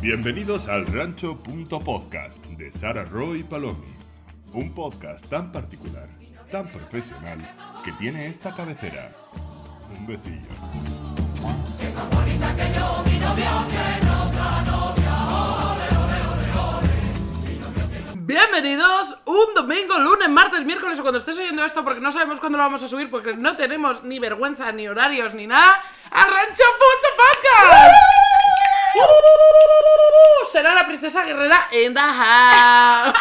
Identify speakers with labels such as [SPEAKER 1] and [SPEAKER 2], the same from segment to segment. [SPEAKER 1] Bienvenidos al rancho.podcast de Sara Roy Palomi, un podcast tan particular, tan profesional, que tiene esta cabecera. Un besillo.
[SPEAKER 2] Bienvenidos un domingo, lunes, martes, miércoles o cuando estés oyendo esto porque no sabemos cuándo lo vamos a subir porque no tenemos ni vergüenza, ni horarios, ni nada. ¡A Rancho.podcast! ¡Uh! Será la princesa guerrera en the house.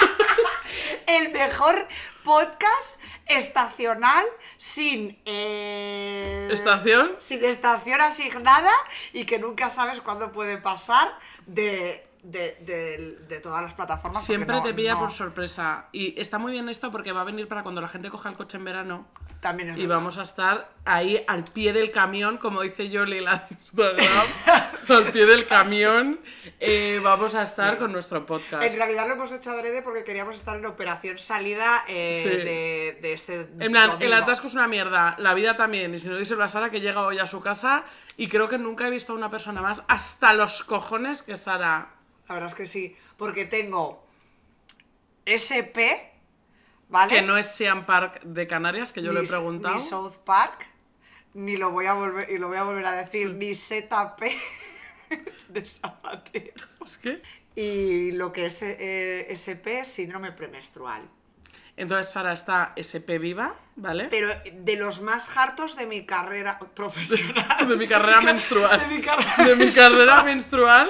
[SPEAKER 3] El mejor podcast estacional sin. eh,
[SPEAKER 2] ¿Estación?
[SPEAKER 3] Sin estación asignada y que nunca sabes cuándo puede pasar de, de, de- de todas las plataformas. porque
[SPEAKER 2] Siempre
[SPEAKER 3] no-
[SPEAKER 2] te pilla
[SPEAKER 3] no-
[SPEAKER 2] por sorpresa. Y está muy bien esto porque va a venir para cuando la gente coja el coche en verano
[SPEAKER 3] También es
[SPEAKER 2] y
[SPEAKER 3] verdad.
[SPEAKER 2] vamos a estar ahí al pie del camión, como dice Yoli en la de Instagram. al pie del camión eh, vamos a estar con nuestro podcast.
[SPEAKER 3] En realidad lo hemos hecho adrede porque queríamos estar en operación salida eh,
[SPEAKER 2] Sí.
[SPEAKER 3] de, de este.
[SPEAKER 2] En plan, el
[SPEAKER 3] domingo.
[SPEAKER 2] atasco es una mierda, la vida también, y si no díselo a Sara que llega hoy a su casa y creo que nunca he visto a una persona más hasta los cojones que Sara.
[SPEAKER 3] La verdad es que sí, porque tengo SP, ¿vale?
[SPEAKER 2] Que no es Sean Park de Canarias, que yo le he
[SPEAKER 3] ¿Eh? Ni-
[SPEAKER 2] preguntado.
[SPEAKER 3] Ni South Park, ni lo voy a volver, y lo voy a volver a decir, ni ZP de Zapatero.
[SPEAKER 2] Es que-
[SPEAKER 3] Y lo que es eh, SP, síndrome premenstrual.
[SPEAKER 2] Entonces Sara está SP viva, ¿vale?
[SPEAKER 3] Pero de los más hartos de mi carrera profesional.
[SPEAKER 2] De mi carrera
[SPEAKER 3] ca-
[SPEAKER 2] menstrual.
[SPEAKER 3] De mi carrera
[SPEAKER 2] De mi
[SPEAKER 3] menstrual.
[SPEAKER 2] carrera menstrual.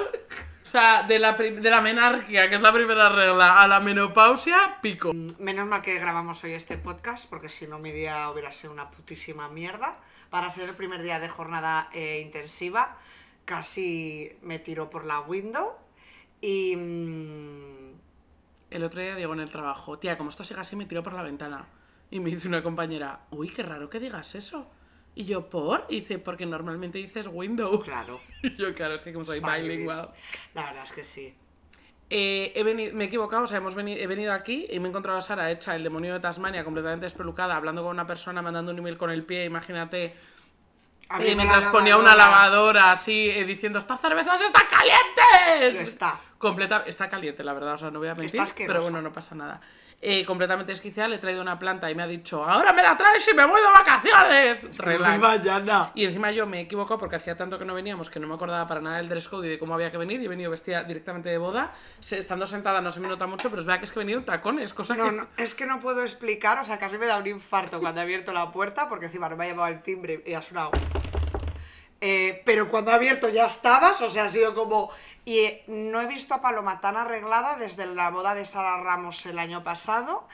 [SPEAKER 2] O sea, de la, pri- de la menarquia, que es la primera regla, a la menopausia, pico.
[SPEAKER 3] Menos mal que grabamos hoy este podcast, porque si no mi día hubiera sido una putísima mierda. Para ser el primer día de jornada eh, intensiva, casi me tiró por la window y... mm,
[SPEAKER 2] El otro día digo en el trabajo, tía, como esto siga así, me tiro por la ventana. Y me dice una compañera, uy, qué raro que digas eso. Y yo, ¿por? Y dice, porque normalmente dices window.
[SPEAKER 3] claro.
[SPEAKER 2] Y yo, claro, es que como soy bilingüe.
[SPEAKER 3] La verdad es que sí.
[SPEAKER 2] Eh, he veni- me he equivocado, o sea, hemos veni- he venido aquí y me he encontrado a Sara hecha el demonio de Tasmania, completamente despelucada, hablando con una persona, mandando un email con el pie, imagínate.
[SPEAKER 3] A mí
[SPEAKER 2] Y
[SPEAKER 3] con
[SPEAKER 2] mientras
[SPEAKER 3] Eh, la
[SPEAKER 2] ponía una lavadora así, eh, diciendo, estas cervezas están calientes.
[SPEAKER 3] Lo está.
[SPEAKER 2] Completa, está caliente, la verdad, o sea, no voy a mentir,
[SPEAKER 3] Está asquerosa.
[SPEAKER 2] pero bueno, no pasa nada. Eh, completamente esquiciada, le he traído una planta y me ha dicho, ahora me la traes y me voy de vacaciones. Relax.
[SPEAKER 3] Mañana.
[SPEAKER 2] Y encima yo me equivoco porque hacía tanto que no veníamos que no me acordaba para nada del dress code y de cómo había que venir. Y he venido vestida directamente de boda. Se- Estando sentada no se me nota mucho, pero es verdad que es que he venido en tacones, cosa
[SPEAKER 3] No,
[SPEAKER 2] que...
[SPEAKER 3] no, es que no puedo explicar, o sea, casi me da un infarto cuando he abierto la puerta, porque encima no me ha llamado el timbre y ha sonado. Eh, pero cuando ha abierto ya estabas, o sea, ha sido como... Y eh, no he visto a Paloma tan arreglada desde la boda de Sara Ramos el año pasado.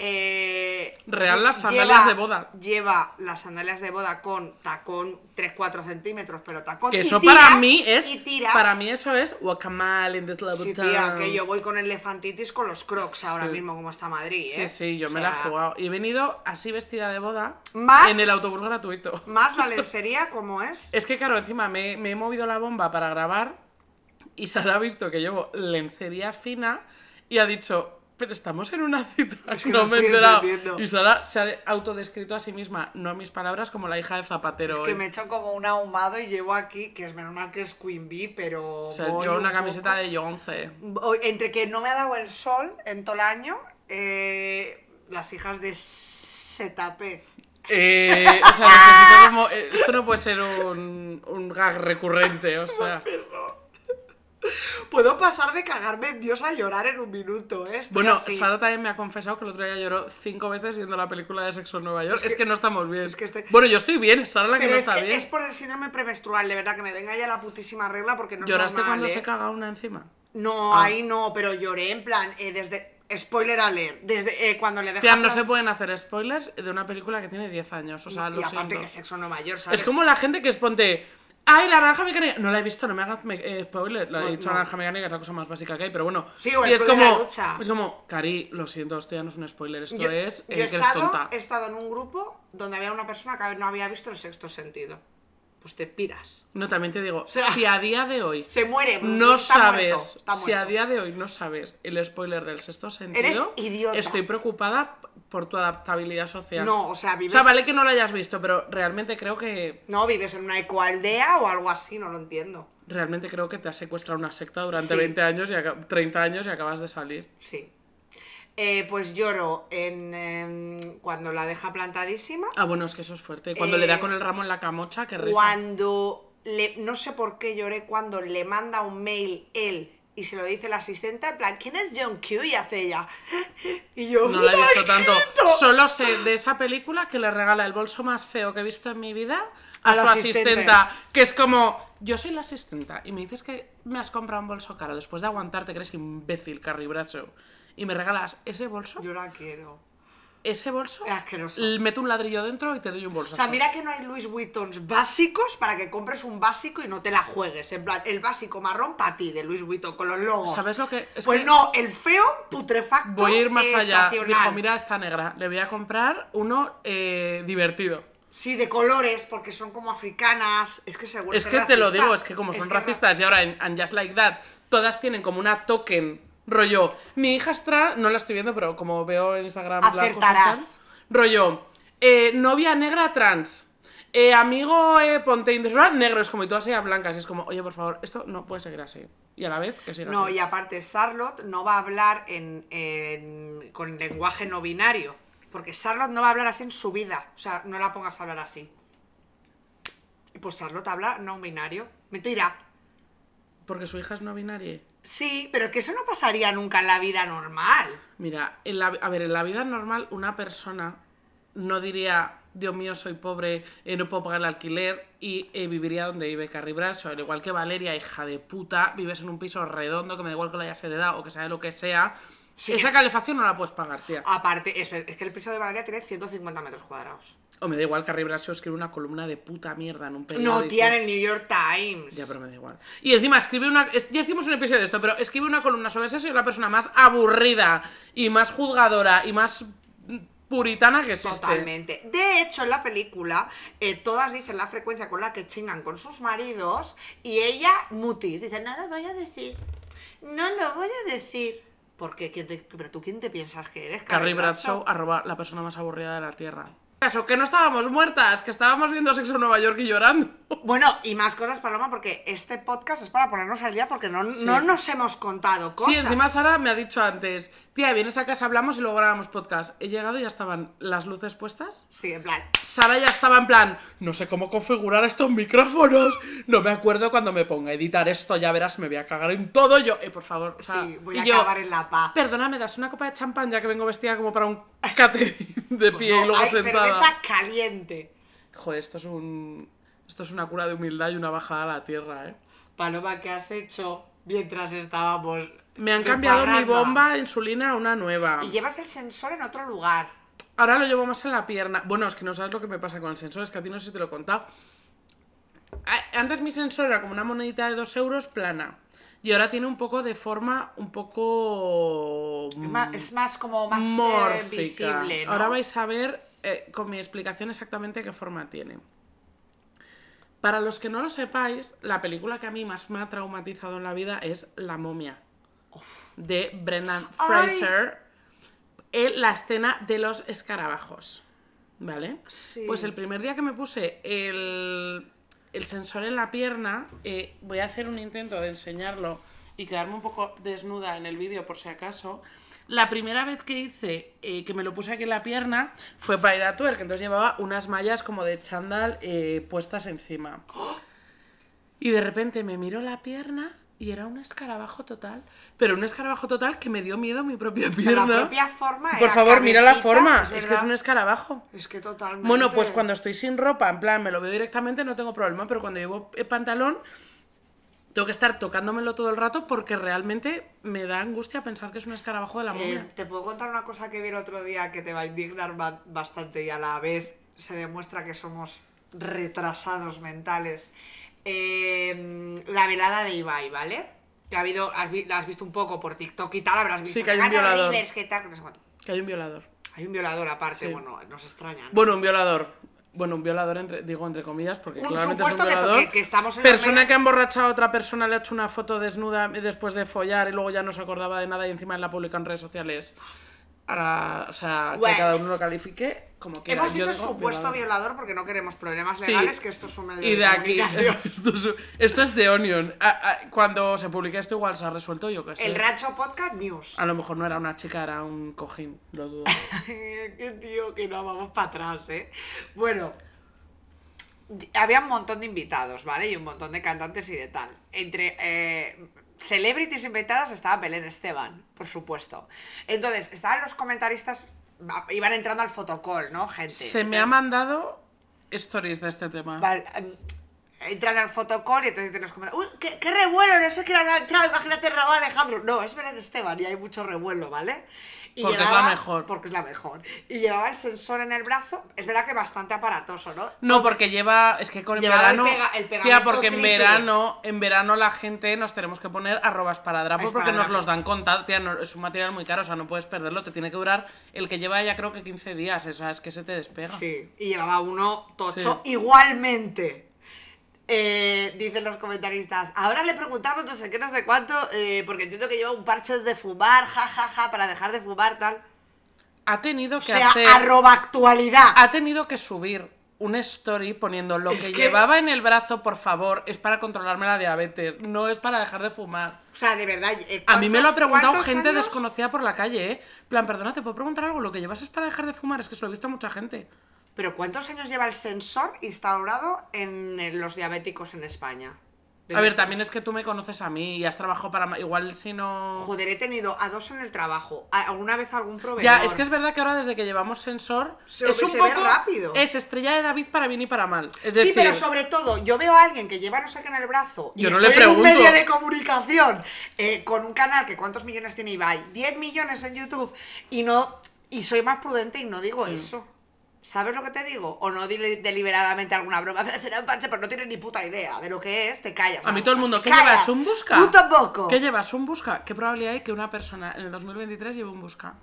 [SPEAKER 3] Eh,
[SPEAKER 2] Real,
[SPEAKER 3] lle-
[SPEAKER 2] las sandalias de boda.
[SPEAKER 3] Lleva las sandalias de boda con tacón 3-4 centímetros, pero tacón...
[SPEAKER 2] Que
[SPEAKER 3] y
[SPEAKER 2] eso
[SPEAKER 3] tiras,
[SPEAKER 2] para mí
[SPEAKER 3] y
[SPEAKER 2] es...
[SPEAKER 3] tiras.
[SPEAKER 2] Para mí eso es guacamole in this
[SPEAKER 3] Sí,
[SPEAKER 2] Louboutin.
[SPEAKER 3] tía, que yo voy con elefantitis con los crocs ahora
[SPEAKER 2] Sí.
[SPEAKER 3] mismo, como está Madrid,
[SPEAKER 2] Sí,
[SPEAKER 3] ¿eh?
[SPEAKER 2] sí, yo
[SPEAKER 3] O
[SPEAKER 2] me
[SPEAKER 3] sea,
[SPEAKER 2] la he jugado. Y he venido así vestida de boda
[SPEAKER 3] Más-
[SPEAKER 2] en el autobús gratuito.
[SPEAKER 3] Más la lencería, como es?
[SPEAKER 2] Es que claro, encima me, me he movido la bomba para grabar y Sara ha visto que llevo lencería fina y ha dicho, pero estamos en una cita,
[SPEAKER 3] Es que
[SPEAKER 2] no
[SPEAKER 3] no
[SPEAKER 2] me he
[SPEAKER 3] estoy
[SPEAKER 2] enterado.
[SPEAKER 3] entendiendo.
[SPEAKER 2] Y Sara se ha autodescrito a sí misma, no a mis palabras, como la hija de Zapatero.
[SPEAKER 3] Es que
[SPEAKER 2] hoy.
[SPEAKER 3] me echo como un ahumado y llevo aquí, que es menos mal que es Queen Bee, pero.
[SPEAKER 2] O sea,
[SPEAKER 3] voy
[SPEAKER 2] llevo
[SPEAKER 3] un
[SPEAKER 2] una camiseta
[SPEAKER 3] poco-
[SPEAKER 2] de Beyoncé.
[SPEAKER 3] Voy- Entre que no me ha dado el sol en todo el año, eh, las hijas de ZP.
[SPEAKER 2] Eh, o sea, necesito como... eh, Esto no puede ser un, un gag recurrente, o sea...
[SPEAKER 3] Puedo pasar de cagarme en Dios a llorar en un minuto, ¿eh? Estoy
[SPEAKER 2] Bueno,
[SPEAKER 3] así.
[SPEAKER 2] Sara también me ha confesado que el otro día lloró cinco veces viendo la película de Sexo en Nueva York. Es que, no estamos bien.
[SPEAKER 3] es que estoy-
[SPEAKER 2] Bueno, yo estoy bien, Sara la que
[SPEAKER 3] Pero
[SPEAKER 2] no
[SPEAKER 3] es,
[SPEAKER 2] está
[SPEAKER 3] que
[SPEAKER 2] bien.
[SPEAKER 3] es por el síndrome premenstrual, de verdad, que me venga ya la putísima regla porque no es
[SPEAKER 2] ¿Lloraste
[SPEAKER 3] normal,
[SPEAKER 2] cuando
[SPEAKER 3] ¿eh?
[SPEAKER 2] se caga una encima?
[SPEAKER 3] No,
[SPEAKER 2] Ah.
[SPEAKER 3] ahí no, pero lloré en plan, eh, desde. Spoiler alert, desde eh, cuando le dejan.
[SPEAKER 2] Tía, no se pueden hacer spoilers de una película que tiene 10 años. O sea, lo
[SPEAKER 3] y aparte
[SPEAKER 2] siento.
[SPEAKER 3] que sexo no mayor, ¿sabes?
[SPEAKER 2] Es como la gente que es ponte. ¡Ay, la naranja mecánica! No la he visto, no me hagas me- eh, spoiler. La he
[SPEAKER 3] No,
[SPEAKER 2] dicho
[SPEAKER 3] no.
[SPEAKER 2] naranja mecánica, es la cosa más básica que hay, pero bueno.
[SPEAKER 3] Sí, o el
[SPEAKER 2] y es
[SPEAKER 3] club de
[SPEAKER 2] como.
[SPEAKER 3] la lucha.
[SPEAKER 2] Es como, Cari, lo siento, esto ya no es un spoiler, esto
[SPEAKER 3] Yo-
[SPEAKER 2] es. eh,
[SPEAKER 3] yo he,
[SPEAKER 2] que eres
[SPEAKER 3] estado,
[SPEAKER 2] tonta.
[SPEAKER 3] he estado en un grupo donde había una persona que no había visto el sexto sentido. pues te piras.
[SPEAKER 2] No, también te digo,
[SPEAKER 3] sea,
[SPEAKER 2] si a día de hoy
[SPEAKER 3] Se muere,
[SPEAKER 2] no
[SPEAKER 3] está
[SPEAKER 2] sabes,
[SPEAKER 3] muerto, está
[SPEAKER 2] si a
[SPEAKER 3] muerto.
[SPEAKER 2] día de hoy no sabes el spoiler del sexto sentido,
[SPEAKER 3] Eres idiota.
[SPEAKER 2] estoy preocupada por tu adaptabilidad social.
[SPEAKER 3] No, o sea,
[SPEAKER 2] o
[SPEAKER 3] vives,
[SPEAKER 2] sea, vale que no lo hayas visto, pero realmente creo que
[SPEAKER 3] no, vives en una ecoaldea o algo así, no lo entiendo.
[SPEAKER 2] realmente creo que te has secuestrado una secta durante
[SPEAKER 3] Sí.
[SPEAKER 2] 20 años y aca- 30 años y acabas de salir.
[SPEAKER 3] Sí. Eh, pues lloro en, em, cuando la deja plantadísima.
[SPEAKER 2] Ah, bueno, es que eso es fuerte. Cuando le da
[SPEAKER 3] Eh,
[SPEAKER 2] con el ramo en la camocha, que reza.
[SPEAKER 3] Cuando le, no sé por qué lloré cuando le manda un mail él y se lo dice la asistente, en plan, ¿quién es John Q? Y hace ella. Y yo,
[SPEAKER 2] No la he
[SPEAKER 3] "¡Lo ha
[SPEAKER 2] visto tanto.
[SPEAKER 3] escrito!".
[SPEAKER 2] Solo sé de esa película que le regala el bolso más feo que he visto en mi vida a,
[SPEAKER 3] A la
[SPEAKER 2] su
[SPEAKER 3] asistente.
[SPEAKER 2] asistenta. Que es como, yo soy la asistenta y me dices que me has comprado un bolso caro después de aguantarte que eres imbécil, carribracho. Y me regalas ese bolso,
[SPEAKER 3] Yo la quiero.
[SPEAKER 2] ese bolso,
[SPEAKER 3] Es asqueroso.
[SPEAKER 2] l- meto un ladrillo dentro y te doy un bolso.
[SPEAKER 3] O sea, mira que no hay Louis Vuittons básicos para que compres un básico y no te la juegues. En plan, el básico marrón para ti de Louis Vuitton con los logos.
[SPEAKER 2] ¿Sabes lo que- es
[SPEAKER 3] pues
[SPEAKER 2] que-
[SPEAKER 3] no, el feo putrefacto.
[SPEAKER 2] Voy a ir más allá. Dijo,
[SPEAKER 3] estacional.
[SPEAKER 2] mira esta negra, le voy a comprar uno eh, divertido.
[SPEAKER 3] Sí, de colores, porque son como africanas. Es que seguro
[SPEAKER 2] Es que te lo
[SPEAKER 3] racista.
[SPEAKER 2] digo, es que como son
[SPEAKER 3] ra-
[SPEAKER 2] racistas y ahora en, en Just Like That todas tienen como una token rollo. Mi hija es trans, no la estoy viendo, pero como veo en Instagram blancos y
[SPEAKER 3] Acertarás.
[SPEAKER 2] tal, rollo, eh, novia negra trans. eh, amigo eh, ponte indesura negro, es como y todas ellas blancas. y es como, oye, por favor, esto no puede seguir así. Y a la vez que siga
[SPEAKER 3] No,
[SPEAKER 2] así.
[SPEAKER 3] y aparte Charlotte no va a hablar en, en- con lenguaje no binario. Porque Charlotte no va a hablar así en su vida. O sea, no la pongas a hablar así. Pues Charlotte habla no binario. Mentira.
[SPEAKER 2] Porque su hija es no binaria.
[SPEAKER 3] Sí, pero que eso no pasaría nunca en la vida normal.
[SPEAKER 2] Mira, en la- a ver, en la vida normal una persona no diría, Dios mío, soy pobre, eh, no puedo pagar el alquiler y eh, viviría donde vive Carrie Bradshaw. Al igual que Valeria, hija de puta, vives en un piso redondo que me da igual que lo hayas heredado o que sea de lo que sea.
[SPEAKER 3] Sí.
[SPEAKER 2] Esa calefacción no la puedes pagar, tía.
[SPEAKER 3] Aparte, es, es que el piso de Valeria tiene 150 metros cuadrados.
[SPEAKER 2] O me da igual, Carrie Bradshaw escribe una columna de puta mierda en un periódico.
[SPEAKER 3] No, tía, en el New York Times.
[SPEAKER 2] Ya, pero me da igual. Y encima escribe una. es- ya hicimos un episodio de esto, pero escribe una columna sobre eso y es la persona más aburrida y más juzgadora y más mm, puritana que existe.
[SPEAKER 3] Totalmente. De hecho, en la película, eh, todas dicen la frecuencia con la que chingan con sus maridos y ella mutis. Dice, no lo voy a decir. No lo voy a decir. Porque, ¿quién te- pero tú quién te piensas que eres?
[SPEAKER 2] Carrie Bradshaw, arroba la persona más aburrida de la tierra. Caso, que no estábamos muertas, que estábamos viendo sexo en Nueva York y llorando.
[SPEAKER 3] Bueno, y más cosas, Paloma, porque este podcast es para ponernos al día porque no, no nos hemos contado cosas.
[SPEAKER 2] Sí, encima Sara me ha dicho antes, tía, vienes a casa, hablamos y luego grabamos podcast. He llegado y ya estaban las luces puestas.
[SPEAKER 3] Sí, en plan,
[SPEAKER 2] Sara ya estaba en plan, no sé cómo configurar estos micrófonos. No me acuerdo cuando me ponga a editar esto, ya verás, me voy a cagar en todo yo. Eh, por favor, o sea,
[SPEAKER 3] sí, voy
[SPEAKER 2] y
[SPEAKER 3] a
[SPEAKER 2] yo,
[SPEAKER 3] acabar en la paz.
[SPEAKER 2] Perdona, ¿me das una copa de champán ya que vengo vestida como para un catering de
[SPEAKER 3] Pues
[SPEAKER 2] pie
[SPEAKER 3] no,
[SPEAKER 2] y luego
[SPEAKER 3] hay
[SPEAKER 2] sentada?
[SPEAKER 3] cerveza caliente.
[SPEAKER 2] Joder, esto es un. Esto es una cura de humildad y una bajada a la tierra, ¿eh?
[SPEAKER 3] Paloma, ¿qué has hecho mientras estábamos?
[SPEAKER 2] Me han
[SPEAKER 3] de
[SPEAKER 2] cambiado mi
[SPEAKER 3] parranda?
[SPEAKER 2] bomba de insulina a una nueva.
[SPEAKER 3] Y llevas el sensor en otro lugar.
[SPEAKER 2] Ahora lo llevo más en la pierna. Bueno, es que no sabes lo que me pasa con el sensor, es que a ti no sé si te lo he contado. A- Antes mi sensor era como una monedita de 2 euros plana. Y ahora tiene un poco de forma un poco. mm,
[SPEAKER 3] Es ma- Es más como más eh,
[SPEAKER 2] mórfica.
[SPEAKER 3] visible. ¿no?
[SPEAKER 2] Ahora vais a ver eh, con mi explicación exactamente qué forma tiene. Para los que no lo sepáis, la película que a mí más me ha traumatizado en la vida es La momia de Brendan
[SPEAKER 3] Ay.
[SPEAKER 2] Fraser en la escena de los escarabajos. ¿Vale?
[SPEAKER 3] Sí.
[SPEAKER 2] Pues el primer día que me puse el, el sensor en la pierna, eh, voy a hacer un intento de enseñarlo y quedarme un poco desnuda en el vídeo por si acaso. La primera vez que hice eh, que me lo puse aquí en la pierna fue para ir a twerk, entonces llevaba unas mallas como de chándal eh, puestas encima. Y de repente me miró la pierna y era un escarabajo total, pero un escarabajo total que me dio miedo mi propia
[SPEAKER 3] O sea,
[SPEAKER 2] pierna.
[SPEAKER 3] la propia forma.
[SPEAKER 2] Por
[SPEAKER 3] era
[SPEAKER 2] favor, mira la
[SPEAKER 3] cabecita,
[SPEAKER 2] forma, es que es
[SPEAKER 3] verdad.
[SPEAKER 2] un escarabajo.
[SPEAKER 3] Es que totalmente.
[SPEAKER 2] Bueno, pues cuando estoy sin ropa, en plan, me lo veo directamente, no tengo problema, pero cuando llevo eh, pantalón, tengo que estar tocándomelo todo el rato porque realmente me da angustia pensar que es un escarabajo de la momia.
[SPEAKER 3] Eh, te puedo contar una cosa que vi el otro día que te va a indignar ba- bastante y a la vez se demuestra que somos retrasados mentales. Eh, la velada de Ibai, ¿vale? Que ha habido, has, vi- la has visto un poco por TikTok y tal, habrás visto
[SPEAKER 2] que hay un
[SPEAKER 3] Ana
[SPEAKER 2] violador.
[SPEAKER 3] Rivers, ¿qué tal? No sé cuánto.
[SPEAKER 2] Que hay un violador.
[SPEAKER 3] Hay un violador aparte,
[SPEAKER 2] Sí.
[SPEAKER 3] bueno, nos extraña. ¿no?
[SPEAKER 2] Bueno, un violador. Bueno, un violador, entre, digo entre comillas, porque
[SPEAKER 3] Un
[SPEAKER 2] claramente es un
[SPEAKER 3] supuesto que-
[SPEAKER 2] violador.
[SPEAKER 3] que- que estamos en las
[SPEAKER 2] persona
[SPEAKER 3] medias-
[SPEAKER 2] que ha emborrachado a otra persona, le ha hecho una foto desnuda después de follar y luego ya no se acordaba de nada y encima la publica en redes sociales. Ahora, o sea,
[SPEAKER 3] Bueno.
[SPEAKER 2] que cada uno lo califique como quiera.
[SPEAKER 3] Hemos
[SPEAKER 2] Yo
[SPEAKER 3] dicho
[SPEAKER 2] digo
[SPEAKER 3] supuesto
[SPEAKER 2] violador.
[SPEAKER 3] violador porque no queremos problemas
[SPEAKER 2] Sí.
[SPEAKER 3] legales, que esto es un medio
[SPEAKER 2] Y de aquí.
[SPEAKER 3] comunicación.
[SPEAKER 2] Esto es, esto es The Onion. Ah, ah, cuando se publique esto, igual se ha resuelto, yo que sé.
[SPEAKER 3] El Rancho Podcast News.
[SPEAKER 2] A lo mejor no era una chica, era un cojín, lo dudo.
[SPEAKER 3] Qué tío, que no vamos para atrás, ¿eh? Bueno, había un montón de invitados, ¿vale? Y un montón de cantantes y de tal. Entre eh, celebrities invitadas estaba Belén Esteban, por supuesto. Entonces, estaban los comentaristas, va- iban entrando al fotocall, ¿no? Gente.
[SPEAKER 2] Se me ha
[SPEAKER 3] Entonces,
[SPEAKER 2] mandado stories de este tema.
[SPEAKER 3] Vale, em, entran al fotocall y entonces nos comentan, uy, qué, qué revuelo, no sé qué era, entrado, imagínate Raúl Alejandro. No, es Belén Esteban y hay mucho revuelo, ¿vale? Y
[SPEAKER 2] Porque es la mejor.
[SPEAKER 3] Porque es la mejor. Y llevaba el sensor en el brazo, es verdad que bastante aparatoso, ¿no?
[SPEAKER 2] No, porque lleva. Es que con el
[SPEAKER 3] Llevaba el
[SPEAKER 2] verano.
[SPEAKER 3] pega- el
[SPEAKER 2] tía,
[SPEAKER 3] pegamento
[SPEAKER 2] porque en
[SPEAKER 3] triple.
[SPEAKER 2] verano, en verano la gente nos tenemos que poner arrobas para drapos porque nos
[SPEAKER 3] Esparadrapo.
[SPEAKER 2] los dan contado. Tía, no- es un material muy caro, o sea, no puedes perderlo. Te tiene que durar el que lleva ya creo que 15 días. O sea, es que se te despega.
[SPEAKER 3] Sí, y llevaba uno tocho
[SPEAKER 2] Sí.
[SPEAKER 3] igualmente. Eh, dicen los comentaristas, ahora le preguntamos no sé qué, no sé cuánto, eh, porque entiendo que lleva un parche de fumar, jajaja, para dejar de fumar, tal.
[SPEAKER 2] Ha tenido que
[SPEAKER 3] O sea,
[SPEAKER 2] hacer.
[SPEAKER 3] arroba actualidad.
[SPEAKER 2] Ha tenido que subir un story poniendo lo
[SPEAKER 3] Es
[SPEAKER 2] que,
[SPEAKER 3] que-
[SPEAKER 2] llevaba en el brazo, por favor, es para controlarme la diabetes, no es para dejar de fumar.
[SPEAKER 3] O sea, de verdad. eh,
[SPEAKER 2] A mí me lo ha
[SPEAKER 3] ¿cuántos-
[SPEAKER 2] preguntado
[SPEAKER 3] cuántos
[SPEAKER 2] gente
[SPEAKER 3] años?
[SPEAKER 2] desconocida por la calle, ¿eh? En Plan, perdona, ¿te puedo preguntar algo? Lo que llevas es para dejar de fumar, es que se lo he visto a mucha gente.
[SPEAKER 3] Pero ¿cuántos años lleva el sensor instaurado en eh, los diabéticos en España?
[SPEAKER 2] A ver, también es que tú me conoces a mí y has trabajado para... ma- Igual si no...
[SPEAKER 3] Joder, he tenido a dos en el trabajo. a- ¿Alguna vez algún proveedor?
[SPEAKER 2] Ya, es que es verdad que ahora desde que llevamos sensor...
[SPEAKER 3] Se-
[SPEAKER 2] es un
[SPEAKER 3] se ve
[SPEAKER 2] poco...
[SPEAKER 3] rápido.
[SPEAKER 2] Es estrella de David para bien y para mal. Es
[SPEAKER 3] Sí,
[SPEAKER 2] decir,
[SPEAKER 3] pero sobre todo, yo veo a alguien que lleva no sé qué en el brazo y
[SPEAKER 2] Yo no le
[SPEAKER 3] estoy en un
[SPEAKER 2] pregunto.
[SPEAKER 3] medio de comunicación eh, con un canal que cuántos millones tiene Ibai, 10 millones en YouTube y no y soy más prudente y no digo eso. ¿Sabes lo que te digo? O no dile deliberadamente alguna broma, pero será un parche, pero no tienes ni puta idea de lo que es, te callas.
[SPEAKER 2] A mí
[SPEAKER 3] vamos,
[SPEAKER 2] todo el mundo,
[SPEAKER 3] te
[SPEAKER 2] ¿qué
[SPEAKER 3] callas,
[SPEAKER 2] llevas? ¿Un busca?
[SPEAKER 3] Puto poco.
[SPEAKER 2] ¿Qué llevas? ¿Un busca? ¿Qué probabilidad hay que una persona en el 2023 lleve un busca?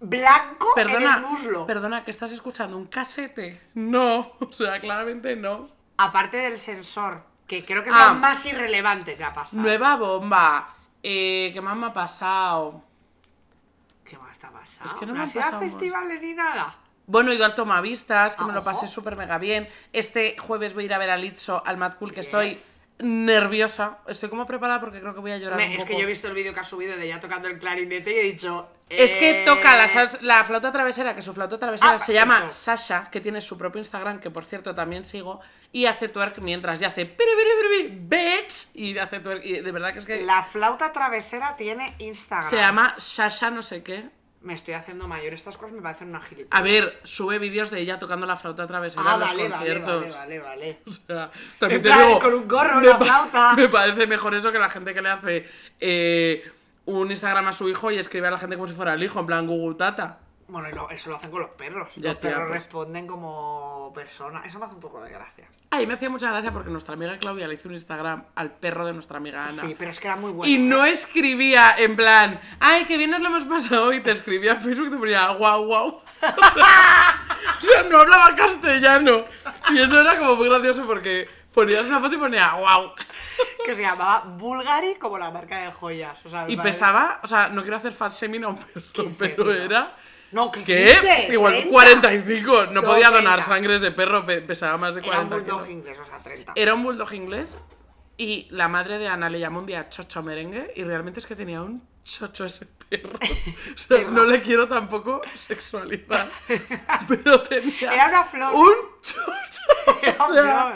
[SPEAKER 3] Blanco
[SPEAKER 2] Perdona,
[SPEAKER 3] en el muslo.
[SPEAKER 2] perdona, que estás escuchando un casete. No, o sea, claramente no.
[SPEAKER 3] Aparte del sensor, que creo que es
[SPEAKER 2] Ah.
[SPEAKER 3] lo más irrelevante que ha pasado.
[SPEAKER 2] Nueva bomba. Eh, ¿Qué más me ha pasado?
[SPEAKER 3] ¿Qué más te ha pasado?
[SPEAKER 2] Es que no me
[SPEAKER 3] ha
[SPEAKER 2] han
[SPEAKER 3] sido
[SPEAKER 2] pasado más.
[SPEAKER 3] festivales ni nada.
[SPEAKER 2] Bueno, he ido al Tomavistas, que
[SPEAKER 3] Ah,
[SPEAKER 2] me lo
[SPEAKER 3] ojo.
[SPEAKER 2] pasé súper mega bien. Este jueves voy a ir a ver a Litzo, al Mad Cool, que
[SPEAKER 3] Yes.
[SPEAKER 2] estoy nerviosa. Estoy como preparada porque creo que voy a llorar
[SPEAKER 3] Me-
[SPEAKER 2] un
[SPEAKER 3] es
[SPEAKER 2] poco.
[SPEAKER 3] que yo he visto el vídeo que ha subido de ella tocando el clarinete y he dicho.
[SPEAKER 2] Es que
[SPEAKER 3] eh,
[SPEAKER 2] toca la, sals- la flauta travesera, que su flauta travesera
[SPEAKER 3] Ah,
[SPEAKER 2] se llama
[SPEAKER 3] eso.
[SPEAKER 2] Sasha, que tiene su propio Instagram, que por cierto también sigo, y hace twerk mientras, y hace piri, piri, piri, bitch, y hace twerk, y de verdad que es que
[SPEAKER 3] La flauta travesera tiene Instagram.
[SPEAKER 2] se llama Sasha no sé qué.
[SPEAKER 3] Me estoy haciendo mayor. Estas cosas me parecen una gilipollas.
[SPEAKER 2] A ver, sube vídeos de ella tocando la flauta travesera
[SPEAKER 3] Ah,
[SPEAKER 2] en los
[SPEAKER 3] vale, vale,
[SPEAKER 2] conciertos.
[SPEAKER 3] vale, vale, vale.
[SPEAKER 2] O sea, también
[SPEAKER 3] En
[SPEAKER 2] te
[SPEAKER 3] plan,
[SPEAKER 2] digo,
[SPEAKER 3] con un gorro,
[SPEAKER 2] me
[SPEAKER 3] una
[SPEAKER 2] pa-
[SPEAKER 3] flauta.
[SPEAKER 2] Me parece mejor eso que la gente que le hace eh, un Instagram a su hijo y escribe a la gente como si fuera el hijo, en plan gugutata.
[SPEAKER 3] Bueno, y lo- eso lo hacen con los perros.
[SPEAKER 2] Ya,
[SPEAKER 3] los
[SPEAKER 2] tía,
[SPEAKER 3] perros
[SPEAKER 2] pues.
[SPEAKER 3] responden como personas. Eso me hace un poco de gracia.
[SPEAKER 2] Ay, me hacía mucha gracia porque nuestra amiga Claudia le hizo un Instagram al perro de nuestra amiga Ana.
[SPEAKER 3] Sí, pero es que era muy bueno. ¿eh?
[SPEAKER 2] Y no escribía en plan, ay, qué bien nos lo hemos pasado. Y te escribía en Facebook y te ponía, guau, guau. o sea, no hablaba castellano. Y eso era como muy gracioso porque ponías una foto y ponía, guau.
[SPEAKER 3] Que se llamaba Bulgari como la marca de joyas. O sea, me
[SPEAKER 2] Y
[SPEAKER 3] parece-
[SPEAKER 2] pesaba, o sea, no quiero hacer fat shaming a un perro,
[SPEAKER 3] 15
[SPEAKER 2] pero
[SPEAKER 3] kilos.
[SPEAKER 2] era.
[SPEAKER 3] No, que
[SPEAKER 2] ¿Qué?
[SPEAKER 3] 15,
[SPEAKER 2] Igual
[SPEAKER 3] 30.
[SPEAKER 2] 45. No
[SPEAKER 3] No,
[SPEAKER 2] podía donar
[SPEAKER 3] 30.
[SPEAKER 2] sangre de perro, pe- pesaba más de
[SPEAKER 3] Era un
[SPEAKER 2] 40
[SPEAKER 3] bulldog
[SPEAKER 2] kilos.
[SPEAKER 3] inglés, o sea, 30.
[SPEAKER 2] Era un bulldog inglés y la madre de Ana le llamó un día chocho merengue y realmente es que tenía un chocho ese perro. O sea,
[SPEAKER 3] Perro.
[SPEAKER 2] no le quiero tampoco sexualizar, pero tenía
[SPEAKER 3] Era una flor.
[SPEAKER 2] un chocho.
[SPEAKER 3] Era
[SPEAKER 2] O
[SPEAKER 3] un
[SPEAKER 2] sea,
[SPEAKER 3] flor.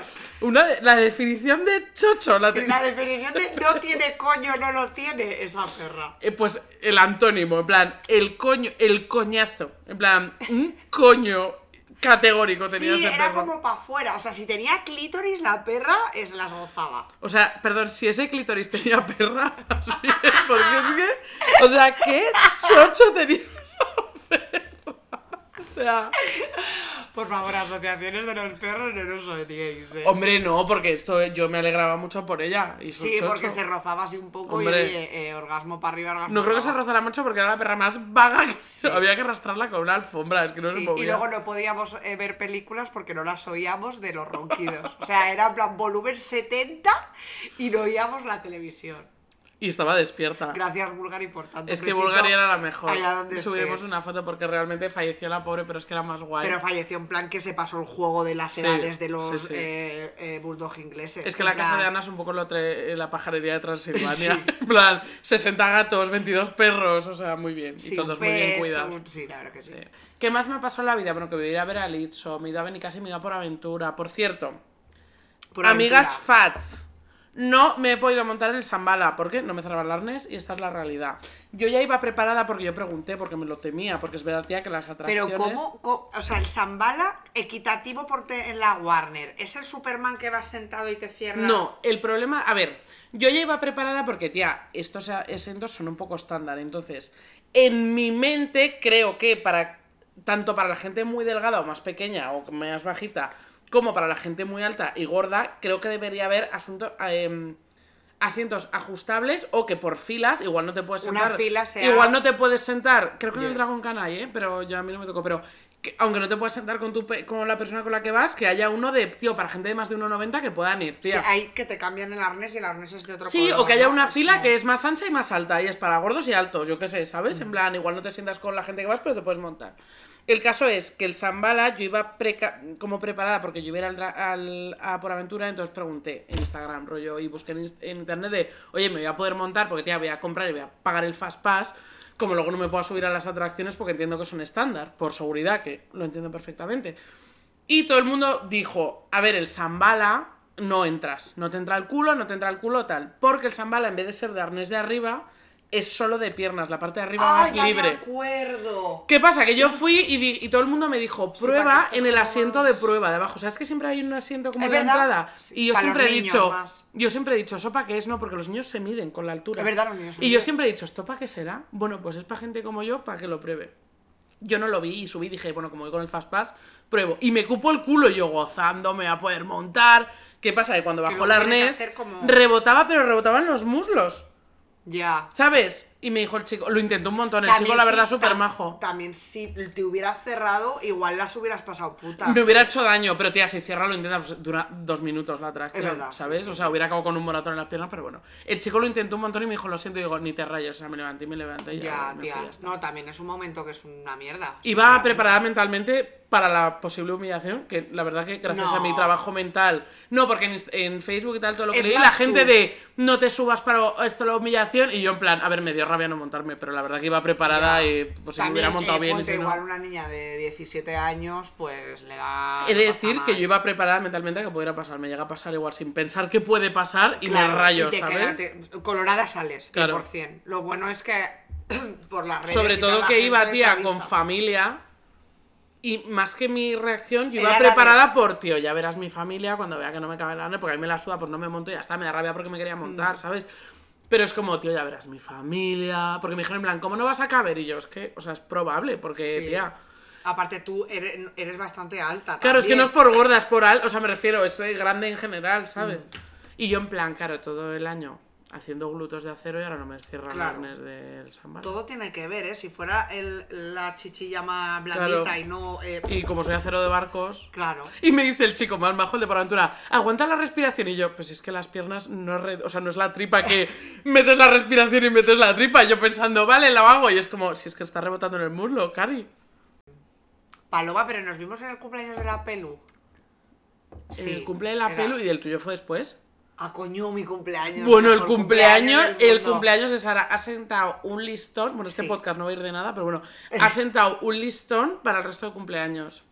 [SPEAKER 2] una de- la definición de chocho la
[SPEAKER 3] Sí,
[SPEAKER 2] tenía.
[SPEAKER 3] la definición de no tiene coño, no lo tiene esa perra.
[SPEAKER 2] Eh, pues el antónimo, en plan, el coño, el coñazo, en plan, un coño categórico
[SPEAKER 3] Sí,
[SPEAKER 2] tenía ese
[SPEAKER 3] era
[SPEAKER 2] perro.
[SPEAKER 3] como para afuera. O sea, si tenía clítoris, la perra es las gozaba.
[SPEAKER 2] O sea, perdón, si ese clítoris tenía perra, así es, porque es que, o sea, ¿qué chocho tenía esa perra? O sea,
[SPEAKER 3] Por favor, asociaciones de los perros no nos odiéis. eh.
[SPEAKER 2] Hombre, no, porque esto yo me alegraba mucho por ella. Y su
[SPEAKER 3] Sí,
[SPEAKER 2] chocho.
[SPEAKER 3] porque se rozaba así un poco
[SPEAKER 2] Hombre.
[SPEAKER 3] y oye, eh, orgasmo para arriba, orgasmo
[SPEAKER 2] No creo que se
[SPEAKER 3] para abajo.
[SPEAKER 2] rozara mucho porque era la perra más vaga que había que arrastrarla con una alfombra. Es que no se
[SPEAKER 3] Sí,
[SPEAKER 2] movía.
[SPEAKER 3] y luego no podíamos eh, ver películas porque no las oíamos de los ronquidos. O sea, era en plan volumen 70 y no oíamos la televisión.
[SPEAKER 2] Y estaba despierta.
[SPEAKER 3] Gracias, Bulgari, por tanto.
[SPEAKER 2] Es que
[SPEAKER 3] besito
[SPEAKER 2] Bulgaria era la mejor.
[SPEAKER 3] Allá donde
[SPEAKER 2] Subiremos
[SPEAKER 3] estés.
[SPEAKER 2] una foto porque realmente falleció la pobre, pero es que era más guay.
[SPEAKER 3] Pero falleció en plan que se pasó el juego de las
[SPEAKER 2] Sí,
[SPEAKER 3] edades de los
[SPEAKER 2] sí, sí.
[SPEAKER 3] eh, eh, bulldog ingleses.
[SPEAKER 2] es que
[SPEAKER 3] En
[SPEAKER 2] la casa
[SPEAKER 3] plan,
[SPEAKER 2] de Ana es un poco lo tre- eh, la pajarería de Transilvania.
[SPEAKER 3] Sí.
[SPEAKER 2] En plan, 60 gatos, 22 perros, o sea, muy bien.
[SPEAKER 3] sí,
[SPEAKER 2] y
[SPEAKER 3] un
[SPEAKER 2] todos muy bien
[SPEAKER 3] pez,
[SPEAKER 2] cuidados.
[SPEAKER 3] un- Sí, la verdad que sí.
[SPEAKER 2] Sí. ¿Qué más me pasó en la vida? Bueno, que me iba a ir a ver a Litzo, me iba a venir casi, me iba por aventura. Por cierto,
[SPEAKER 3] Por
[SPEAKER 2] amigas
[SPEAKER 3] aventura.
[SPEAKER 2] fats, no me he podido montar en el Zambala porque no me cerraba el arnés y esta es la realidad. Yo ya iba preparada porque yo pregunté, porque me lo temía, porque es verdad, tía, que las atracciones...
[SPEAKER 3] Pero ¿cómo? co- o sea, el Zambala equitativo por te- en la Warner. ¿Es el Superman que vas sentado y te cierra?
[SPEAKER 2] No, el problema, a ver, yo ya iba preparada porque, tía, estos esentos son un poco estándar. Entonces, en mi mente, creo que para tanto para la gente muy delgada o más pequeña o más bajita, como para la gente muy alta y gorda, creo que debería haber asunto, em, asientos ajustables o que por filas, igual no te puedes
[SPEAKER 3] Una
[SPEAKER 2] sentar.
[SPEAKER 3] fila sea-
[SPEAKER 2] Igual no te puedes sentar. Creo que en el
[SPEAKER 3] Yes.
[SPEAKER 2] Dragon Canal, ¿eh? pero ya a mí no me tocó, pero que- aunque no te puedas sentar con, tu pe- con la persona con la que vas, que haya uno de, tío, para gente de más de 1,90 que puedan ir,
[SPEAKER 3] Sí,
[SPEAKER 2] tía.
[SPEAKER 3] hay que te cambian el arnés y el arnés es de otro
[SPEAKER 2] Sí,
[SPEAKER 3] color,
[SPEAKER 2] o que haya
[SPEAKER 3] ¿no?
[SPEAKER 2] una
[SPEAKER 3] Es
[SPEAKER 2] fila
[SPEAKER 3] como-
[SPEAKER 2] que es más ancha y más alta y es para gordos y altos, yo qué sé, ¿sabes?
[SPEAKER 3] Mm.
[SPEAKER 2] En plan, igual no te sientas con la gente que vas, pero te puedes montar. El caso es que el Zambala yo iba preca- como preparada porque yo iba a ir al, dra- al- a por aventura, entonces pregunté en Instagram, rollo, y busqué en, inst- en internet de, oye, me voy a poder montar porque tía, voy a comprar y voy a pagar el Fast Pass, como luego no me puedo subir a las atracciones porque entiendo que son estándar, por seguridad, que lo entiendo perfectamente. Y todo el mundo dijo, a ver, el Zambala no entras, no te entra el culo, no te entra el culo tal, porque el Zambala en vez de ser de arnés de arriba, es solo de piernas, la parte de arriba
[SPEAKER 3] ¡Ah,
[SPEAKER 2] más
[SPEAKER 3] ya me
[SPEAKER 2] libre.
[SPEAKER 3] acuerdo!
[SPEAKER 2] ¿Qué pasa? Que yo fui y, di- y todo el mundo me dijo,
[SPEAKER 3] Sí, para que
[SPEAKER 2] prueba
[SPEAKER 3] estés
[SPEAKER 2] en el
[SPEAKER 3] como
[SPEAKER 2] asiento
[SPEAKER 3] más-
[SPEAKER 2] de prueba de abajo. ¿Sabes que siempre hay un asiento como
[SPEAKER 3] ¿Es
[SPEAKER 2] en la
[SPEAKER 3] verdad?
[SPEAKER 2] entrada?
[SPEAKER 3] Sí,
[SPEAKER 2] y yo
[SPEAKER 3] para los
[SPEAKER 2] siempre he
[SPEAKER 3] niños
[SPEAKER 2] dicho,
[SPEAKER 3] más.
[SPEAKER 2] yo siempre he dicho, ¿eso para qué es? No, porque los niños se miden con la altura.
[SPEAKER 3] Es verdad, los niños se
[SPEAKER 2] Y yo
[SPEAKER 3] miden.
[SPEAKER 2] siempre he dicho, ¿esto para qué será? Bueno, pues es para gente como yo, para que lo pruebe. Yo no lo vi y subí, dije, bueno, como voy con el Fast Pass, pruebo. Y me cupo el culo yo gozando, me va a poder montar. ¿Qué pasa? Que cuando
[SPEAKER 3] Que
[SPEAKER 2] bajó el
[SPEAKER 3] lo tienes que
[SPEAKER 2] arnés,
[SPEAKER 3] hacer como-
[SPEAKER 2] rebotaba, pero rebotaban los muslos.
[SPEAKER 3] Ya.
[SPEAKER 2] ¿Sabes? Y me dijo el chico, lo intentó un montón, el
[SPEAKER 3] También
[SPEAKER 2] chico la
[SPEAKER 3] si-
[SPEAKER 2] verdad
[SPEAKER 3] tam-
[SPEAKER 2] súper majo.
[SPEAKER 3] También si te hubieras cerrado, igual las hubieras pasado putas.
[SPEAKER 2] Me hubiera hecho daño, pero tía, si cierra lo intenta, pues, dura dos minutos la atracción,
[SPEAKER 3] Es verdad, sí,
[SPEAKER 2] ¿sabes? O sea, hubiera acabado con un moratón en las piernas, pero bueno. El chico lo intentó un montón y me dijo, lo siento, y digo, ni te rayes, o sea, me levanté y me levanté y ya,
[SPEAKER 3] Ya,
[SPEAKER 2] me fui,
[SPEAKER 3] tía.
[SPEAKER 2] ya está.
[SPEAKER 3] No, también es un momento que es una mierda.
[SPEAKER 2] Iba preparada mentalmente para la posible humillación, que la verdad que gracias
[SPEAKER 3] No.
[SPEAKER 2] a mi trabajo mental... No, porque en, Inst- en Facebook y tal, todo lo que
[SPEAKER 3] Es
[SPEAKER 2] leí,
[SPEAKER 3] más
[SPEAKER 2] la gente
[SPEAKER 3] tú.
[SPEAKER 2] de no te subas para esto la humillación, y yo en plan, a ver, me dio rabia no montarme, pero la verdad que iba preparada y pues si me hubiera
[SPEAKER 3] También,
[SPEAKER 2] montado
[SPEAKER 3] eh,
[SPEAKER 2] bien... y
[SPEAKER 3] ponte
[SPEAKER 2] si no-
[SPEAKER 3] igual una niña de 17 años, pues le da.
[SPEAKER 2] He
[SPEAKER 3] no
[SPEAKER 2] de
[SPEAKER 3] pasa
[SPEAKER 2] decir que
[SPEAKER 3] nada.
[SPEAKER 2] yo iba preparada mentalmente a que pudiera pasar. Me llega a pasar igual sin pensar que puede pasar y
[SPEAKER 3] Claro,
[SPEAKER 2] me rayo,
[SPEAKER 3] y te
[SPEAKER 2] ¿sabes?
[SPEAKER 3] queda- te- colorada sales, 100%.
[SPEAKER 2] Claro.
[SPEAKER 3] Lo bueno es que por las redes.
[SPEAKER 2] Sobre
[SPEAKER 3] y tal,
[SPEAKER 2] todo
[SPEAKER 3] la
[SPEAKER 2] que iba,
[SPEAKER 3] gente te
[SPEAKER 2] tía,
[SPEAKER 3] avisa.
[SPEAKER 2] con familia. Y más que mi reacción, yo iba
[SPEAKER 3] Era la de-
[SPEAKER 2] preparada por, tío, ya verás mi familia cuando vea que no me cabe la arne, porque a mí me la suda, pues no me monto y ya está, me da rabia porque me
[SPEAKER 3] Mm.
[SPEAKER 2] quería montar, ¿sabes? Pero es como, tío, ya verás mi familia, porque me dijeron en plan, ¿cómo no vas a caber? Y yo, es que, o sea, es probable, porque,
[SPEAKER 3] Sí.
[SPEAKER 2] tía,
[SPEAKER 3] Aparte, tú eres, eres bastante alta.
[SPEAKER 2] Claro, es que
[SPEAKER 3] también.
[SPEAKER 2] no es por gorda, es por alto. O sea, me refiero, es eh, grande en general, ¿sabes?
[SPEAKER 3] Mm.
[SPEAKER 2] Y yo, en plan, claro, todo el año haciendo glutos de acero y ahora no me cierran
[SPEAKER 3] Claro.
[SPEAKER 2] el arnés del samba.
[SPEAKER 3] Todo tiene que ver, ¿eh? Si fuera el- la chichilla más blandita
[SPEAKER 2] Claro.
[SPEAKER 3] y no. eh,
[SPEAKER 2] Y como soy acero de barcos.
[SPEAKER 3] Claro.
[SPEAKER 2] Y me dice el chico más majo el de Poraventura, aguanta la respiración. Y yo, pues es que las piernas no es, re- o sea, no es la tripa que metes la respiración y metes la tripa. Y Yo pensando, vale, la hago. Y es como, si es que está rebotando en el muslo, Cari.
[SPEAKER 3] Paloma, pero nos vimos en el cumpleaños de la Pelu.
[SPEAKER 2] el Eh, cumple de la
[SPEAKER 3] era-
[SPEAKER 2] pelu y del tuyo fue después.
[SPEAKER 3] Ah, coño, mi cumpleaños.
[SPEAKER 2] Bueno, el
[SPEAKER 3] mejor
[SPEAKER 2] cumpleaños,
[SPEAKER 3] del
[SPEAKER 2] el
[SPEAKER 3] mundo.
[SPEAKER 2] cumpleaños de Sara ha sentado un listón. Bueno, este
[SPEAKER 3] Sí. Eh.
[SPEAKER 2] podcast no va a ir de nada, pero bueno, ha sentado un listón para el resto de cumpleaños.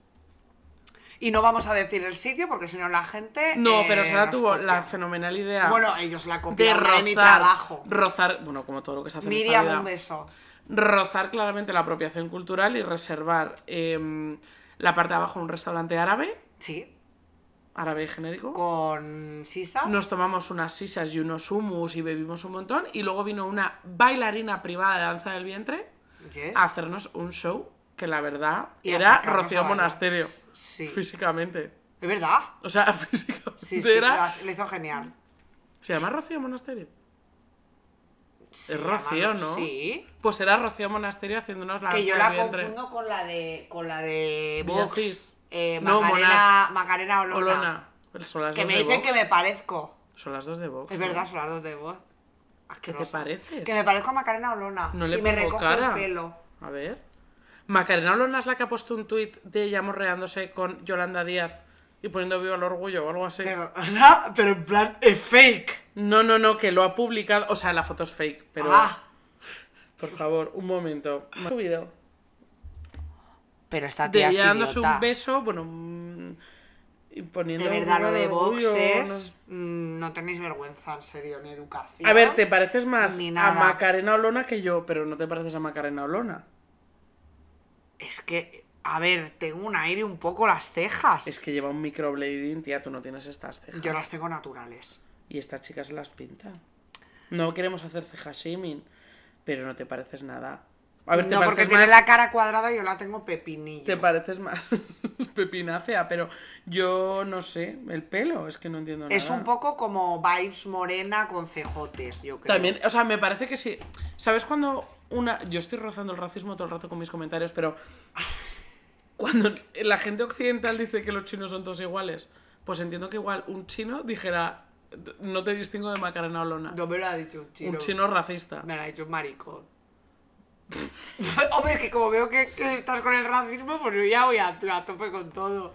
[SPEAKER 3] Y no vamos a decir el sitio porque si no la gente.
[SPEAKER 2] No,
[SPEAKER 3] eh,
[SPEAKER 2] pero Sara
[SPEAKER 3] nos
[SPEAKER 2] tuvo
[SPEAKER 3] copia.
[SPEAKER 2] la fenomenal idea
[SPEAKER 3] Bueno, ellos la
[SPEAKER 2] de
[SPEAKER 3] copiaron de
[SPEAKER 2] rozar,
[SPEAKER 3] mi trabajo.
[SPEAKER 2] rozar, bueno, como todo lo que se hace en esta
[SPEAKER 3] Miriam,
[SPEAKER 2] vida,
[SPEAKER 3] un beso.
[SPEAKER 2] rozar claramente la apropiación cultural y reservar em, la parte de abajo en un restaurante árabe,
[SPEAKER 3] Sí,
[SPEAKER 2] árabe genérico.
[SPEAKER 3] con sisas.
[SPEAKER 2] Nos tomamos unas sisas y unos humus y bebimos un montón y luego vino una bailarina privada de danza del vientre
[SPEAKER 3] Yes.
[SPEAKER 2] a hacernos un show que la verdad
[SPEAKER 3] Y a
[SPEAKER 2] era
[SPEAKER 3] sacarnos a
[SPEAKER 2] Rocío
[SPEAKER 3] bailar.
[SPEAKER 2] Monasterio.
[SPEAKER 3] Sí.
[SPEAKER 2] Físicamente.
[SPEAKER 3] Es verdad.
[SPEAKER 2] O sea, físicamente
[SPEAKER 3] Sí, sí, lo
[SPEAKER 2] era.
[SPEAKER 3] hace- lo hizo genial.
[SPEAKER 2] ¿Se llama Rocío Monasterio?
[SPEAKER 3] Sí,
[SPEAKER 2] es Rocío,
[SPEAKER 3] además,
[SPEAKER 2] ¿no?
[SPEAKER 3] Sí.
[SPEAKER 2] Pues era Rocío Monasterio haciéndonos la
[SPEAKER 3] Que yo
[SPEAKER 2] danza
[SPEAKER 3] la
[SPEAKER 2] del vientre.
[SPEAKER 3] confundo con la de con la de Vox.
[SPEAKER 2] Villacis.
[SPEAKER 3] Eh,
[SPEAKER 2] No,
[SPEAKER 3] Macarena, Macarena Olona.
[SPEAKER 2] Olona. Pero son las
[SPEAKER 3] Que
[SPEAKER 2] dos
[SPEAKER 3] me
[SPEAKER 2] de
[SPEAKER 3] dicen
[SPEAKER 2] Vox.
[SPEAKER 3] que me parezco.
[SPEAKER 2] Son las dos de Vox.
[SPEAKER 3] Es
[SPEAKER 2] ¿no?
[SPEAKER 3] verdad, son las dos de Vox.
[SPEAKER 2] ¿Qué
[SPEAKER 3] Asqueroso.
[SPEAKER 2] te parece?
[SPEAKER 3] Que me parezco a Macarena Olona.
[SPEAKER 2] No
[SPEAKER 3] si
[SPEAKER 2] le
[SPEAKER 3] me
[SPEAKER 2] pongo
[SPEAKER 3] recoge
[SPEAKER 2] cara.
[SPEAKER 3] el pelo.
[SPEAKER 2] A ver. Macarena Olona es la que ha puesto un tuit de ella morreándose con Yolanda Díaz y poniendo viva el orgullo o algo así.
[SPEAKER 3] Pero, no, pero en plan, es fake.
[SPEAKER 2] No, no, no, que lo ha publicado. O sea, la foto es fake, pero.
[SPEAKER 3] Ah,
[SPEAKER 2] Por favor, un momento. Me ha subido.
[SPEAKER 3] pero esta
[SPEAKER 2] De
[SPEAKER 3] tía es
[SPEAKER 2] ella dándose
[SPEAKER 3] idiota.
[SPEAKER 2] un beso, bueno. mm, Y poniendo.
[SPEAKER 3] De verdad, lo
[SPEAKER 2] viva
[SPEAKER 3] de
[SPEAKER 2] el
[SPEAKER 3] Vox
[SPEAKER 2] orgullo,
[SPEAKER 3] es... mm, No tenéis vergüenza, en serio, ni educación.
[SPEAKER 2] no- A ver, te pareces más
[SPEAKER 3] Ni
[SPEAKER 2] a
[SPEAKER 3] nada.
[SPEAKER 2] Macarena Olona que yo, pero no te pareces a Macarena Olona.
[SPEAKER 3] Es que, a ver, tengo un aire un poco las cejas.
[SPEAKER 2] Es que lleva un microblading, tía, tú no tienes estas cejas.
[SPEAKER 3] Yo las tengo naturales.
[SPEAKER 2] Y estas chicas las pinta. No queremos hacer ceja shaming, pero no te pareces nada. A ver, te
[SPEAKER 3] no, porque
[SPEAKER 2] pareces
[SPEAKER 3] tiene
[SPEAKER 2] más.
[SPEAKER 3] la cara cuadrada y yo la tengo pepinillo.
[SPEAKER 2] Te pareces más pepinácea, pero yo no sé, el pelo, es que no entiendo nada.
[SPEAKER 3] es un poco como vibes morena con cejotes, yo creo.
[SPEAKER 2] También, o sea, me parece que sí. ¿Sabes cuando una. Yo estoy rozando el racismo todo el rato con mis comentarios, pero. Cuando la gente occidental dice que los chinos son todos iguales, pues entiendo que igual un chino dijera. No te distingo de Macarena Olona.
[SPEAKER 3] No me lo ha dicho un chino.
[SPEAKER 2] un chino racista.
[SPEAKER 3] Me lo ha dicho un maricón. Hombre, es que como veo que, que estás con el racismo, pues yo ya voy a, a tope con todo.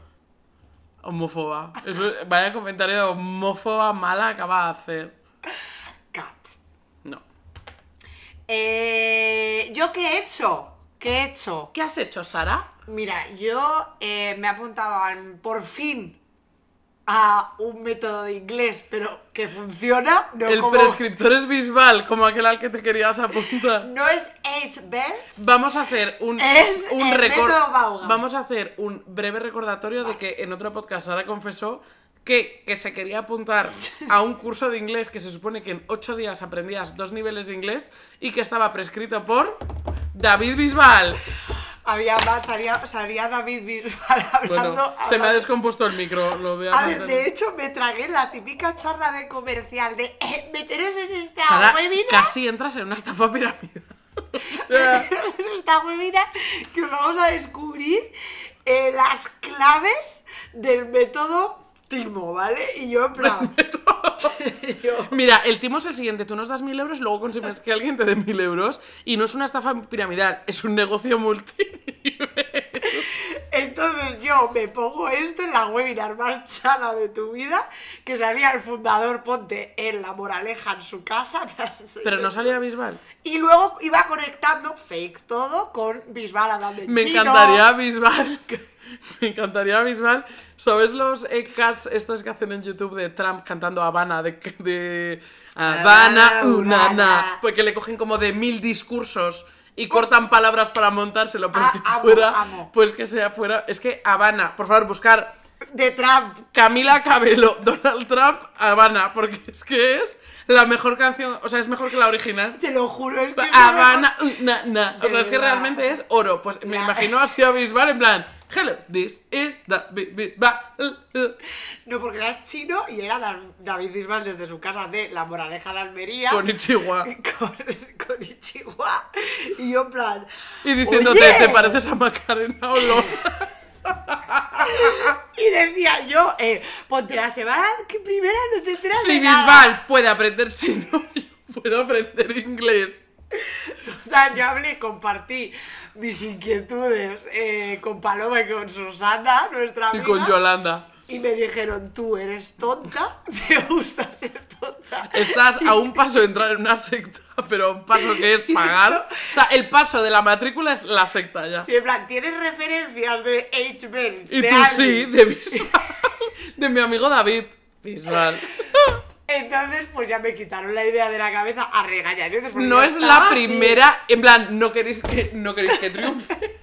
[SPEAKER 2] Homófoba. Eso- vaya comentario de homófoba mala acaba de hacer.
[SPEAKER 3] Cat.
[SPEAKER 2] No.
[SPEAKER 3] Eh, ¿Yo qué he hecho? ¿Qué he hecho?
[SPEAKER 2] ¿Qué has hecho, Sara?
[SPEAKER 3] Mira, yo eh, me he apuntado al, por fin a un método de inglés, pero que funciona. No,
[SPEAKER 2] El
[SPEAKER 3] como-
[SPEAKER 2] prescriptor es Bisbal, como aquel al que te querías apuntar.
[SPEAKER 3] no es eight bells.
[SPEAKER 2] Vamos a hacer un,
[SPEAKER 3] Es
[SPEAKER 2] un
[SPEAKER 3] el
[SPEAKER 2] recor-
[SPEAKER 3] método Vaughan.
[SPEAKER 2] Vamos a hacer un breve recordatorio de que en otro podcast Sara confesó que, que se quería apuntar a un curso de inglés que se supone que en ocho días aprendías dos niveles de inglés y que estaba prescrito por David Bisbal.
[SPEAKER 3] Había más, salía, salía David Bisbal
[SPEAKER 2] Bueno, se
[SPEAKER 3] hablando.
[SPEAKER 2] me ha
[SPEAKER 3] hablando-
[SPEAKER 2] descompuesto el micro, lo voy a
[SPEAKER 3] A ver,
[SPEAKER 2] contar.
[SPEAKER 3] de hecho, me tragué la típica charla de comercial de eh, meteros en esta
[SPEAKER 2] Sara,
[SPEAKER 3] webinar,
[SPEAKER 2] casi entras en una estafa piramidal. O sea,
[SPEAKER 3] meteros en esta webinar, que os vamos a descubrir eh, las claves del método Timo, ¿vale? Y yo en plan... Y yo,
[SPEAKER 2] Mira, el timo es el siguiente, tú nos das mil euros, luego consigues que alguien te dé mil euros y no es una estafa piramidal, es un negocio multinivel.
[SPEAKER 3] Entonces yo me pongo esto en la webinar más chana de tu vida, que salía el fundador Ponte en la moraleja en su casa.
[SPEAKER 2] Pero no salía Bisbal.
[SPEAKER 3] Y luego iba conectando fake todo con Bisbal hablando en
[SPEAKER 2] Me
[SPEAKER 3] chino.
[SPEAKER 2] encantaría Bisbal. Me encantaría Bisbal. ¿Sabes los eh, cats estos que hacen en YouTube de Trump cantando Habana? De, de Habana,
[SPEAKER 3] Habana,
[SPEAKER 2] Unana.
[SPEAKER 3] Unana.
[SPEAKER 2] Porque le cogen como de mil discursos y cortan palabras para montárselo. Pues
[SPEAKER 3] Ah,
[SPEAKER 2] que
[SPEAKER 3] amo,
[SPEAKER 2] fuera.
[SPEAKER 3] amo.
[SPEAKER 2] Pues que sea fuera. Es que Habana, por favor, buscar
[SPEAKER 3] de Trump.
[SPEAKER 2] Camila Cabello, Donald Trump, Habana. Porque es que es la mejor canción. O sea, es mejor que la original.
[SPEAKER 3] Te lo juro, es que.
[SPEAKER 2] Habana, uh, na, na. O
[SPEAKER 3] De
[SPEAKER 2] sea, es que
[SPEAKER 3] verdad.
[SPEAKER 2] realmente es oro. Pues me
[SPEAKER 3] La-
[SPEAKER 2] imagino así a Bisbal en plan, hello, this is the Bi- Bi- Ba- uh, uh",
[SPEAKER 3] No, porque era chino y era Dan- David Bisbal desde su casa de La Moraleja de Almería.
[SPEAKER 2] con Ichiwa.
[SPEAKER 3] Con, con Ichiwa. Y yo, en plan.
[SPEAKER 2] Y diciéndote,
[SPEAKER 3] "Oye".
[SPEAKER 2] ¿te pareces a Macarena Olona?
[SPEAKER 3] Y decía yo, eh, ponte la semana que primera no te enteras
[SPEAKER 2] Si
[SPEAKER 3] de nada.
[SPEAKER 2] Bisbal puede aprender chino, yo puedo aprender inglés.
[SPEAKER 3] O sea, yo hablé, y compartí mis inquietudes eh, con Paloma y con Susana, nuestra
[SPEAKER 2] Y
[SPEAKER 3] amiga.
[SPEAKER 2] con Yolanda.
[SPEAKER 3] Y me dijeron, tú eres tonta, te gusta ser tonta.
[SPEAKER 2] Estás a un paso de entrar en una secta, pero a un paso que es pagar. O sea, el paso de la matrícula es la secta ya.
[SPEAKER 3] Sí, en plan, tienes referencias de H-Men.
[SPEAKER 2] Y tú sí, de Bisbal. De mi amigo David. Bisbal.
[SPEAKER 3] Entonces, pues ya me quitaron la idea de la cabeza a regañadientes. porque
[SPEAKER 2] No
[SPEAKER 3] yo
[SPEAKER 2] es
[SPEAKER 3] estaba
[SPEAKER 2] la
[SPEAKER 3] así.
[SPEAKER 2] primera, en plan, no queréis que, no queréis que triunfe.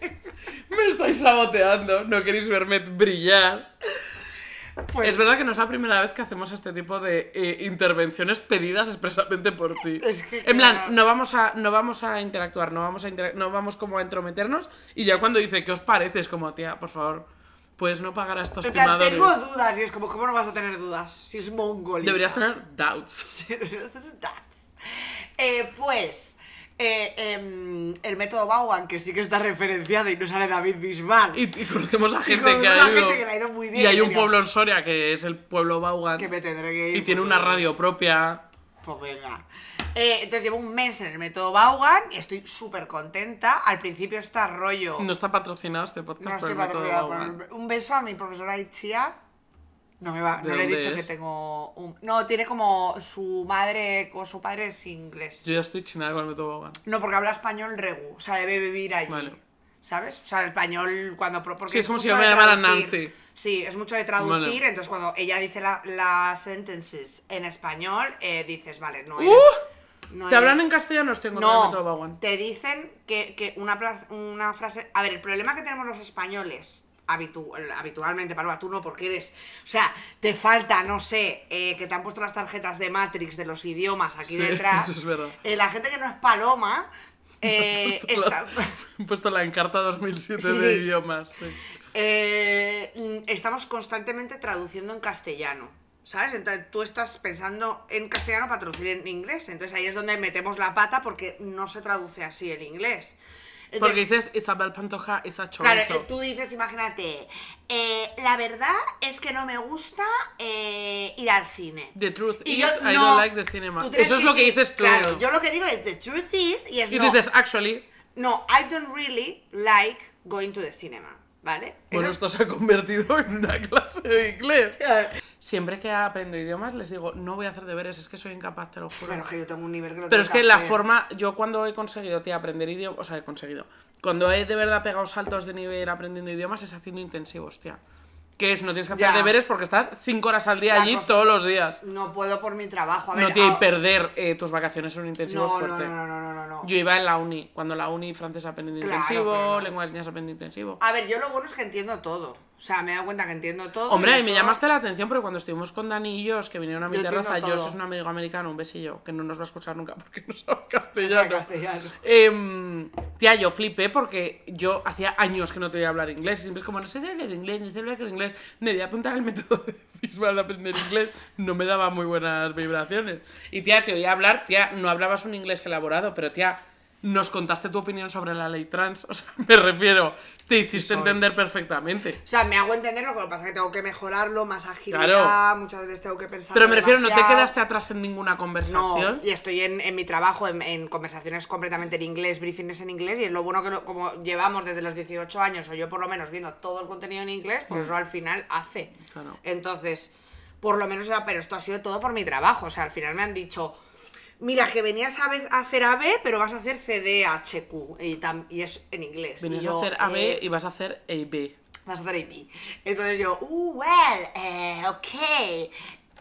[SPEAKER 2] Me estáis saboteando, no queréis verme brillar.
[SPEAKER 3] Pues-
[SPEAKER 2] es verdad que no es la primera vez que hacemos este tipo de eh, intervenciones pedidas expresamente por ti.
[SPEAKER 3] Es que
[SPEAKER 2] en plan,
[SPEAKER 3] claro.
[SPEAKER 2] no vamos a, no vamos a interactuar, no vamos a intera- no vamos como a entrometernos. Y ya cuando dice, ¿qué os parece? Es como, tía, por favor, pues no pagar a estos
[SPEAKER 3] En plan,
[SPEAKER 2] timadores.
[SPEAKER 3] tengo dudas. Y es como, ¿cómo no vas a tener dudas? Si es mongol.
[SPEAKER 2] Deberías tener doubts.
[SPEAKER 3] Eh, pues eh, em, el método Bauan, que sí que está referenciado y no sale David Bisbal,
[SPEAKER 2] Y, y conocemos a gente,
[SPEAKER 3] conocemos
[SPEAKER 2] que, ha
[SPEAKER 3] a
[SPEAKER 2] ido,
[SPEAKER 3] gente que le ha ido muy bien,
[SPEAKER 2] Y hay
[SPEAKER 3] que
[SPEAKER 2] un
[SPEAKER 3] tenía-
[SPEAKER 2] pueblo en Soria que es el pueblo Baugan.
[SPEAKER 3] que me tendré que ir.
[SPEAKER 2] Y tiene
[SPEAKER 3] porque-
[SPEAKER 2] una radio propia.
[SPEAKER 3] Pues venga. Eh, entonces llevo un mes en el método Baugan y estoy súper contenta. Al principio está rollo.
[SPEAKER 2] No está patrocinado este podcast
[SPEAKER 3] no
[SPEAKER 2] por
[SPEAKER 3] estoy
[SPEAKER 2] el método
[SPEAKER 3] patrocinada por
[SPEAKER 2] Baugan.
[SPEAKER 3] el- Un beso a mi profesora Itziar. No me va,
[SPEAKER 2] ¿De
[SPEAKER 3] no le he
[SPEAKER 2] dónde
[SPEAKER 3] dicho
[SPEAKER 2] es?
[SPEAKER 3] que tengo un. No, tiene como su madre o su padre es inglés.
[SPEAKER 2] Yo ya estoy chinada con el método Baugan.
[SPEAKER 3] No, porque habla español regu, o sea, debe vivir allí.
[SPEAKER 2] Vale.
[SPEAKER 3] ¿Sabes? O sea, el español cuando... pro- Porque
[SPEAKER 2] Sí, es como si
[SPEAKER 3] mucho
[SPEAKER 2] yo me
[SPEAKER 3] de
[SPEAKER 2] llamara
[SPEAKER 3] traducir.
[SPEAKER 2] Nancy.
[SPEAKER 3] Sí, es mucho de traducir,
[SPEAKER 2] Vale.
[SPEAKER 3] entonces cuando ella dice la- las sentences en español, eh, dices, vale, no eres...
[SPEAKER 2] ¡Uh!
[SPEAKER 3] no
[SPEAKER 2] Te hablan
[SPEAKER 3] eres-
[SPEAKER 2] en castellano, estoy en contra del método
[SPEAKER 3] No,
[SPEAKER 2] Baugan.
[SPEAKER 3] te dicen que, que una, pla- una frase... A ver, el problema que tenemos los españoles... habitu- habitualmente, Paloma, tú no, porque eres. O sea, te falta, no sé, eh, que te han puesto las tarjetas de Matrix de los idiomas aquí
[SPEAKER 2] Sí,
[SPEAKER 3] detrás.
[SPEAKER 2] eso es verdad.
[SPEAKER 3] Eh, la gente que no es paloma eh,
[SPEAKER 2] He puesto la-
[SPEAKER 3] está-
[SPEAKER 2] he puesto la encarta 2007
[SPEAKER 3] Sí,
[SPEAKER 2] de
[SPEAKER 3] sí.
[SPEAKER 2] idiomas. sí.
[SPEAKER 3] eh, mm, estamos constantemente traduciendo en castellano. ¿Sabes? Entonces tú estás pensando en castellano para traducir en inglés. Entonces ahí es donde metemos la pata porque no se traduce así el inglés. Entonces,
[SPEAKER 2] Porque dices Isabel Pantoja es a
[SPEAKER 3] Claro,
[SPEAKER 2] chorizo.
[SPEAKER 3] eh, tú dices, imagínate, eh, la verdad es que no me gusta eh, ir al cine.
[SPEAKER 2] The truth
[SPEAKER 3] Y
[SPEAKER 2] is
[SPEAKER 3] yo,
[SPEAKER 2] I
[SPEAKER 3] no.
[SPEAKER 2] don't like the cinema.
[SPEAKER 3] Tú tienes
[SPEAKER 2] Eso es lo que
[SPEAKER 3] decir-
[SPEAKER 2] dices tú.
[SPEAKER 3] Claro, yo lo que digo es the truth is y es
[SPEAKER 2] y
[SPEAKER 3] no.
[SPEAKER 2] dices actually.
[SPEAKER 3] No, I don't really like going to the cinema, ¿vale?
[SPEAKER 2] Bueno,
[SPEAKER 3] Eso
[SPEAKER 2] esto se ha convertido en una clase de inglés.
[SPEAKER 3] es-
[SPEAKER 2] Siempre que aprendo idiomas les digo, no voy a hacer deberes, es que soy incapaz, te lo juro.
[SPEAKER 3] Bueno, que yo tengo un nivel que lo
[SPEAKER 2] Pero
[SPEAKER 3] tengo
[SPEAKER 2] es que la
[SPEAKER 3] hacer.
[SPEAKER 2] forma, yo cuando he conseguido, tía, aprender idiomas, o sea, he conseguido, cuando he de verdad pegado saltos de nivel aprendiendo idiomas es haciendo intensivos, tía. Que es, no tienes que hacer
[SPEAKER 3] Ya.
[SPEAKER 2] deberes porque estás cinco horas al día
[SPEAKER 3] La
[SPEAKER 2] allí
[SPEAKER 3] cosa
[SPEAKER 2] todos
[SPEAKER 3] es-
[SPEAKER 2] los días.
[SPEAKER 3] No puedo por mi trabajo. A ver,
[SPEAKER 2] No, tía, y
[SPEAKER 3] ah,
[SPEAKER 2] perder eh, tus vacaciones en un intensivo
[SPEAKER 3] no,
[SPEAKER 2] es
[SPEAKER 3] no,
[SPEAKER 2] fuerte.
[SPEAKER 3] no, no, no, no, no.
[SPEAKER 2] Yo iba en la uni, cuando la uni francés aprendí
[SPEAKER 3] Claro,
[SPEAKER 2] intensivo,
[SPEAKER 3] pero no. Ah,
[SPEAKER 2] lengua de señas aprendí intensivo.
[SPEAKER 3] A ver, yo lo bueno es que entiendo todo. O sea, me he dado cuenta que entiendo todo.
[SPEAKER 2] Hombre,
[SPEAKER 3] y
[SPEAKER 2] me
[SPEAKER 3] eso-
[SPEAKER 2] llamaste la atención porque cuando estuvimos con Dani y Josh, que vinieron a mi
[SPEAKER 3] Yo entiendo
[SPEAKER 2] terraza, Josh
[SPEAKER 3] todo.
[SPEAKER 2] es un amigo americano, un besillo, que no nos va a escuchar nunca porque no sabe
[SPEAKER 3] O
[SPEAKER 2] castellano.
[SPEAKER 3] sea, castellano.
[SPEAKER 2] Em, tía, yo flipé porque yo hacía años que no te iba a hablar inglés. Y siempre es como, no sé si hablar inglés, no sé hablar con inglés. Me voy a apuntar al método de visual de aprender inglés. No me daba muy buenas vibraciones. Y tía, te oía hablar, tía, no hablabas un inglés elaborado, pero tía, nos contaste tu opinión sobre la ley trans. O sea, me refiero, te hiciste
[SPEAKER 3] soy.
[SPEAKER 2] entender perfectamente.
[SPEAKER 3] O sea, me hago entender lo que pasa es que tengo que mejorarlo, más agilidad,
[SPEAKER 2] Claro.
[SPEAKER 3] muchas veces tengo que pensar.
[SPEAKER 2] Pero me refiero, no te
[SPEAKER 3] demasiado.
[SPEAKER 2] quedaste atrás en ninguna conversación.
[SPEAKER 3] No, y estoy en, en mi trabajo, en, en conversaciones completamente en inglés, briefings en inglés, y es lo bueno que lo- como llevamos desde los 18 años, o yo por lo menos viendo todo el contenido en inglés, pues eso al final hace.
[SPEAKER 2] Claro.
[SPEAKER 3] Entonces, por lo menos, era- pero esto ha sido todo por mi trabajo, o sea, al final me han dicho... Mira, que venías a, ve- a hacer AB, pero vas a hacer CDHQ, y, tam- y es en inglés. Y
[SPEAKER 2] Venías
[SPEAKER 3] yo,
[SPEAKER 2] a hacer AB
[SPEAKER 3] eh,
[SPEAKER 2] y vas a hacer AB.
[SPEAKER 3] vas a hacer AB. Entonces yo, uh, well, eh, ok.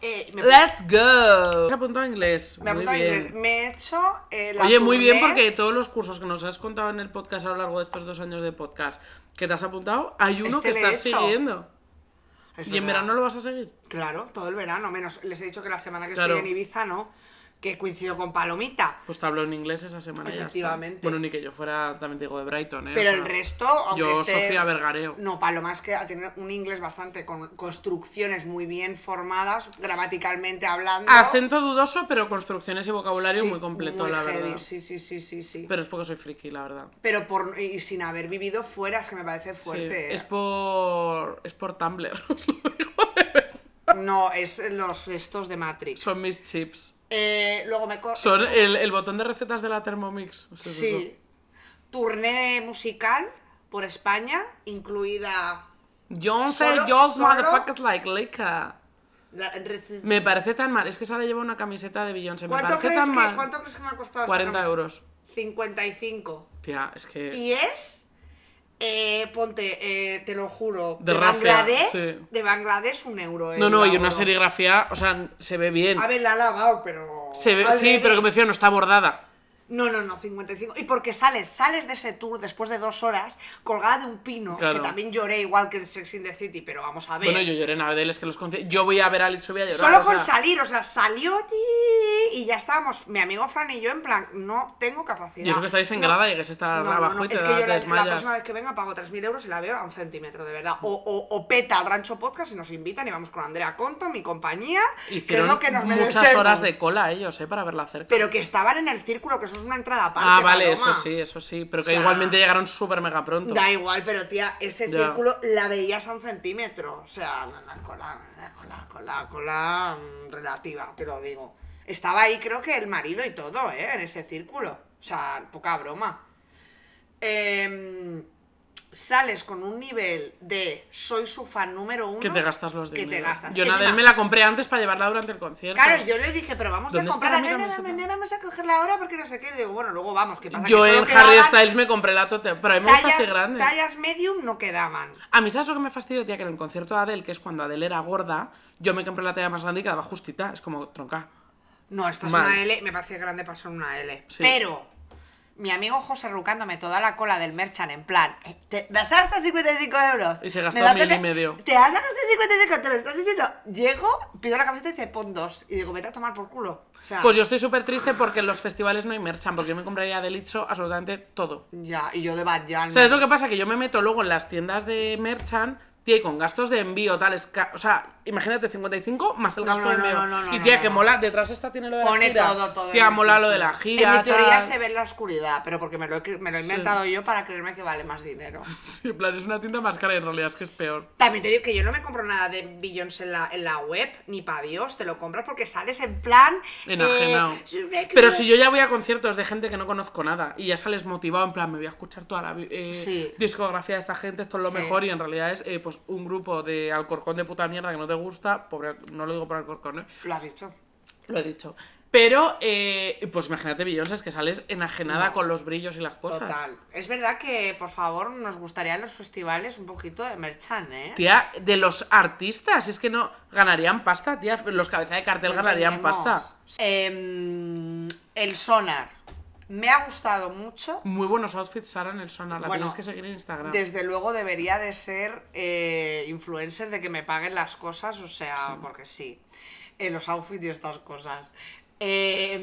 [SPEAKER 3] Eh, me
[SPEAKER 2] ¡Let's go! Me apuntó a inglés.
[SPEAKER 3] Me he
[SPEAKER 2] muy
[SPEAKER 3] apuntado a
[SPEAKER 2] bien.
[SPEAKER 3] inglés. Me he hecho eh, la
[SPEAKER 2] Oye, muy bien
[SPEAKER 3] tourné.
[SPEAKER 2] porque todos los cursos que nos has contado en el podcast a lo largo de estos dos años de podcast que te has apuntado, hay uno que
[SPEAKER 3] Este le he
[SPEAKER 2] estás
[SPEAKER 3] hecho.
[SPEAKER 2] siguiendo.
[SPEAKER 3] Es
[SPEAKER 2] y en
[SPEAKER 3] verdad.
[SPEAKER 2] verano lo vas a seguir.
[SPEAKER 3] Claro, todo el verano, menos les he dicho que la semana que
[SPEAKER 2] Claro.
[SPEAKER 3] estoy en Ibiza no, que coincido con Palomita.
[SPEAKER 2] Pues te hablo en inglés esa semana. y ya está.
[SPEAKER 3] Efectivamente.
[SPEAKER 2] Bueno, ni que yo fuera, también te digo, de Brighton, ¿eh?
[SPEAKER 3] Pero
[SPEAKER 2] O sea,
[SPEAKER 3] el resto, aunque
[SPEAKER 2] yo,
[SPEAKER 3] esté...
[SPEAKER 2] Sofía Vergareo.
[SPEAKER 3] No, Paloma es que tiene un inglés bastante con construcciones muy bien formadas, gramaticalmente hablando.
[SPEAKER 2] Acento dudoso, pero construcciones y vocabulario
[SPEAKER 3] Sí,
[SPEAKER 2] muy completo,
[SPEAKER 3] muy
[SPEAKER 2] la
[SPEAKER 3] heavy,
[SPEAKER 2] verdad.
[SPEAKER 3] Sí, sí, sí, sí, sí. Pero,
[SPEAKER 2] Pero es porque soy friki, la verdad.
[SPEAKER 3] por, y sin haber vivido fuera, es que me parece
[SPEAKER 2] Sí,
[SPEAKER 3] fuerte. eh.
[SPEAKER 2] es por. Es por Tumblr. os lo digo de verdad.
[SPEAKER 3] No, es los estos de Matrix.
[SPEAKER 2] Son mis chips.
[SPEAKER 3] Eh, luego me... co-
[SPEAKER 2] Son el, el botón de recetas de la Thermomix. O sea, es eso.
[SPEAKER 3] Sí. Turné musical por España, incluida...
[SPEAKER 2] Don't say
[SPEAKER 3] Solo-
[SPEAKER 2] yours
[SPEAKER 3] solo-
[SPEAKER 2] motherfuckers like liquor.
[SPEAKER 3] la- resist-
[SPEAKER 2] Me parece tan mal. Es que Sara lleva una camiseta de Beyoncé. Me
[SPEAKER 3] ¿Cuánto
[SPEAKER 2] parece
[SPEAKER 3] crees,
[SPEAKER 2] tan
[SPEAKER 3] que,
[SPEAKER 2] mal.
[SPEAKER 3] ¿Cuánto crees que me ha costado? esta
[SPEAKER 2] 40
[SPEAKER 3] camisa?
[SPEAKER 2] euros.
[SPEAKER 3] 55.
[SPEAKER 2] Tía, es que.
[SPEAKER 3] Y es, eh, ponte, eh, te lo juro,
[SPEAKER 2] De
[SPEAKER 3] de,
[SPEAKER 2] rafia,
[SPEAKER 3] Bangladesh,
[SPEAKER 2] sí.
[SPEAKER 3] de Bangladesh un euro. eh,
[SPEAKER 2] no, no, y
[SPEAKER 3] la
[SPEAKER 2] una
[SPEAKER 3] oro.
[SPEAKER 2] serigrafía. O sea, se ve bien.
[SPEAKER 3] A ver, la ha lavado, pero...
[SPEAKER 2] se ve,
[SPEAKER 3] al
[SPEAKER 2] sí, pero que me
[SPEAKER 3] revés.
[SPEAKER 2] refiero, no está bordada.
[SPEAKER 3] No, no, no, 55. Y porque sales, sales de ese tour después de dos horas colgada de un pino,
[SPEAKER 2] Claro.
[SPEAKER 3] que también lloré igual que en Sex in the City, pero vamos a ver.
[SPEAKER 2] Bueno, yo lloré en Abedel, es que los conci- Yo voy a ver a Alex, voy a llorar.
[SPEAKER 3] Solo
[SPEAKER 2] o
[SPEAKER 3] con
[SPEAKER 2] sea,
[SPEAKER 3] salir, o sea, salió ti y ya estábamos, mi amigo Fran y yo, en plan, no tengo capacidad.
[SPEAKER 2] Y eso que estáis en
[SPEAKER 3] No.
[SPEAKER 2] Granada y que se está
[SPEAKER 3] No, no,
[SPEAKER 2] abajo
[SPEAKER 3] no,
[SPEAKER 2] y te
[SPEAKER 3] es que
[SPEAKER 2] das-
[SPEAKER 3] yo
[SPEAKER 2] te
[SPEAKER 3] la, la
[SPEAKER 2] desmayas.
[SPEAKER 3] próxima vez que venga pago 3.000 euros y la veo a un centímetro, de verdad. O, o- o peta al rancho podcast y nos invitan y vamos con Andrea Conto, mi compañía, que es
[SPEAKER 2] Hicieron
[SPEAKER 3] lo que nos
[SPEAKER 2] muchas
[SPEAKER 3] merecemos.
[SPEAKER 2] horas de cola ellos, ¿eh? Para verla cerca.
[SPEAKER 3] Pero que estaban en el círculo, que eso es una entrada aparte.
[SPEAKER 2] ah, vale,
[SPEAKER 3] Paloma.
[SPEAKER 2] eso sí, eso sí. Pero que
[SPEAKER 3] O sea,
[SPEAKER 2] igualmente llegaron súper mega pronto.
[SPEAKER 3] Da igual, pero tía, ese
[SPEAKER 2] Ya.
[SPEAKER 3] círculo la veías a un centímetro. O sea, la- la cola, la cola, cola, cola mm, relativa, te lo digo. Estaba ahí, creo que el marido y todo, ¿eh? En ese círculo. O sea, poca broma. Em, sales con un nivel de soy su fan número uno.
[SPEAKER 2] Que te gastas los
[SPEAKER 3] Que
[SPEAKER 2] dineros.
[SPEAKER 3] te gastas.
[SPEAKER 2] Yo en
[SPEAKER 3] Encima,
[SPEAKER 2] Abedel me la compré antes para llevarla durante el concierto.
[SPEAKER 3] Claro, yo le dije, pero vamos a
[SPEAKER 2] ¿Dónde está
[SPEAKER 3] comprarla.
[SPEAKER 2] mi
[SPEAKER 3] No, no,
[SPEAKER 2] camiseta?
[SPEAKER 3] no, no, vamos a cogerla ahora porque no sé qué. Y digo, bueno, luego vamos. ¿Qué pasa?
[SPEAKER 2] Yo
[SPEAKER 3] que
[SPEAKER 2] en
[SPEAKER 3] solo
[SPEAKER 2] Harry
[SPEAKER 3] quedaban
[SPEAKER 2] Styles me compré la tote, pero a mí me gusta así
[SPEAKER 3] Tallas,
[SPEAKER 2] grande.
[SPEAKER 3] tallas medium no quedaban.
[SPEAKER 2] A mí, ¿sabes lo que me fastidió, tía? Que en el concierto de Adele, que es cuando Adele era gorda, yo me compré la talla más grande y quedaba justita. Es como tronca.
[SPEAKER 3] No, esta
[SPEAKER 2] Mal.
[SPEAKER 3] es una L, me parece grande para ser una L.
[SPEAKER 2] Sí.
[SPEAKER 3] Pero mi amigo José rucándome toda la cola del merchan en plan, eh, te vas a gastar 55 euros.
[SPEAKER 2] Y se gastó
[SPEAKER 3] Me vas a
[SPEAKER 2] mil y
[SPEAKER 3] tener-
[SPEAKER 2] medio.
[SPEAKER 3] Te vas a gastar 55, te lo estás diciendo. Llego, pido la camiseta y dice, pon dos. Y digo, vete a tomar por culo. O sea,
[SPEAKER 2] Pues yo estoy súper triste porque en los festivales no hay merchan, porque yo me compraría de Litso absolutamente todo.
[SPEAKER 3] ya, y yo de Bad Jan.
[SPEAKER 2] ¿Sabes lo que pasa? Que yo me meto luego en las tiendas de merchan, tía, y con gastos de envío, tales. ca- O sea, imagínate 55 más el
[SPEAKER 3] No,
[SPEAKER 2] gasto
[SPEAKER 3] no,
[SPEAKER 2] de
[SPEAKER 3] no,
[SPEAKER 2] envío.
[SPEAKER 3] no, no,
[SPEAKER 2] y
[SPEAKER 3] no,
[SPEAKER 2] tía,
[SPEAKER 3] no,
[SPEAKER 2] que
[SPEAKER 3] no.
[SPEAKER 2] mola, detrás esta tiene lo de la
[SPEAKER 3] Pone
[SPEAKER 2] gira.
[SPEAKER 3] todo, todo.
[SPEAKER 2] Tía,
[SPEAKER 3] en
[SPEAKER 2] mola
[SPEAKER 3] el
[SPEAKER 2] lo de la
[SPEAKER 3] círculo.
[SPEAKER 2] gira.
[SPEAKER 3] En mi teoría
[SPEAKER 2] tal.
[SPEAKER 3] se ve en la oscuridad, pero porque me lo he, me lo he inventado yo para creerme que vale más dinero.
[SPEAKER 2] Sí, en plan, es una tienda más cara y en realidad es que
[SPEAKER 3] Eh,
[SPEAKER 2] es peor.
[SPEAKER 3] También te digo que yo no me compro nada de Beyoncé en la, en la web, ni para Dios, te lo compras porque sales en plan...
[SPEAKER 2] Enajenado.
[SPEAKER 3] eh,
[SPEAKER 2] Pero si yo ya voy a conciertos de gente que no conozco nada y ya sales motivado, en plan, me voy a escuchar toda la eh,
[SPEAKER 3] Sí.
[SPEAKER 2] discografía de esta gente, esto es lo
[SPEAKER 3] Sí.
[SPEAKER 2] mejor, y en realidad es eh, pues un grupo de Alcorcón de puta mierda que no te gusta, pobre, no lo digo por Alcorcón, ¿eh?
[SPEAKER 3] Lo has dicho.
[SPEAKER 2] lo he dicho. Pero, eh, pues imagínate, Beyoncé, es que sales enajenada con los brillos y las cosas.
[SPEAKER 3] Total. Es verdad que, por favor, nos gustaría en los festivales un poquito de merchan, ¿eh?
[SPEAKER 2] Tía, de los artistas, es que no ganarían pasta, tía, los cabeza de cartel
[SPEAKER 3] No
[SPEAKER 2] ganarían
[SPEAKER 3] tenemos.
[SPEAKER 2] pasta.
[SPEAKER 3] Em, el sonar. Me ha gustado mucho.
[SPEAKER 2] Muy buenos outfits, Sara, en el sonar, la
[SPEAKER 3] Bueno,
[SPEAKER 2] tienes que seguir en Instagram.
[SPEAKER 3] Desde luego debería de ser eh, influencer de que me paguen las cosas, o sea, porque sí, eh, los outfits y estas cosas. Eh,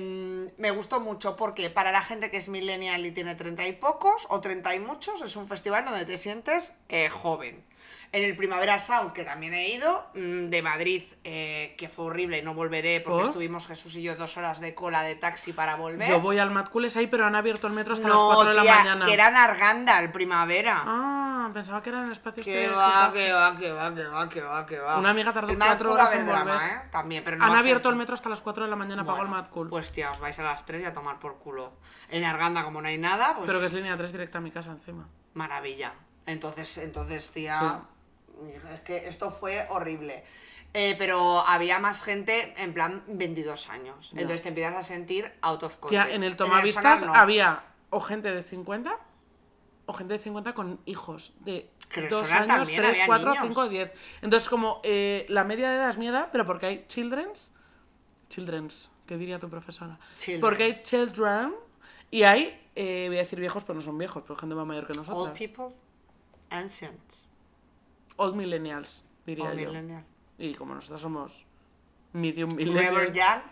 [SPEAKER 3] mm, me gustó mucho porque para la gente que es millennial y tiene 30 y pocos o 30 y muchos, es un festival donde te sientes eh, joven. En el Primavera Sound, que también he ido, mm, de Madrid, eh, que fue horrible y no volveré porque
[SPEAKER 2] ¿Por?
[SPEAKER 3] estuvimos Jesús y yo dos horas de cola de taxi para volver.
[SPEAKER 2] Yo voy al Mad Cool ahí, pero han abierto el metro hasta las
[SPEAKER 3] no,
[SPEAKER 2] 4 de la
[SPEAKER 3] tía,
[SPEAKER 2] mañana.
[SPEAKER 3] que era en Arganda el Primavera.
[SPEAKER 2] Ah, pensaba que eran espacios
[SPEAKER 3] Que
[SPEAKER 2] de
[SPEAKER 3] va,
[SPEAKER 2] Getafe.
[SPEAKER 3] que va, que va, que va, que va, que va.
[SPEAKER 2] Una amiga tardó
[SPEAKER 3] El Mad
[SPEAKER 2] cuatro
[SPEAKER 3] Cool va a
[SPEAKER 2] horas
[SPEAKER 3] haber
[SPEAKER 2] en volver.
[SPEAKER 3] ¿eh? También, pero no
[SPEAKER 2] Han
[SPEAKER 3] va a ser-
[SPEAKER 2] abierto el metro hasta las 4 de la mañana, pagó el
[SPEAKER 3] Bueno,
[SPEAKER 2] Mad Cool.
[SPEAKER 3] Pues tía, os vais a las 3 y a tomar por culo. En Arganda, como no hay nada, pues
[SPEAKER 2] Pero que es línea 3 directa a mi casa encima.
[SPEAKER 3] maravilla. Entonces, entonces tía, es que esto fue horrible. Eh, pero había más gente en plan 22 años.
[SPEAKER 2] Ya.
[SPEAKER 3] Entonces te empiezas a sentir out of context.
[SPEAKER 2] Tía, en el
[SPEAKER 3] sonar
[SPEAKER 2] tomavistas
[SPEAKER 3] no.
[SPEAKER 2] había o gente de 50 o gente de 50 con hijos de
[SPEAKER 3] Que en el
[SPEAKER 2] 2
[SPEAKER 3] sonar
[SPEAKER 2] años,
[SPEAKER 3] también
[SPEAKER 2] 3,
[SPEAKER 3] había
[SPEAKER 2] 4,
[SPEAKER 3] niños.
[SPEAKER 2] 5, 10. Entonces, como eh, la media de edad es mi edad, pero porque hay children's. Children's, ¿qué diría tu profesora?
[SPEAKER 3] Children.
[SPEAKER 2] Porque hay children y hay, eh, voy a decir viejos, pero no son viejos, pero gente más mayor que nosotros.
[SPEAKER 3] Old people, ancient,
[SPEAKER 2] Old millennials, diría
[SPEAKER 3] o
[SPEAKER 2] yo.
[SPEAKER 3] millennial.
[SPEAKER 2] Y como nosotros somos medium
[SPEAKER 3] Forever
[SPEAKER 2] millennials.
[SPEAKER 3] Young.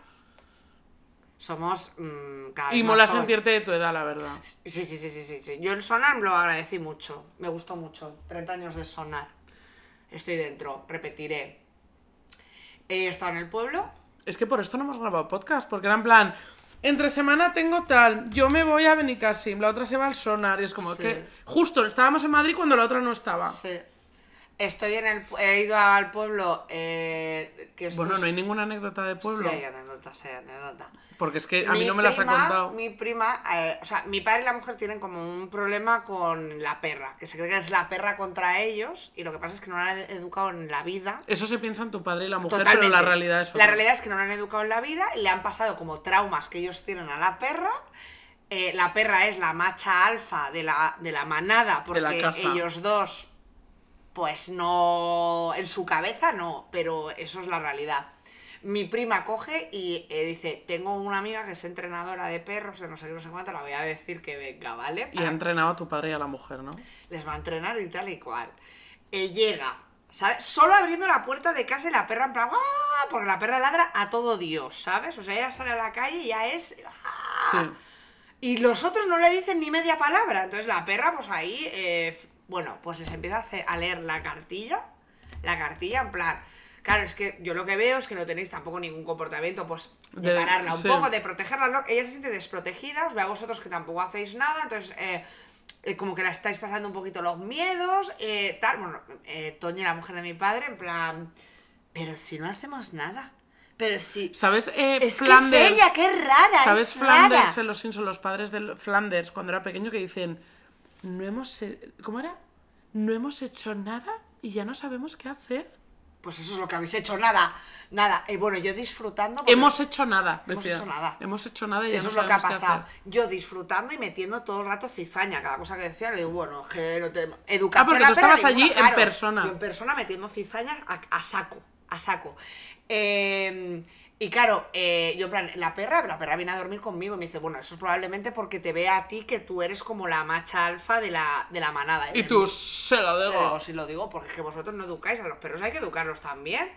[SPEAKER 3] Somos mm, cada vez
[SPEAKER 2] Y
[SPEAKER 3] más
[SPEAKER 2] mola
[SPEAKER 3] jóvenes.
[SPEAKER 2] sentirte de tu edad, la verdad.
[SPEAKER 3] Sí, sí, sí, sí, sí, sí. Yo el Sonar me lo agradecí mucho. Me gustó mucho. 30 años de Sonar. Estoy dentro. Repetiré. He estado en el pueblo.
[SPEAKER 2] Es que por esto no hemos grabado podcast, porque era en plan, entre semana tengo tal, yo me voy a Benicassim, la otra se va al Sonar, y es como
[SPEAKER 3] Sí.
[SPEAKER 2] que justo estábamos en Madrid cuando la otra no estaba.
[SPEAKER 3] Sí. Estoy en el... pu- He ido al pueblo... eh, que esto
[SPEAKER 2] Bueno,
[SPEAKER 3] es-
[SPEAKER 2] no hay ninguna anécdota de pueblo,
[SPEAKER 3] Sí, hay anécdota, sí, hay anécdota.
[SPEAKER 2] porque es que a mí
[SPEAKER 3] Mi
[SPEAKER 2] no me las ha
[SPEAKER 3] prima-
[SPEAKER 2] contado.
[SPEAKER 3] Mi prima, eh, o sea, mi padre y la mujer tienen como un problema con la perra, que se cree que es la perra contra ellos, y lo que pasa es que no la han educado en la vida.
[SPEAKER 2] Eso se piensa en tu padre y la mujer,
[SPEAKER 3] Totalmente.
[SPEAKER 2] pero la realidad es
[SPEAKER 3] La
[SPEAKER 2] otra.
[SPEAKER 3] realidad es que no la han educado en la vida, le han pasado como traumas que ellos tienen a la perra. Eh, la perra es la macha alfa de la, de la manada, porque
[SPEAKER 2] la casa.
[SPEAKER 3] ellos dos, pues no, en su cabeza no, pero eso es la realidad. Mi prima coge y eh, dice, tengo una amiga que es entrenadora de perros, de no sé qué, no sé cuánto, la voy a decir que venga, ¿vale?
[SPEAKER 2] Y ha entrenado a tu padre y a la mujer, ¿no?
[SPEAKER 3] les va a entrenar y tal y cual. Eh, llega, ¿sabes? Solo abriendo la puerta de casa y la perra en plan, ¡ah! porque la perra ladra a todo Dios, ¿sabes? O sea, ella sale a la calle y ya es... ¡ah!
[SPEAKER 2] Sí.
[SPEAKER 3] Y los otros no le dicen ni media palabra. Entonces la perra, pues ahí, eh, f- bueno, pues les empieza a, hacer- a leer la cartilla. La cartilla, en plan. Claro, es que yo lo que veo es que no tenéis tampoco ningún comportamiento, pues, de,
[SPEAKER 2] De-
[SPEAKER 3] pararla un
[SPEAKER 2] sí.
[SPEAKER 3] poco, de protegerla. ¿no? Ella se siente desprotegida, os veo a vosotros que tampoco hacéis nada, entonces, eh, eh, como que la estáis pasando un poquito los miedos, eh, tal. Bueno, eh, Toña, la mujer de mi padre, en plan, pero si no hacemos nada, pero si.
[SPEAKER 2] ¿Sabes? eh,
[SPEAKER 3] Es que
[SPEAKER 2] Flanders?
[SPEAKER 3] es ella, qué rara,
[SPEAKER 2] ¿Sabes
[SPEAKER 3] es
[SPEAKER 2] Flanders
[SPEAKER 3] rara.
[SPEAKER 2] en Los Simpsons, los padres de Flanders, cuando era pequeño, que dicen, no hemos... he- ¿Cómo era? No hemos hecho nada y ya no sabemos qué hacer.
[SPEAKER 3] Pues eso es lo que habéis hecho, nada, nada. Y bueno, yo disfrutando. porque
[SPEAKER 2] Hemos hecho nada.
[SPEAKER 3] Hemos
[SPEAKER 2] decía.
[SPEAKER 3] hecho nada.
[SPEAKER 2] Hemos hecho nada y ya
[SPEAKER 3] Eso
[SPEAKER 2] no
[SPEAKER 3] es lo que ha
[SPEAKER 2] sabemos qué
[SPEAKER 3] pasado.
[SPEAKER 2] hacer.
[SPEAKER 3] Yo disfrutando y metiendo todo el rato cizaña. Cada cosa que decía, le digo, bueno, es que no te.
[SPEAKER 2] Ah,
[SPEAKER 3] Educación.
[SPEAKER 2] porque
[SPEAKER 3] la
[SPEAKER 2] tú
[SPEAKER 3] perra
[SPEAKER 2] estabas allí
[SPEAKER 3] ninguna,
[SPEAKER 2] en
[SPEAKER 3] claro.
[SPEAKER 2] persona.
[SPEAKER 3] Yo en persona metiendo cizaña a, a saco, a saco. Eh, y claro, eh, yo en plan, la perra, la perra viene a dormir conmigo y me dice, bueno, eso es probablemente porque te vea a ti que tú eres como la macha alfa de la, de la manada. ¿eh?
[SPEAKER 2] Y
[SPEAKER 3] me-
[SPEAKER 2] tú, se lo
[SPEAKER 3] pero
[SPEAKER 2] digo.
[SPEAKER 3] digo, si lo digo, porque es que vosotros no educáis a los perros, hay que educarlos también.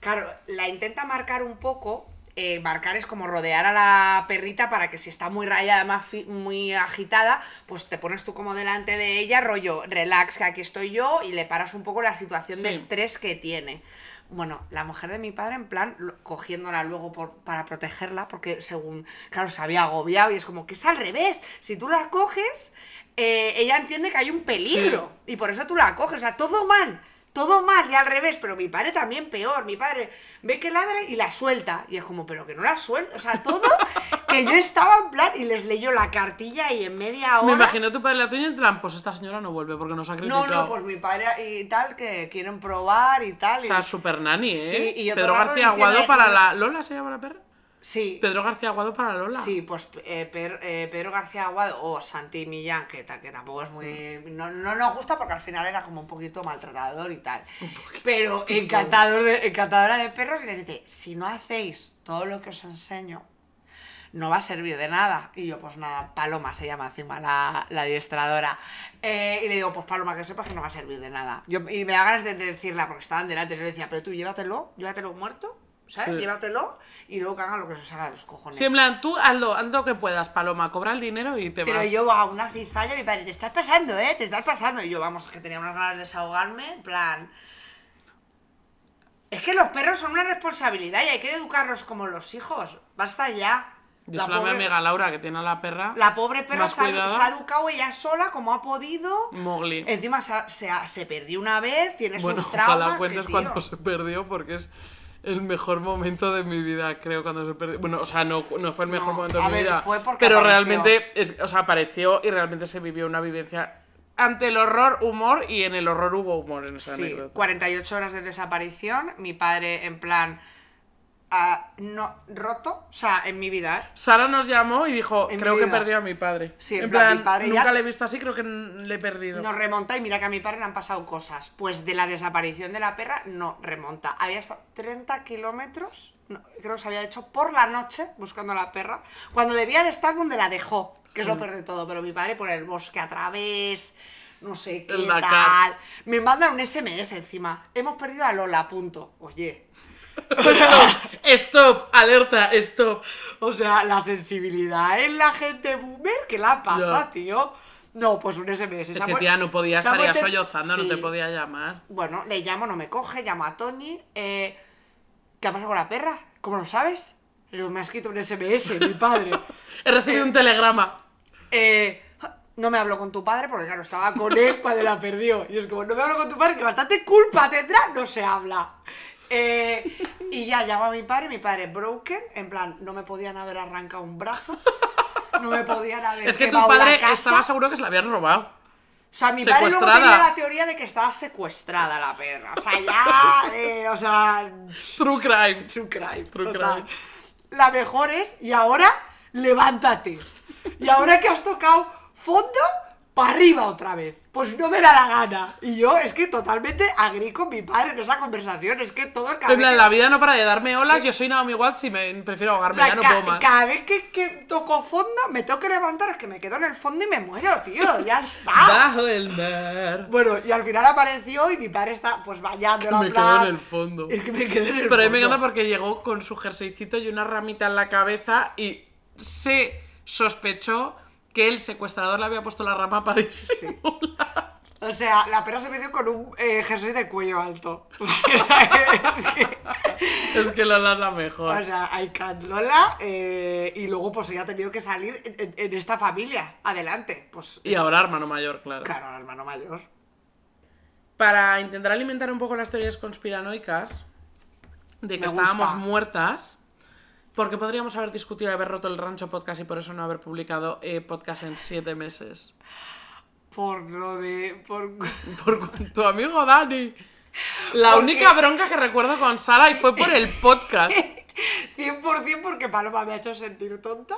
[SPEAKER 3] Claro, la intenta marcar un poco. eh, marcar es como rodear a la perrita para que si está muy rayada, más fi- muy agitada, pues te pones tú como delante de ella, rollo, relax, que aquí estoy yo, y le paras un poco la situación de
[SPEAKER 2] Sí.
[SPEAKER 3] estrés que tiene. Bueno, la mujer de mi padre, en plan, lo- cogiéndola luego por- para protegerla, porque según, claro, se había agobiado y es como que es al revés. Si tú la coges, eh, ella entiende que hay un peligro. Y por eso tú la coges, o sea, todo mal, todo mal y al revés, pero mi padre también peor, mi padre ve que ladra y la suelta, y es como, pero que no la suelta, o sea, todo que yo estaba en plan y les leyó la cartilla y en media hora...
[SPEAKER 2] Me imagino a tu padre y la tuya en plan, pues esta señora no vuelve porque nos ha criticado.
[SPEAKER 3] No, no, pues mi padre y tal, que quieren probar y tal.
[SPEAKER 2] O
[SPEAKER 3] y-
[SPEAKER 2] sea, super nani, ¿eh?
[SPEAKER 3] Sí, y yo todo
[SPEAKER 2] Pedro
[SPEAKER 3] el rato
[SPEAKER 2] García Aguado
[SPEAKER 3] diciéndole-
[SPEAKER 2] para la... ¿Lola se llama la perra?
[SPEAKER 3] "Eh, sí,
[SPEAKER 2] Pedro García Aguado para Lola.
[SPEAKER 3] Sí, pues eh, Per- eh, Pedro García Aguado o Santi Millán, que, ta- que tampoco es muy...
[SPEAKER 2] Mm.
[SPEAKER 3] No, no nos gusta porque al final era como un poquito maltratador y tal. Pero encantador de, encantadora de perros y les dice, si no hacéis todo lo que os enseño, no va a servir de nada. Y yo, pues nada, Paloma se llama encima la, la adiestradora. Eh, y le digo, pues Paloma, que sepas que no va a servir de nada. Yo, y me da ganas de, de decirla porque estaban delante. Yo le decía, pero tú llévatelo, llévatelo muerto, ¿sabes?
[SPEAKER 2] Sí.
[SPEAKER 3] Llévatelo y luego que hagan lo que se salga de los cojones.
[SPEAKER 2] Sí, en plan, tú hazlo, haz lo que puedas, Paloma, cobra el dinero y te
[SPEAKER 3] Pero
[SPEAKER 2] vas.
[SPEAKER 3] yo a una cizalla, mi padre, te estás pasando, ¿eh? Te estás pasando. Y yo, vamos, es que tenía unas ganas de desahogarme, en plan... Es que los perros son una responsabilidad y hay que educarlos como los hijos. Basta ya.
[SPEAKER 2] Yo soy la mi amiga Laura que tiene a la perra.
[SPEAKER 3] la pobre perra
[SPEAKER 2] más
[SPEAKER 3] se ha,
[SPEAKER 2] cuidada.
[SPEAKER 3] se ha educado ella sola como ha podido.
[SPEAKER 2] Mowgli.
[SPEAKER 3] Encima se, ha- se ha- se perdió una vez, tiene
[SPEAKER 2] Bueno,
[SPEAKER 3] sus traumas.
[SPEAKER 2] ojalá
[SPEAKER 3] que,
[SPEAKER 2] cuentes
[SPEAKER 3] tío,
[SPEAKER 2] cuando se perdió porque es el mejor momento de mi vida, creo, cuando se perdió. Bueno, o sea, no, no fue el mejor
[SPEAKER 3] No,
[SPEAKER 2] momento
[SPEAKER 3] a
[SPEAKER 2] de mi
[SPEAKER 3] ver,
[SPEAKER 2] vida.
[SPEAKER 3] fue porque
[SPEAKER 2] pero
[SPEAKER 3] apareció.
[SPEAKER 2] realmente, es- o sea, apareció y realmente se vivió una vivencia ante el horror, humor y en el horror hubo humor en esa
[SPEAKER 3] Sí,
[SPEAKER 2] anécdota.
[SPEAKER 3] 48 horas de desaparición. Mi padre, en plan... ah, no, roto, o sea, en mi vida, ¿eh?
[SPEAKER 2] Sara nos llamó y dijo,
[SPEAKER 3] En
[SPEAKER 2] creo
[SPEAKER 3] mi
[SPEAKER 2] que
[SPEAKER 3] vida.
[SPEAKER 2] perdió a mi padre.
[SPEAKER 3] Sí, en plan, mi padre ya-
[SPEAKER 2] nunca le he visto así, creo que n- le he perdido.
[SPEAKER 3] Nos remonta y mira que a mi padre le han pasado cosas. Pues de la desaparición de la perra no remonta. Había estado 30 kilómetros, no, creo que se había hecho por la noche buscando a la perra, cuando debía de estar donde la dejó, que es lo peor de todo. Pero mi padre por el bosque a través, no sé qué
[SPEAKER 2] El Dakar.
[SPEAKER 3] tal. Me mandan un SMS encima. Hemos perdido a Lola, punto. Oye,
[SPEAKER 2] Stop, alerta, stop.
[SPEAKER 3] O sea, la sensibilidad en la gente boomer, que la pasa,
[SPEAKER 2] Ya.
[SPEAKER 3] tío? No, pues un SMS.
[SPEAKER 2] Es que tía, no podía
[SPEAKER 3] podías
[SPEAKER 2] estar ya sollozando, no te podía llamar.
[SPEAKER 3] Bueno, le llamo, no me coge, llamo a Tony. eh, ¿Qué ha pasado con la perra? ¿Cómo lo sabes? Le digo, me ha escrito un SMS, mi padre.
[SPEAKER 2] He recibido un telegrama.
[SPEAKER 3] Eh, no me habló con tu padre porque, claro, estaba con él cuando la perdió. Y es como, no me hablo con tu padre, que bastante culpa tendrá, no se habla. Eh, y ya llamo a mi padre, mi padre broken, en plan, no me podían haber arrancado un brazo, no me podían haber
[SPEAKER 2] Es que tu
[SPEAKER 3] quemado la
[SPEAKER 2] padre
[SPEAKER 3] casa.
[SPEAKER 2] estaba seguro que se la habían robado.
[SPEAKER 3] O sea, mi padre luego
[SPEAKER 2] Secuestrada.
[SPEAKER 3] tenía la teoría de que estaba secuestrada la perra. O sea, ya. eh, o sea.
[SPEAKER 2] True crime.
[SPEAKER 3] True crime.
[SPEAKER 2] True
[SPEAKER 3] total.
[SPEAKER 2] crime.
[SPEAKER 3] La mejor es, y ahora, levántate. Y ahora que has tocado fondo, para arriba otra vez. Pues no me da la gana. Y yo es que totalmente agrí con mi padre en esa conversación. Es que todo el
[SPEAKER 2] En plan,
[SPEAKER 3] cabello-
[SPEAKER 2] la vida no para de darme olas,
[SPEAKER 3] que-
[SPEAKER 2] yo soy Naomi Watts y me prefiero
[SPEAKER 3] O
[SPEAKER 2] ahogarme,
[SPEAKER 3] sea,
[SPEAKER 2] ya no
[SPEAKER 3] ca-
[SPEAKER 2] puedo más.
[SPEAKER 3] cada vez que, que toco fondo, me tengo que levantar, es que me quedo en el fondo y me muero, tío. Ya está.
[SPEAKER 2] Bajo el mar.
[SPEAKER 3] bueno, y al final apareció y mi padre está pues bañando
[SPEAKER 2] Que me quedo en el fondo.
[SPEAKER 3] Es que me quedé en el
[SPEAKER 2] Pero a mí
[SPEAKER 3] fondo.
[SPEAKER 2] me encanta porque llegó con su jerseycito y una ramita en la cabeza y se sospechó que el secuestrador le había puesto la rama para disimular.
[SPEAKER 3] O sea, la perra se metió con un eh, jersey de cuello alto. O sea, es que-
[SPEAKER 2] Es que Lola es la mejor.
[SPEAKER 3] O sea, hay Lola eh, y luego pues ella ha tenido que salir en, en- en esta familia. Adelante. Pues
[SPEAKER 2] Y ahora hermano mayor, claro.
[SPEAKER 3] claro, al hermano mayor.
[SPEAKER 2] Para intentar alimentar un poco las teorías conspiranoicas de que
[SPEAKER 3] Me
[SPEAKER 2] estábamos
[SPEAKER 3] gusta.
[SPEAKER 2] muertas, porque podríamos haber discutido y haber roto el rancho podcast y por eso no haber publicado eh, podcast en siete meses.
[SPEAKER 3] Por lo de... Por...
[SPEAKER 2] Por cu- tu amigo Dani. La
[SPEAKER 3] Porque-
[SPEAKER 2] única bronca que recuerdo con Sara y fue por el podcast.
[SPEAKER 3] 100% porque Paloma me ha hecho sentir tonta.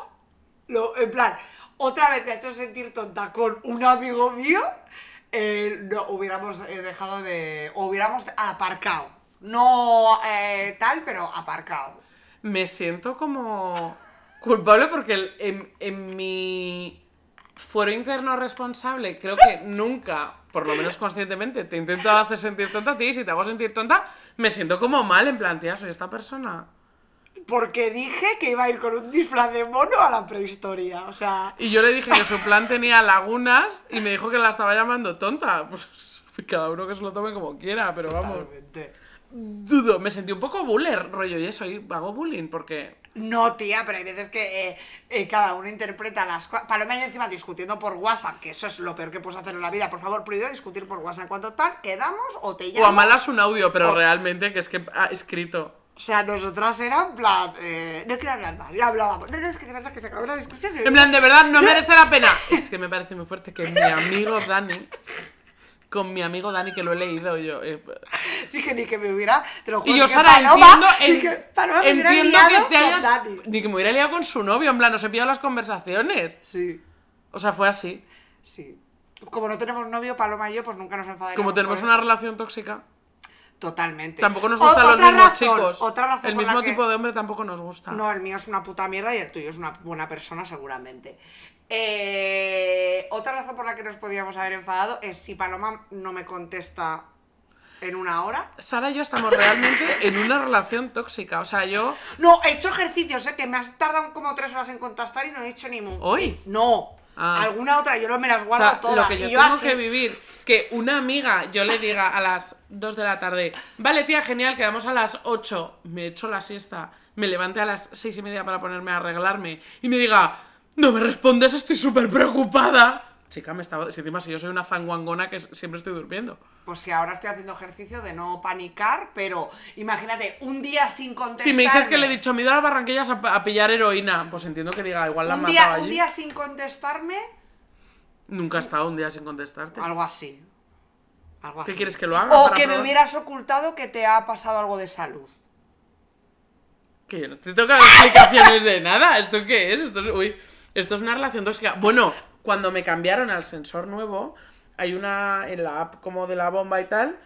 [SPEAKER 3] Lo- en plan, otra vez me ha hecho sentir tonta con un amigo mío. eh, no, hubiéramos eh, dejado de... Hubiéramos aparcado. No eh, tal, pero aparcado.
[SPEAKER 2] Me siento como culpable porque el- en, en mi fuero interno responsable creo que nunca, por lo menos conscientemente, te intento hacer sentir tonta a ti y si te hago sentir tonta me siento como mal en plan, tía, soy esta persona.
[SPEAKER 3] Porque dije que iba a ir con un disfraz de mono a la prehistoria. O sea,
[SPEAKER 2] Y yo le dije que su plan tenía lagunas y me dijo que la estaba llamando tonta. Pues cada uno que se lo tome como quiera, pero vamos.
[SPEAKER 3] totalmente.
[SPEAKER 2] Dudo, me sentí un poco buller, rollo, y eso, y hago bullying porque...
[SPEAKER 3] No, tía, pero hay veces que eh, eh, cada uno interpreta las cosas. Paloma y encima discutiendo por WhatsApp, que eso es lo peor que puedes hacer en la vida. Por favor, prohibido discutir por WhatsApp. Cuando tal, quedamos o te
[SPEAKER 2] O
[SPEAKER 3] llamo.
[SPEAKER 2] amalas un audio, pero
[SPEAKER 3] O-
[SPEAKER 2] realmente que es que ha escrito.
[SPEAKER 3] O sea, nosotras eran plan. eh, no quiero hablar más, ya hablábamos. No, no, es que de verdad que se acabó la discusión.
[SPEAKER 2] En plan, de verdad, no merece la pena. Es que me parece muy fuerte que mi amigo Dani, con mi amigo Dani, que lo he leído yo. eh,
[SPEAKER 3] Sí, que ni que me hubiera. Te lo juro,
[SPEAKER 2] y
[SPEAKER 3] ni
[SPEAKER 2] yo,
[SPEAKER 3] que
[SPEAKER 2] Sara,
[SPEAKER 3] Paloma-
[SPEAKER 2] entiendo,
[SPEAKER 3] ni
[SPEAKER 2] en-
[SPEAKER 3] que Paloma se hubiera
[SPEAKER 2] entiendo
[SPEAKER 3] liado
[SPEAKER 2] que te
[SPEAKER 3] con
[SPEAKER 2] hayas.
[SPEAKER 3] Dani.
[SPEAKER 2] Ni que me hubiera liado con su novio, en plan, os he pillado las conversaciones.
[SPEAKER 3] Sí,
[SPEAKER 2] O sea, fue así.
[SPEAKER 3] sí. Como no tenemos novio, Paloma y yo, pues nunca nos enfadaremos.
[SPEAKER 2] Como tenemos
[SPEAKER 3] por
[SPEAKER 2] una
[SPEAKER 3] eso.
[SPEAKER 2] relación tóxica,
[SPEAKER 3] Totalmente.
[SPEAKER 2] tampoco nos
[SPEAKER 3] O-
[SPEAKER 2] gustan los
[SPEAKER 3] otra
[SPEAKER 2] mismos
[SPEAKER 3] razón,
[SPEAKER 2] chicos.
[SPEAKER 3] Otra razón
[SPEAKER 2] el
[SPEAKER 3] por la
[SPEAKER 2] mismo
[SPEAKER 3] que-
[SPEAKER 2] tipo de hombre tampoco nos gusta.
[SPEAKER 3] No, el mío es una puta mierda y el tuyo es una buena persona seguramente. Eh, otra razón por la que nos podíamos haber enfadado es si Paloma no me contesta en una hora.
[SPEAKER 2] Sara y yo estamos realmente en una relación tóxica. O sea, yo.
[SPEAKER 3] No, he hecho ejercicios, ¿eh? que me has tardado como tres horas en contestar y no he dicho ni mu.
[SPEAKER 2] ¿Hoy?
[SPEAKER 3] No.
[SPEAKER 2] Ah.
[SPEAKER 3] Alguna otra, yo no me las
[SPEAKER 2] O
[SPEAKER 3] guardo
[SPEAKER 2] sea,
[SPEAKER 3] todas.
[SPEAKER 2] lo que yo
[SPEAKER 3] y
[SPEAKER 2] tengo
[SPEAKER 3] así-
[SPEAKER 2] que vivir, que una amiga yo le diga a las 2 de la tarde, vale tía, genial, quedamos a las 8, me echo la siesta, me levante a las 6 y media para ponerme a arreglarme y me diga, no me respondes, estoy súper preocupada. Chica, me estaba... Si encima si yo soy una zanguangona que siempre estoy durmiendo.
[SPEAKER 3] Pues si ahora estoy haciendo ejercicio de no panicar, pero imagínate, un día sin contestar.
[SPEAKER 2] Si me dices que le he dicho, me he ido a las barranquillas a, a pillar heroína, pues entiendo que diga, igual la
[SPEAKER 3] un
[SPEAKER 2] han
[SPEAKER 3] día,
[SPEAKER 2] matado
[SPEAKER 3] un
[SPEAKER 2] allí.
[SPEAKER 3] día sin contestarme,
[SPEAKER 2] Nunca he estado un día sin contestarte.
[SPEAKER 3] algo así. Algo
[SPEAKER 2] ¿Qué
[SPEAKER 3] así.
[SPEAKER 2] quieres que lo haga?
[SPEAKER 3] O
[SPEAKER 2] para
[SPEAKER 3] que me
[SPEAKER 2] probar?
[SPEAKER 3] hubieras ocultado que te ha pasado algo de salud.
[SPEAKER 2] Que yo no te toca dar explicaciones de nada. ¿Esto qué es? Esto es, uy, esto es una relación tóxica. Bueno, cuando me cambiaron al sensor nuevo, hay una. En la app como de la bomba y tal.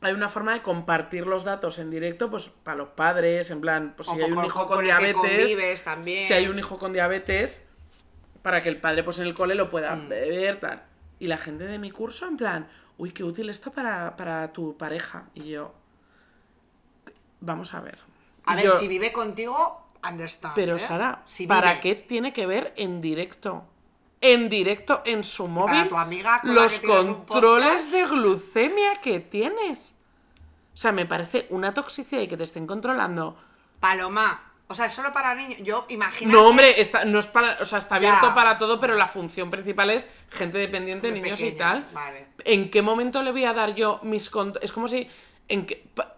[SPEAKER 2] Hay una forma de compartir los datos en directo, pues para los padres, en plan, pues
[SPEAKER 3] O
[SPEAKER 2] si hay un
[SPEAKER 3] con-
[SPEAKER 2] hijo
[SPEAKER 3] con
[SPEAKER 2] con
[SPEAKER 3] el que
[SPEAKER 2] diabetes,
[SPEAKER 3] convives también.
[SPEAKER 2] si hay un hijo con diabetes, para que el padre pues en el cole lo pueda
[SPEAKER 3] Mm.
[SPEAKER 2] beber, tal. Y la gente de mi curso, en plan, uy, qué útil esto para, para tu pareja. Y yo, vamos a ver.
[SPEAKER 3] A
[SPEAKER 2] Y
[SPEAKER 3] ver,
[SPEAKER 2] yo-
[SPEAKER 3] si vive contigo, understand.
[SPEAKER 2] pero
[SPEAKER 3] ¿eh?
[SPEAKER 2] Sara,
[SPEAKER 3] Si
[SPEAKER 2] ¿para
[SPEAKER 3] vive.
[SPEAKER 2] qué tiene que ver en directo? En directo en su móvil.
[SPEAKER 3] tu amiga con la
[SPEAKER 2] los
[SPEAKER 3] que tienes un
[SPEAKER 2] controles
[SPEAKER 3] podcast.
[SPEAKER 2] de glucemia que tienes. O sea, me parece una toxicidad y que te estén controlando.
[SPEAKER 3] Paloma. O sea, es solo para niños. Yo imagino.
[SPEAKER 2] No, hombre, está, no es para, o sea, está
[SPEAKER 3] Ya.
[SPEAKER 2] abierto para todo, pero la función principal es gente dependiente,
[SPEAKER 3] Gente
[SPEAKER 2] niños y
[SPEAKER 3] pequeña,
[SPEAKER 2] tal.
[SPEAKER 3] vale.
[SPEAKER 2] ¿En qué momento le voy a dar yo mis cont- Es como si. En qué- pa-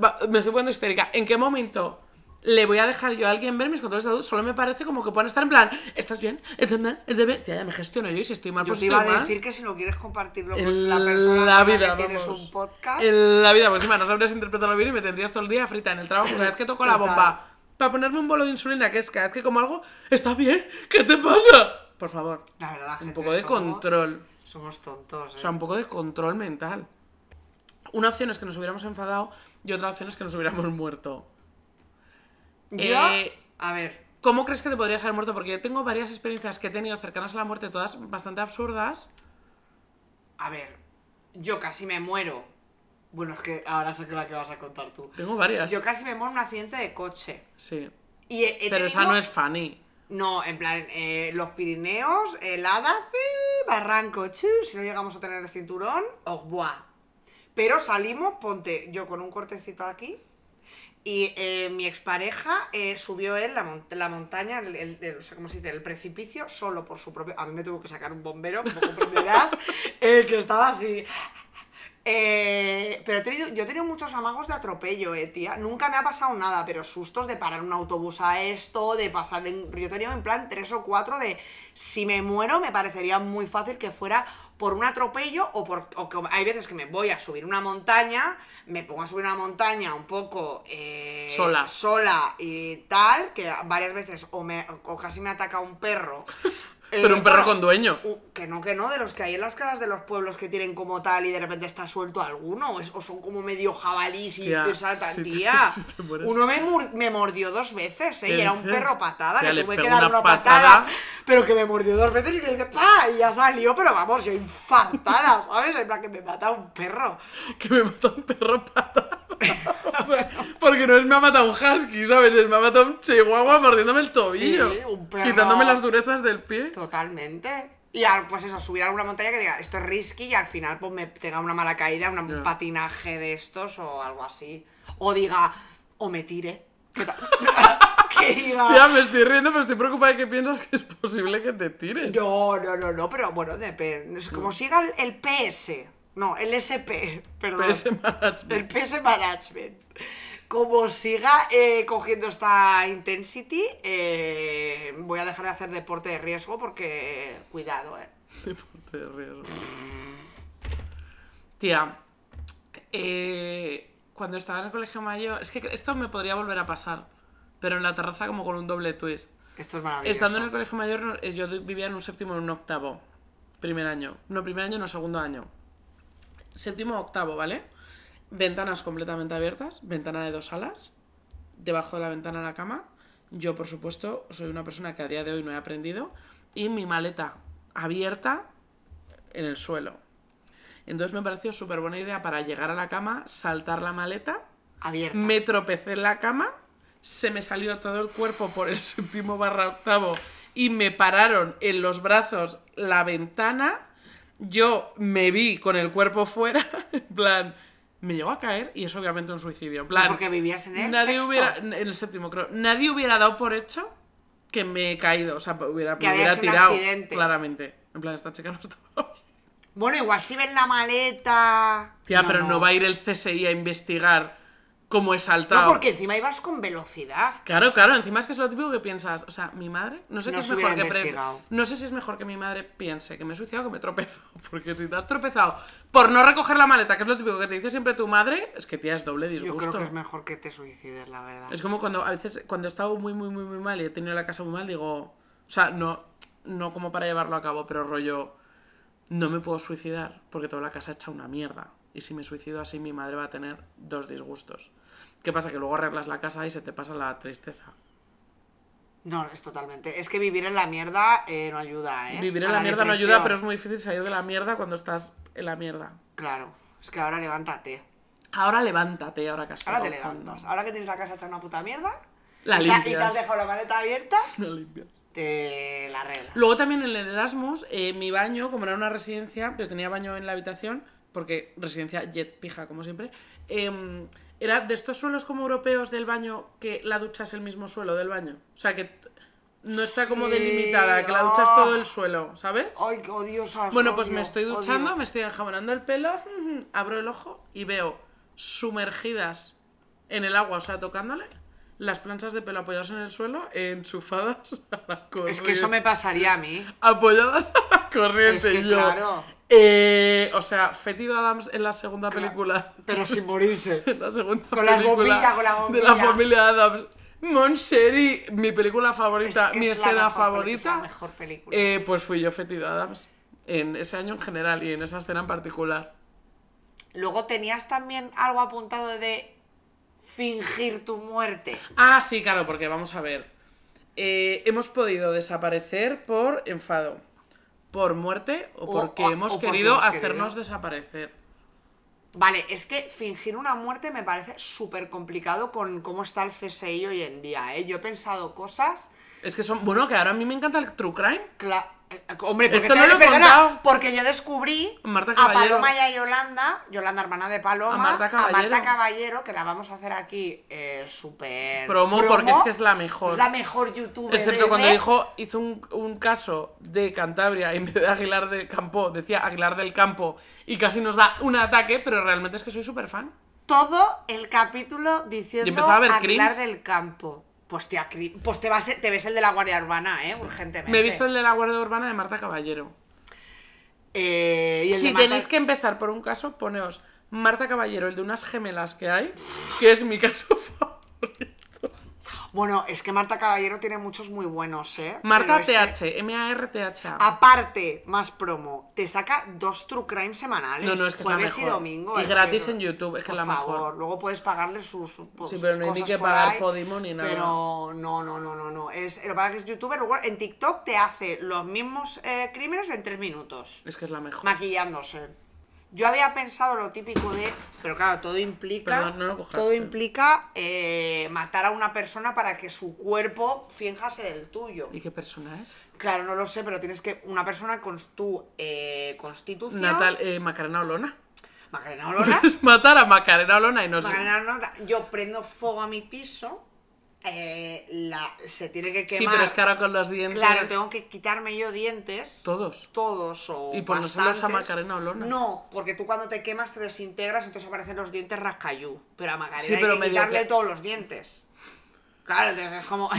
[SPEAKER 2] pa- me estoy poniendo histérica. ¿En qué momento le voy a dejar yo a alguien ver mis controles de salud? Solo me parece como que pueden estar en plan, ¿estás bien? ¿Estás mal? ¿Estás bien? Tía, ya me gestiono yo y si estoy mal,
[SPEAKER 3] Yo
[SPEAKER 2] pues
[SPEAKER 3] te
[SPEAKER 2] estoy
[SPEAKER 3] iba a
[SPEAKER 2] mal.
[SPEAKER 3] decir que si lo quieres compartirlo con
[SPEAKER 2] En
[SPEAKER 3] la persona
[SPEAKER 2] la
[SPEAKER 3] con la
[SPEAKER 2] vida,
[SPEAKER 3] que tienes
[SPEAKER 2] vamos.
[SPEAKER 3] un podcast.
[SPEAKER 2] En la vida, pues encima no sabrías interpretarlo bien y me tendrías todo el día frita en el trabajo. Cada vez que toco la
[SPEAKER 3] Total.
[SPEAKER 2] bomba, para ponerme un bolo de insulina, que es cada vez que como algo, está bien, ¿qué te pasa? Por favor,
[SPEAKER 3] La verdad, la gente
[SPEAKER 2] un poco de
[SPEAKER 3] somos-
[SPEAKER 2] control.
[SPEAKER 3] Somos tontos.
[SPEAKER 2] O
[SPEAKER 3] ¿eh?
[SPEAKER 2] sea, un poco de control mental. Una opción es que nos hubiéramos enfadado y otra opción es que nos hubiéramos muerto.
[SPEAKER 3] Yo,
[SPEAKER 2] eh,
[SPEAKER 3] a ver,
[SPEAKER 2] ¿Cómo crees que te podrías haber muerto? Porque yo tengo varias experiencias que he tenido cercanas a la muerte, todas bastante absurdas.
[SPEAKER 3] a ver, yo casi me muero. Bueno, es que ahora sé que la que vas a contar tú.
[SPEAKER 2] Tengo varias.
[SPEAKER 3] Yo casi me muero en un accidente de coche.
[SPEAKER 2] Sí.
[SPEAKER 3] Y he- he
[SPEAKER 2] Pero esa
[SPEAKER 3] tenido-
[SPEAKER 2] no es funny.
[SPEAKER 3] No, en plan, eh, los Pirineos, helada, fi, barranco, chu, si no llegamos a tener el cinturón, oh, buah. Pero salimos, ponte, yo con un cortecito aquí, y eh, mi expareja eh, subió él la, mon- la montaña, el, el- el- o sea, ¿cómo se dice? El precipicio, solo por su propio... A mí me tuvo que sacar un bombero, como comprenderás, eh, que estaba así... Eh, pero he tenido, yo he tenido muchos amagos de atropello, eh, tía. Nunca me ha pasado nada, pero sustos de parar un autobús a esto, de pasar... en- yo he tenido en plan tres o cuatro de... Si me muero, me parecería muy fácil que fuera por un atropello o por... o que- hay veces que me voy a subir una montaña, me pongo a subir una montaña un poco... eh,
[SPEAKER 2] Sola.
[SPEAKER 3] Sola y tal, que varias veces o, me, o casi me ataca un perro.
[SPEAKER 2] Pero un perro
[SPEAKER 3] Eh, bueno,
[SPEAKER 2] con dueño.
[SPEAKER 3] Uh, que no, que no, de los que hay en las casas de los pueblos que tienen como tal y de repente está suelto alguno, o, es- o son como medio jabalís y
[SPEAKER 2] Tía,
[SPEAKER 3] te saltan,
[SPEAKER 2] si te-
[SPEAKER 3] tía.
[SPEAKER 2] si te mueres.
[SPEAKER 3] Uno me, mur- me mordió dos veces, ¿eh?
[SPEAKER 2] ¿Qué
[SPEAKER 3] Y era un
[SPEAKER 2] dices?
[SPEAKER 3] perro patada,
[SPEAKER 2] Tía,
[SPEAKER 3] le
[SPEAKER 2] le
[SPEAKER 3] tuve
[SPEAKER 2] pegó
[SPEAKER 3] que dar
[SPEAKER 2] una
[SPEAKER 3] una patada,
[SPEAKER 2] patada.
[SPEAKER 3] pero que me mordió dos veces y le dije, ¡pa! Y ya salió, pero vamos, yo infartada, ¿sabes? En plan que me mata un perro.
[SPEAKER 2] Que me mató un perro patada. O sea, Porque no es me ha matado un husky, ¿sabes? Es me ha matado un chihuahua mordiéndome el tobillo.
[SPEAKER 3] un perro.
[SPEAKER 2] Quitándome las durezas del pie.
[SPEAKER 3] Totalmente. Y al, pues eso, subir a alguna montaña que diga, esto es risky y al final pues me tenga una mala caída, una- un
[SPEAKER 2] Ya.
[SPEAKER 3] patinaje de estos o algo así. O diga, o me tire. ¿Qué tal? que
[SPEAKER 2] Ya
[SPEAKER 3] diga...
[SPEAKER 2] me estoy riendo, pero estoy preocupada de que piensas que es posible que te tires.
[SPEAKER 3] No, no, no, no, pero bueno, depende. Es como siga el, el PS. No, el SP, perdón.
[SPEAKER 2] PS management.
[SPEAKER 3] El PS Management. Como siga eh, cogiendo esta intensity, eh, voy a dejar de hacer deporte de riesgo porque, cuidado, eh.
[SPEAKER 2] Deporte de riesgo. Tía, eh, cuando estaba en el colegio mayor, es que esto me podría volver a pasar, pero en la terraza como con un doble twist.
[SPEAKER 3] Esto es maravilloso.
[SPEAKER 2] Estando en el colegio mayor, no- eh, yo vivía en un séptimo y en un octavo. Primer año. No, primer año, no, segundo año. Séptimo, octavo, ¿vale? Ventanas completamente abiertas, ventana de dos alas, debajo de la ventana la cama. Yo, por supuesto, soy una persona que a día de hoy no he aprendido. Y mi maleta abierta en el suelo. Entonces me pareció súper buena idea para llegar a la cama, saltar la maleta,
[SPEAKER 3] Abierta.
[SPEAKER 2] me tropecé en la cama, se me salió todo el cuerpo por el séptimo barra octavo y me pararon en los brazos la ventana. Yo me vi con el cuerpo fuera, en plan, me llegó a caer y es obviamente un suicidio. En plan,
[SPEAKER 3] Porque vivías en el
[SPEAKER 2] nadie
[SPEAKER 3] sexto.
[SPEAKER 2] hubiera, en el séptimo creo, nadie hubiera dado por hecho que me he caído, o sea, hubiera,
[SPEAKER 3] Que
[SPEAKER 2] me
[SPEAKER 3] había
[SPEAKER 2] hubiera
[SPEAKER 3] sido un
[SPEAKER 2] tirado,
[SPEAKER 3] accidente.
[SPEAKER 2] claramente. En plan, esta chica no estaba bien.
[SPEAKER 3] Bueno, igual si ven la maleta.
[SPEAKER 2] Tía, pero no. va a ir el CSI a investigar cómo he saltado.
[SPEAKER 3] No, porque encima ibas con velocidad.
[SPEAKER 2] Claro, claro, encima es que es lo típico que piensas. O sea, mi madre, no sé
[SPEAKER 3] No
[SPEAKER 2] qué es
[SPEAKER 3] se
[SPEAKER 2] mejor que
[SPEAKER 3] hubiera
[SPEAKER 2] pre-
[SPEAKER 3] investigado.
[SPEAKER 2] No sé si es mejor que mi madre piense que me he suicidado o que me tropezo. Porque si te has tropezado por no recoger la maleta, que es lo típico que te dice siempre tu madre, es que tía es doble
[SPEAKER 3] Yo
[SPEAKER 2] disgusto.
[SPEAKER 3] creo que es mejor que te suicides, la verdad.
[SPEAKER 2] Es como cuando a veces, cuando he estado muy, muy, muy, muy mal y he tenido la casa muy mal, digo, o sea, no, no como para llevarlo a cabo, pero rollo, no me puedo suicidar porque toda la casa hecha una mierda. Y si me suicido así, mi madre va a tener dos disgustos. ¿Qué pasa? Que luego arreglas la casa y se te pasa la tristeza.
[SPEAKER 3] No, es totalmente. Es que vivir en la mierda eh, no ayuda, ¿eh?
[SPEAKER 2] Vivir en
[SPEAKER 3] A
[SPEAKER 2] la, mierda no
[SPEAKER 3] depresión.
[SPEAKER 2] ayuda, pero es muy difícil salir de la mierda cuando estás en la mierda.
[SPEAKER 3] Claro, es que ahora levántate.
[SPEAKER 2] Ahora levántate, ahora que has
[SPEAKER 3] Ahora te
[SPEAKER 2] tocado fondo.
[SPEAKER 3] levantas. Ahora que tienes la casa hecha una puta mierda.
[SPEAKER 2] La
[SPEAKER 3] y te- Y te
[SPEAKER 2] limpias.
[SPEAKER 3] has dejado la maleta abierta,
[SPEAKER 2] No limpias.
[SPEAKER 3] te la arreglas.
[SPEAKER 2] Luego también en el Erasmus, eh, mi baño, como era una residencia, yo tenía baño en la habitación, porque residencia jet pija, como siempre, em, era de estos suelos como europeos del baño que la ducha es el mismo suelo del baño. O sea, que t- no está como
[SPEAKER 3] Sí,
[SPEAKER 2] delimitada, que la ducha es
[SPEAKER 3] ah.
[SPEAKER 2] todo el suelo, ¿sabes?
[SPEAKER 3] Ay, qué odiosas.
[SPEAKER 2] Bueno, pues
[SPEAKER 3] odio,
[SPEAKER 2] me estoy
[SPEAKER 3] odio.
[SPEAKER 2] duchando, me estoy enjabonando el pelo, abro el ojo y veo sumergidas en el agua, o sea, tocándole, las planchas de pelo apoyadas en el suelo, enchufadas a la corriente.
[SPEAKER 3] Es que eso me pasaría a mí.
[SPEAKER 2] Apoyadas a la corriente.
[SPEAKER 3] Es que
[SPEAKER 2] y yo,
[SPEAKER 3] claro.
[SPEAKER 2] eh, o sea, Fetido Adams en la segunda película.
[SPEAKER 3] Pero sin morirse.
[SPEAKER 2] En la segunda
[SPEAKER 3] Con la
[SPEAKER 2] película
[SPEAKER 3] bombilla, con la
[SPEAKER 2] de la
[SPEAKER 3] bombilla.
[SPEAKER 2] familia Adams. Monseri, mi película favorita,
[SPEAKER 3] Es que
[SPEAKER 2] mi
[SPEAKER 3] es la
[SPEAKER 2] escena
[SPEAKER 3] mejor peli- es la
[SPEAKER 2] favorita.
[SPEAKER 3] mejor película.
[SPEAKER 2] eh, pues fui yo, Fetido Adams. en ese año en general y en esa escena en particular.
[SPEAKER 3] Luego tenías también algo apuntado de fingir tu muerte.
[SPEAKER 2] Ah, sí, claro, porque vamos a ver. Eh, hemos podido desaparecer por enfado, por muerte o
[SPEAKER 3] O-
[SPEAKER 2] porque
[SPEAKER 3] o-
[SPEAKER 2] hemos
[SPEAKER 3] o porque
[SPEAKER 2] querido
[SPEAKER 3] hemos querido.
[SPEAKER 2] hacernos desaparecer.
[SPEAKER 3] Vale, es que fingir una muerte me parece súper complicado con cómo está el CSI hoy en día, ¿eh? Yo he pensado cosas...
[SPEAKER 2] Es que son. Bueno, que ahora a mí me encanta el true crime.
[SPEAKER 3] cla- eh, Hombre, porque,
[SPEAKER 2] Esto
[SPEAKER 3] te-
[SPEAKER 2] no lo he
[SPEAKER 3] perdona,
[SPEAKER 2] contado.
[SPEAKER 3] porque yo descubrí
[SPEAKER 2] Marta
[SPEAKER 3] a
[SPEAKER 2] Caballero.
[SPEAKER 3] Paloma y a Yolanda, Yolanda hermana de Paloma,
[SPEAKER 2] A Marta Caballero.
[SPEAKER 3] Caballero, que la vamos a hacer aquí eh, súper...
[SPEAKER 2] Promo, porque es que es la mejor.
[SPEAKER 3] Es la mejor youtuber.
[SPEAKER 2] Excepto cuando
[SPEAKER 3] ever.
[SPEAKER 2] dijo, hizo un, un caso de Cantabria en vez de Aguilar del Campo, decía Aguilar del Campo y casi nos da un ataque, pero realmente es que soy súper fan.
[SPEAKER 3] todo el capítulo diciendo
[SPEAKER 2] empezaba a ver
[SPEAKER 3] Aguilar
[SPEAKER 2] crims.
[SPEAKER 3] del Campo. Pues, tía, cri- pues te, vas- te ves el de la Guardia Urbana, ¿eh? Urgentemente.
[SPEAKER 2] Me he visto el de la Guardia Urbana de Marta Caballero.
[SPEAKER 3] Eh, y el de
[SPEAKER 2] Si
[SPEAKER 3] Marta-
[SPEAKER 2] tenéis que empezar por un caso, poneos Marta Caballero, el de unas gemelas que hay, que es mi caso favorito.
[SPEAKER 3] Bueno, es que Marta Caballero tiene muchos muy buenos, ¿eh?
[SPEAKER 2] Marta
[SPEAKER 3] Pero ese-
[SPEAKER 2] TH, M-A-R-T-H.
[SPEAKER 3] Ah, Aparte, más promo, te saca dos True Crime semanales.
[SPEAKER 2] No, no, es que es la
[SPEAKER 3] jueves y
[SPEAKER 2] mejor.
[SPEAKER 3] domingo.
[SPEAKER 2] Y
[SPEAKER 3] es que-
[SPEAKER 2] gratis en YouTube, es que
[SPEAKER 3] por
[SPEAKER 2] es la mejor.
[SPEAKER 3] favor, luego puedes pagarle sus. pues,
[SPEAKER 2] Sí, pero
[SPEAKER 3] sus
[SPEAKER 2] no hay ni
[SPEAKER 3] cosas
[SPEAKER 2] que
[SPEAKER 3] por
[SPEAKER 2] pagar
[SPEAKER 3] ahí,
[SPEAKER 2] Podimo ni nada.
[SPEAKER 3] Pero no, no, no, no. no. Es, lo que pasa es que es youtuber, luego en TikTok te hace los mismos eh, crímenes en tres minutos.
[SPEAKER 2] Es que es la mejor.
[SPEAKER 3] maquillándose. Yo había pensado lo típico de, pero claro, todo implica,
[SPEAKER 2] Pero no- no lo cojas,
[SPEAKER 3] todo
[SPEAKER 2] eh.
[SPEAKER 3] implica eh, matar a una persona para que su cuerpo finja ser el tuyo.
[SPEAKER 2] ¿Y qué persona es?
[SPEAKER 3] Claro, no lo sé, pero tienes que una persona con tu eh, constitución,
[SPEAKER 2] Natal, eh, Macarena Olona.
[SPEAKER 3] Macarena Olona,
[SPEAKER 2] Matar a Macarena Olona y no sé.
[SPEAKER 3] Macarena Olona, yo prendo fuego a mi piso, eh, la, se tiene que
[SPEAKER 2] Sí,
[SPEAKER 3] quemar.
[SPEAKER 2] pero es que ahora con los dientes.
[SPEAKER 3] Claro, tengo que quitarme yo dientes.
[SPEAKER 2] Todos.
[SPEAKER 3] todos o
[SPEAKER 2] Y ponérselos a
[SPEAKER 3] bastantes.
[SPEAKER 2] Macarena Olona.
[SPEAKER 3] No, porque tú cuando te quemas te desintegras, entonces aparecen los dientes rascayú. Pero a Macarena
[SPEAKER 2] Sí, pero
[SPEAKER 3] hay que
[SPEAKER 2] medio
[SPEAKER 3] quitarle
[SPEAKER 2] que-
[SPEAKER 3] todos los dientes. Claro, entonces es como...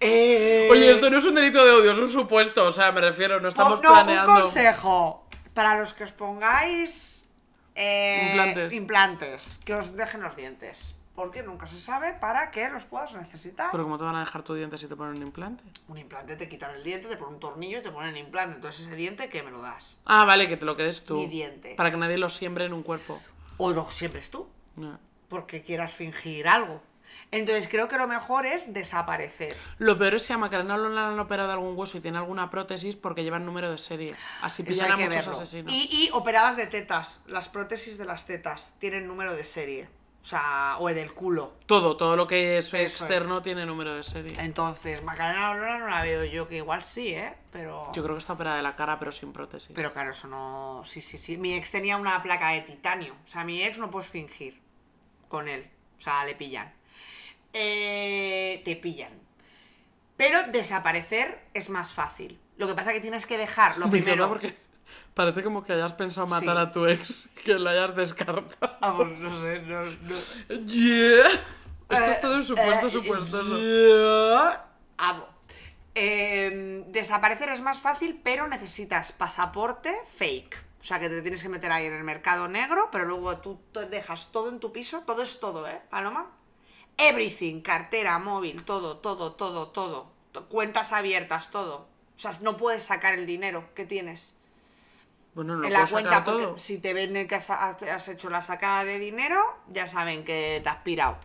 [SPEAKER 3] Eh,
[SPEAKER 2] Oye, esto no es un delito de odio, es un supuesto. O sea, me refiero, no estamos
[SPEAKER 3] no,
[SPEAKER 2] planeando.
[SPEAKER 3] un consejo para los que os pongáis eh,
[SPEAKER 2] Implantes.
[SPEAKER 3] implantes, que os dejen los dientes. Porque nunca se sabe para qué los puedas necesitar.
[SPEAKER 2] Pero ¿cómo te van a dejar tu diente si te ponen un implante?
[SPEAKER 3] Un implante te quitan el diente, te ponen un tornillo y te ponen el implante. Entonces ese diente, ¿qué me lo das?
[SPEAKER 2] Ah, vale, que te lo quedes tú.
[SPEAKER 3] Mi diente.
[SPEAKER 2] Para que nadie lo siembre en un cuerpo.
[SPEAKER 3] O lo siempre es tú.
[SPEAKER 2] No.
[SPEAKER 3] porque quieras fingir algo. Entonces creo que lo mejor es desaparecer.
[SPEAKER 2] Lo peor es si a Macarena Olona le han operado algún hueso y tiene alguna prótesis porque llevan número de serie. Así
[SPEAKER 3] Eso
[SPEAKER 2] pillan
[SPEAKER 3] hay
[SPEAKER 2] a
[SPEAKER 3] que
[SPEAKER 2] muchos
[SPEAKER 3] verlo.
[SPEAKER 2] asesinos.
[SPEAKER 3] Y, y operadas de tetas. Las prótesis de las tetas tienen número de serie. O sea, o del culo.
[SPEAKER 2] Todo, todo lo que es
[SPEAKER 3] Eso es.
[SPEAKER 2] externo tiene número de serie.
[SPEAKER 3] Entonces, Macarena Olona no la veo yo, que igual sí, ¿eh? Pero...
[SPEAKER 2] Yo creo que está operada de la cara, pero sin prótesis.
[SPEAKER 3] Pero claro, eso no... Sí, sí, sí. Mi ex tenía una placa de titanio. O sea, mi ex no puedes fingir con él. O sea, le pillan. Eh, te pillan. Pero desaparecer es más fácil. Lo que pasa que tienes que dejar lo
[SPEAKER 2] Me encanta
[SPEAKER 3] primero...
[SPEAKER 2] porque parece como que hayas pensado matar
[SPEAKER 3] Sí.
[SPEAKER 2] a tu ex, que lo hayas descartado.
[SPEAKER 3] Vamos, Ah, pues no sé, no... no.
[SPEAKER 2] Yeah. Esto
[SPEAKER 3] Eh,
[SPEAKER 2] es todo un supuesto
[SPEAKER 3] eh,
[SPEAKER 2] supuestoso.
[SPEAKER 3] yeah. Amo. Eh, desaparecer es más fácil, pero necesitas pasaporte fake. O sea, que te tienes que meter ahí en el mercado negro, pero luego tú te dejas todo en tu piso. Todo es todo, ¿eh, Paloma? Everything, cartera, móvil, todo, todo, todo, todo. To- Cuentas abiertas, todo. O sea, no puedes sacar el dinero que tienes
[SPEAKER 2] Bueno, no
[SPEAKER 3] en
[SPEAKER 2] puedo
[SPEAKER 3] la
[SPEAKER 2] sacar
[SPEAKER 3] cuenta, porque
[SPEAKER 2] todo.
[SPEAKER 3] si te ven que has, has hecho la sacada de dinero, ya saben que te has pirado.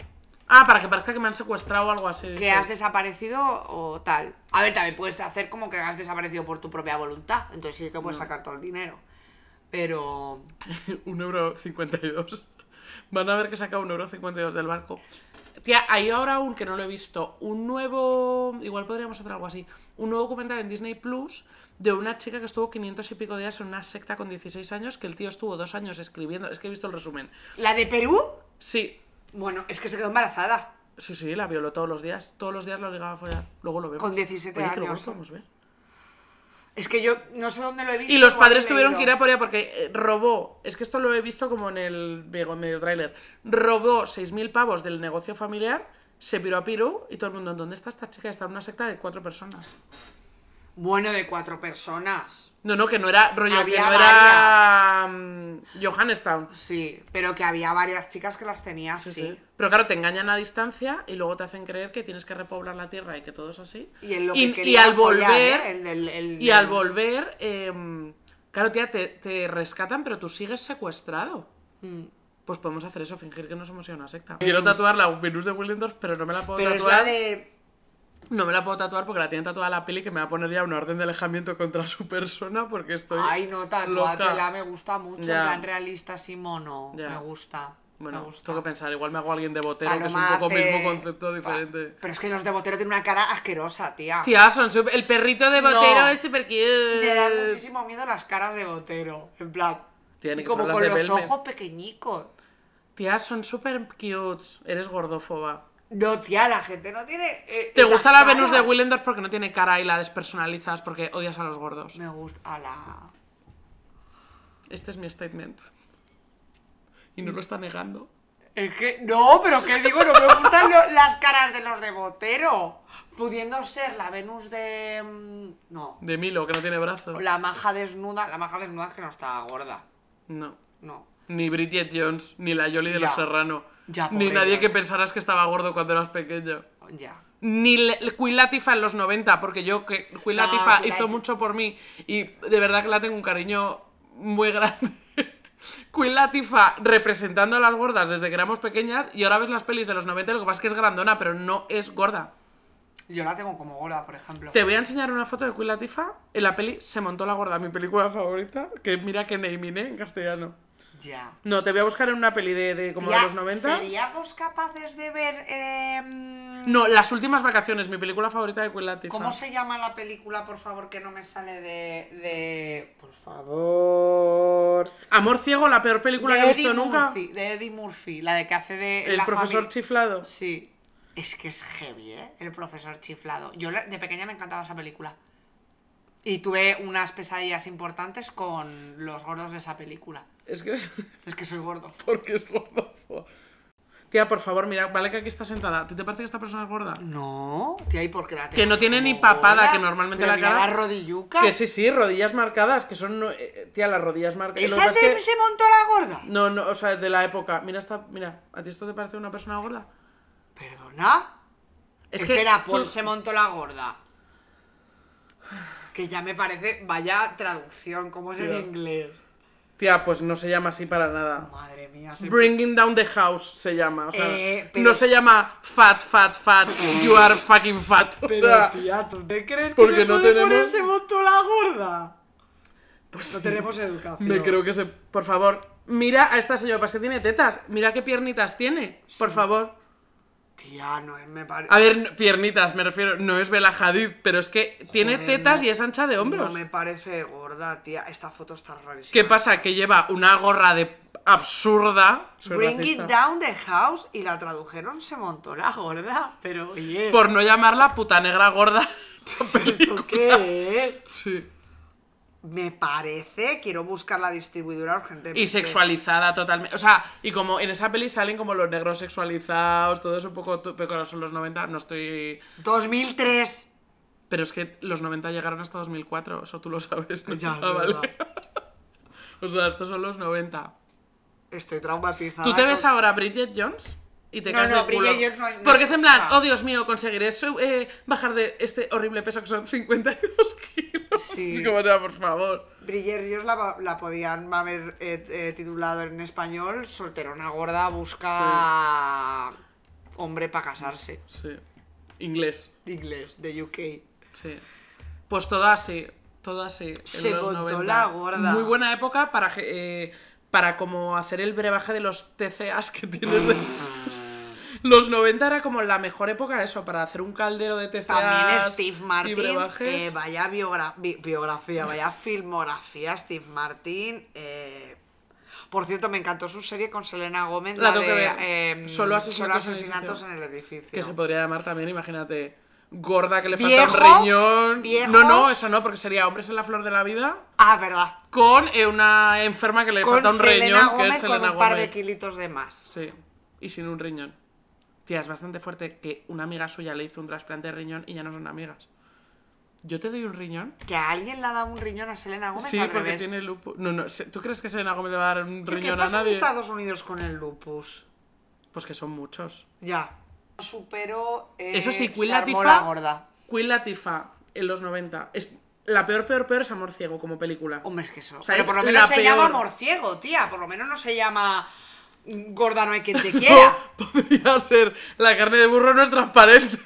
[SPEAKER 2] Ah, para que parezca que me han secuestrado o algo así.
[SPEAKER 3] que has
[SPEAKER 2] dices.
[SPEAKER 3] desaparecido o tal. A ver, también puedes hacer como que has desaparecido por tu propia voluntad. Entonces sí que puedes sacar todo el dinero. Pero.
[SPEAKER 2] Un euro cincuenta y dos. Van a ver que saca un euro cincuenta y dos del barco. Tía, hay ahora aún que no lo he visto. Un nuevo. Igual podríamos hacer algo así. Un nuevo documental en Disney Plus de una chica que estuvo 500 y pico días en una secta con 16 años. Que el tío estuvo dos años escribiendo. Es que he visto el resumen.
[SPEAKER 3] La de Perú,
[SPEAKER 2] Sí,
[SPEAKER 3] bueno, es que se quedó embarazada.
[SPEAKER 2] Sí, sí, la violó todos los días. Todos los días la obligaba a follar. Luego lo vemos.
[SPEAKER 3] Con 17
[SPEAKER 2] Oye, que luego
[SPEAKER 3] años,
[SPEAKER 2] lo podemos ver.
[SPEAKER 3] Es que yo no sé dónde lo he visto.
[SPEAKER 2] Y los
[SPEAKER 3] o lo he
[SPEAKER 2] padres tuvieron
[SPEAKER 3] leído.
[SPEAKER 2] que ir a por ella porque eh, robó, es que esto lo he visto como en el medio, medio tráiler, robó 6.000 pavos del negocio familiar, se piró a Pirú y todo el mundo, ¿dónde está esta chica? Está en una secta de cuatro personas.
[SPEAKER 3] Bueno, de cuatro personas.
[SPEAKER 2] No, no, que no era rollo, que
[SPEAKER 3] Había
[SPEAKER 2] no era mm, Johannestown.
[SPEAKER 3] Sí, pero que había varias chicas que las tenía así.
[SPEAKER 2] Sí. Pero claro, te engañan a distancia y luego te hacen creer que tienes que repoblar la tierra y que todo es así.
[SPEAKER 3] Y en lo que
[SPEAKER 2] y,
[SPEAKER 3] quería
[SPEAKER 2] y al
[SPEAKER 3] follar,
[SPEAKER 2] volver,
[SPEAKER 3] ¿eh? El del- el
[SPEAKER 2] y al
[SPEAKER 3] del-
[SPEAKER 2] volver, em, claro, tía, te, te rescatan, pero tú sigues secuestrado.
[SPEAKER 3] Hmm.
[SPEAKER 2] Pues podemos hacer eso, fingir que no somos ya una secta. Pues- Quiero tatuar la virus de Willendorf, pero no me la puedo
[SPEAKER 3] Pero es
[SPEAKER 2] tatuar.
[SPEAKER 3] la de.
[SPEAKER 2] No me la puedo tatuar porque la tiene tatuada la peli que me va a poner ya una orden de alejamiento contra su persona porque estoy.
[SPEAKER 3] Ay, no,
[SPEAKER 2] loca.
[SPEAKER 3] tatuátela, me gusta mucho.
[SPEAKER 2] Ya.
[SPEAKER 3] En plan realista, así mono.
[SPEAKER 2] Ya.
[SPEAKER 3] Me gusta. me
[SPEAKER 2] Bueno,
[SPEAKER 3] gusta.
[SPEAKER 2] tengo que pensar, igual me hago a alguien de botero, que es un
[SPEAKER 3] Paloma
[SPEAKER 2] poco
[SPEAKER 3] hace-
[SPEAKER 2] mismo concepto diferente.
[SPEAKER 3] Pero es que los de Botero tienen una cara asquerosa, tía.
[SPEAKER 2] Tía, son sup- el perrito de botero
[SPEAKER 3] No.
[SPEAKER 2] es super
[SPEAKER 3] Le dan
[SPEAKER 2] cute.
[SPEAKER 3] muchísimo miedo las caras de Botero. En plan.
[SPEAKER 2] eh, Tiene
[SPEAKER 3] y
[SPEAKER 2] que
[SPEAKER 3] como
[SPEAKER 2] ser las
[SPEAKER 3] con
[SPEAKER 2] de
[SPEAKER 3] los
[SPEAKER 2] Velvet.
[SPEAKER 3] ojos pequeñicos.
[SPEAKER 2] Tía, son super cute. Eres gordófoba.
[SPEAKER 3] No, tía, la gente no tiene. eh,
[SPEAKER 2] ¿Te
[SPEAKER 3] esa
[SPEAKER 2] gusta la
[SPEAKER 3] cara.
[SPEAKER 2] Venus de Willendorf porque no tiene cara y la despersonalizas porque odias a los gordos?
[SPEAKER 3] Me gusta. ala.
[SPEAKER 2] Este es mi statement. Y no lo está negando.
[SPEAKER 3] Es que, no, pero ¿qué digo? No me gustan lo- las caras de los de Botero. Pudiendo ser la Venus de. mm, No.
[SPEAKER 2] De Milo, que no tiene brazos.
[SPEAKER 3] La maja desnuda. La maja desnuda es que no está gorda.
[SPEAKER 2] No.
[SPEAKER 3] No.
[SPEAKER 2] Ni Bridget Jones, ni la Jolie de
[SPEAKER 3] Ya.
[SPEAKER 2] los Serrano.
[SPEAKER 3] Ya,
[SPEAKER 2] ni
[SPEAKER 3] pobre
[SPEAKER 2] nadie
[SPEAKER 3] ella.
[SPEAKER 2] que pensaras que estaba gordo cuando eras pequeño.
[SPEAKER 3] Ya.
[SPEAKER 2] Ni le- el Queen Latifah en los 90, porque yo que Queen
[SPEAKER 3] No,
[SPEAKER 2] Latifah
[SPEAKER 3] Queen
[SPEAKER 2] hizo
[SPEAKER 3] Latifah.
[SPEAKER 2] mucho por mí y de verdad que la tengo un cariño muy grande. Queen Latifah representando a las gordas desde que éramos pequeñas y ahora ves las pelis de los 90, lo que pasa es que es grandona, pero no es gorda.
[SPEAKER 3] Yo la tengo como gorda, por ejemplo.
[SPEAKER 2] Te voy a enseñar una foto de Queen Latifah en la peli Se montó la gorda, mi película favorita, que mira que neiminé en castellano.
[SPEAKER 3] Ya.
[SPEAKER 2] No, te voy a buscar en una peli de, de como
[SPEAKER 3] Tía,
[SPEAKER 2] de los 90.
[SPEAKER 3] ¿Seríamos capaces de ver em,
[SPEAKER 2] No, Las últimas vacaciones, mi película favorita de Queen Latifah.
[SPEAKER 3] cómo se llama la película, por favor, que no me sale de. de- Por favor.
[SPEAKER 2] Amor ciego, la peor película
[SPEAKER 3] de
[SPEAKER 2] que he visto
[SPEAKER 3] Eddie
[SPEAKER 2] nunca.
[SPEAKER 3] Murphy, de Eddie Murphy, la de que hace de.
[SPEAKER 2] El
[SPEAKER 3] la
[SPEAKER 2] profesor
[SPEAKER 3] familia-
[SPEAKER 2] chiflado.
[SPEAKER 3] Sí. Es que es heavy, ¿eh? El profesor chiflado. Yo la- de pequeña me encantaba esa película. Y tuve unas pesadillas importantes con los gordos de esa película.
[SPEAKER 2] Es que es
[SPEAKER 3] Es que soy gordo.
[SPEAKER 2] porque es gordofo. Tía, por favor, mira, vale que aquí está sentada. ¿Te, te parece que esta persona es gorda?
[SPEAKER 3] No, tía, ¿y por qué la
[SPEAKER 2] Que no
[SPEAKER 3] tengo
[SPEAKER 2] tiene
[SPEAKER 3] como
[SPEAKER 2] ni papada,
[SPEAKER 3] gorda?
[SPEAKER 2] que normalmente
[SPEAKER 3] Pero
[SPEAKER 2] la
[SPEAKER 3] mira
[SPEAKER 2] cara-
[SPEAKER 3] La rodilluca.
[SPEAKER 2] Que sí, sí, rodillas marcadas, que son... no- eh, tía, las rodillas marcadas...
[SPEAKER 3] ¿Esa es de se montó la gorda?
[SPEAKER 2] No, no, o sea, de la época. Mira esta, mira, ¿a ti esto te parece una persona gorda?
[SPEAKER 3] ¿Perdona?
[SPEAKER 2] Es que
[SPEAKER 3] Espera,
[SPEAKER 2] tú-
[SPEAKER 3] Paul se montó la gorda. Que ya me parece, vaya traducción, como es en
[SPEAKER 2] Tía.
[SPEAKER 3] inglés.
[SPEAKER 2] Tía, pues no se llama así para nada.
[SPEAKER 3] Madre mía, se...
[SPEAKER 2] Bringing down the house se llama, o sea,
[SPEAKER 3] Eh, pero-
[SPEAKER 2] no se llama fat, fat, fat, you are fucking fat, o
[SPEAKER 3] Pero
[SPEAKER 2] sea,
[SPEAKER 3] tía, ¿tú te crees que
[SPEAKER 2] porque
[SPEAKER 3] se
[SPEAKER 2] no
[SPEAKER 3] puede poner
[SPEAKER 2] tenemos-
[SPEAKER 3] se montó la gorda? Pues no tenemos educación.
[SPEAKER 2] Me creo que se. Por favor, mira a esta señora, pasa que tiene tetas. Mira qué piernitas tiene. Por favor.
[SPEAKER 3] Tía, no es- me parece...
[SPEAKER 2] A ver, no- piernitas, me refiero. No es Bela Hadid, pero es que tiene
[SPEAKER 3] Joder,
[SPEAKER 2] tetas
[SPEAKER 3] Eh, no.
[SPEAKER 2] y es ancha de
[SPEAKER 3] No
[SPEAKER 2] hombros.
[SPEAKER 3] me parece gorda, tía. Esta foto está rarísima.
[SPEAKER 2] ¿Qué pasa? Que lleva una gorra de absurda. Soy
[SPEAKER 3] Bring
[SPEAKER 2] racista.
[SPEAKER 3] it down the house y la tradujeron se montó la gorda. Pero oye,
[SPEAKER 2] Por no llamarla puta negra gorda.
[SPEAKER 3] ¿esto qué es?
[SPEAKER 2] Sí.
[SPEAKER 3] Me parece, quiero buscar la distribuidora urgentemente.
[SPEAKER 2] Y sexualizada totalmente. O sea, y como en esa peli salen como los negros sexualizados, todo eso un poco. tu- Pero claro, son los 90, no estoy.
[SPEAKER 3] 2003.
[SPEAKER 2] Pero es que los 90 llegaron hasta 2004, eso tú lo sabes. ¿no?
[SPEAKER 3] Ya, es
[SPEAKER 2] Ah, vale.
[SPEAKER 3] verdad.
[SPEAKER 2] O sea, estos son los 90.
[SPEAKER 3] Estoy traumatizada.
[SPEAKER 2] ¿Tú te ves
[SPEAKER 3] con-
[SPEAKER 2] ahora Bridget Jones? Y te
[SPEAKER 3] No,
[SPEAKER 2] caes
[SPEAKER 3] no,
[SPEAKER 2] del culo.
[SPEAKER 3] Bridget Jones no hay- no
[SPEAKER 2] Porque es en plan,
[SPEAKER 3] nunca.
[SPEAKER 2] oh Dios mío, conseguiré su- eh, bajar de este horrible peso que son 52 kilos.
[SPEAKER 3] Sí.
[SPEAKER 2] Y como sea, por favor.
[SPEAKER 3] Bridget Jones la, la podían haber eh, eh, titulado en español Solterona gorda busca hombre para casarse.
[SPEAKER 2] Sí. Inglés.
[SPEAKER 3] De Inglés, de UK.
[SPEAKER 2] Sí. Pues todo así, todo así. en
[SPEAKER 3] Se
[SPEAKER 2] los
[SPEAKER 3] montó
[SPEAKER 2] 90.
[SPEAKER 3] la gorda.
[SPEAKER 2] Muy buena época para, ge- eh, para como hacer el brebaje de los TCAs que tienes. de- los 90 era como la mejor época eso, para hacer un caldero de TCAs
[SPEAKER 3] También Steve
[SPEAKER 2] y
[SPEAKER 3] Martin,
[SPEAKER 2] brebajes.
[SPEAKER 3] eh, vaya biogra- bi- biografía, vaya filmografía Steve Martin. eh, Por cierto, me encantó su serie con Selena Gómez,
[SPEAKER 2] La
[SPEAKER 3] la,
[SPEAKER 2] tengo
[SPEAKER 3] de
[SPEAKER 2] que ver.
[SPEAKER 3] eh,
[SPEAKER 2] Solo asesinatos en el
[SPEAKER 3] asesinatos
[SPEAKER 2] edificio.
[SPEAKER 3] en el edificio.
[SPEAKER 2] que se podría llamar también, imagínate, gorda que le falta
[SPEAKER 3] Viejos,
[SPEAKER 2] un riñón.
[SPEAKER 3] viejos.
[SPEAKER 2] No, no, eso no, porque sería hombres en la flor de la vida
[SPEAKER 3] Ah, verdad.
[SPEAKER 2] con eh, una enferma que le
[SPEAKER 3] Con
[SPEAKER 2] falta un
[SPEAKER 3] Selena
[SPEAKER 2] riñón, que
[SPEAKER 3] Gómez
[SPEAKER 2] es
[SPEAKER 3] con un
[SPEAKER 2] Selena
[SPEAKER 3] par de
[SPEAKER 2] Gómez.
[SPEAKER 3] kilitos de más.
[SPEAKER 2] Sí, y sin un riñón. Tía, es bastante fuerte que una amiga suya le hizo un trasplante de riñón y ya no son amigas. Yo te doy un riñón.
[SPEAKER 3] Que a alguien le ha dado un riñón a Selena Gómez
[SPEAKER 2] Sí,
[SPEAKER 3] al
[SPEAKER 2] porque
[SPEAKER 3] revés.
[SPEAKER 2] tiene lupus. No, no, se- ¿tú crees que Selena Gómez le va a dar un
[SPEAKER 3] ¿Qué- ¿Qué
[SPEAKER 2] riñón a
[SPEAKER 3] pasa en
[SPEAKER 2] nadie?
[SPEAKER 3] Estados Unidos con el lupus?
[SPEAKER 2] Pues que son muchos.
[SPEAKER 3] Ya. Superó. eh,
[SPEAKER 2] Eso sí, Queen
[SPEAKER 3] se armó
[SPEAKER 2] Latifah.
[SPEAKER 3] la gorda.
[SPEAKER 2] Queen Latifah en los 90. Es, la peor, peor, peor es Amor Ciego como película.
[SPEAKER 3] Hombre, es que eso.
[SPEAKER 2] O sea,
[SPEAKER 3] Pero
[SPEAKER 2] es
[SPEAKER 3] por lo menos
[SPEAKER 2] la
[SPEAKER 3] se llama
[SPEAKER 2] peor.
[SPEAKER 3] morciego, tía. Por lo menos no se llama mm, gorda no hay quien te quiera.
[SPEAKER 2] Podría ser. La carne de burro no es transparente.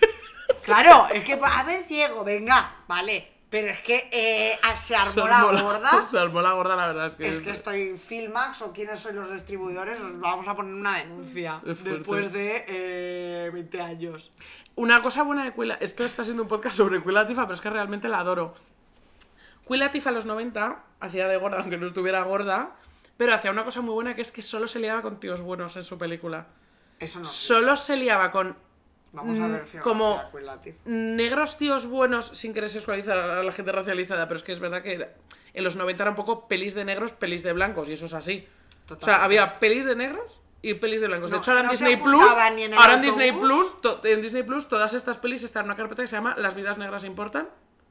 [SPEAKER 3] claro, es que a ver ciego, venga, vale. Pero es que eh, se armó la gorda.
[SPEAKER 2] Se armó la gorda, la verdad. Es que,
[SPEAKER 3] Es que estoy Filmax o quiénes son los distribuidores, os vamos a poner una denuncia
[SPEAKER 2] Es fuerte.
[SPEAKER 3] después de eh, 20 años.
[SPEAKER 2] Una cosa buena de Quila. Esto está siendo un podcast sobre Quila Tifa, pero es que realmente la adoro. Quila Tifa a los 90 hacía de gorda, aunque no estuviera gorda, pero hacía una cosa muy buena que es que solo se liaba con tíos buenos en su película.
[SPEAKER 3] Eso no.
[SPEAKER 2] Solo se liaba con
[SPEAKER 3] Vamos a
[SPEAKER 2] Mm,
[SPEAKER 3] ver filmax
[SPEAKER 2] como-
[SPEAKER 3] de Queen Latifah.
[SPEAKER 2] negros tíos buenos sin querer sexualizar a la gente racializada, pero es que es verdad que era- en los 90 era un poco pelis de negros, pelis de blancos, y eso es así. O sea,
[SPEAKER 3] Totalmente.
[SPEAKER 2] había pelis de negros y pelis de blancos.
[SPEAKER 3] No,
[SPEAKER 2] de hecho, ahora en
[SPEAKER 3] no se
[SPEAKER 2] Disney Plus,
[SPEAKER 3] juntaban ni en el
[SPEAKER 2] ahora en Disney
[SPEAKER 3] autobús.
[SPEAKER 2] Plus, to- en Disney Plus todas estas pelis están en una carpeta que se llama Las vidas negras importan,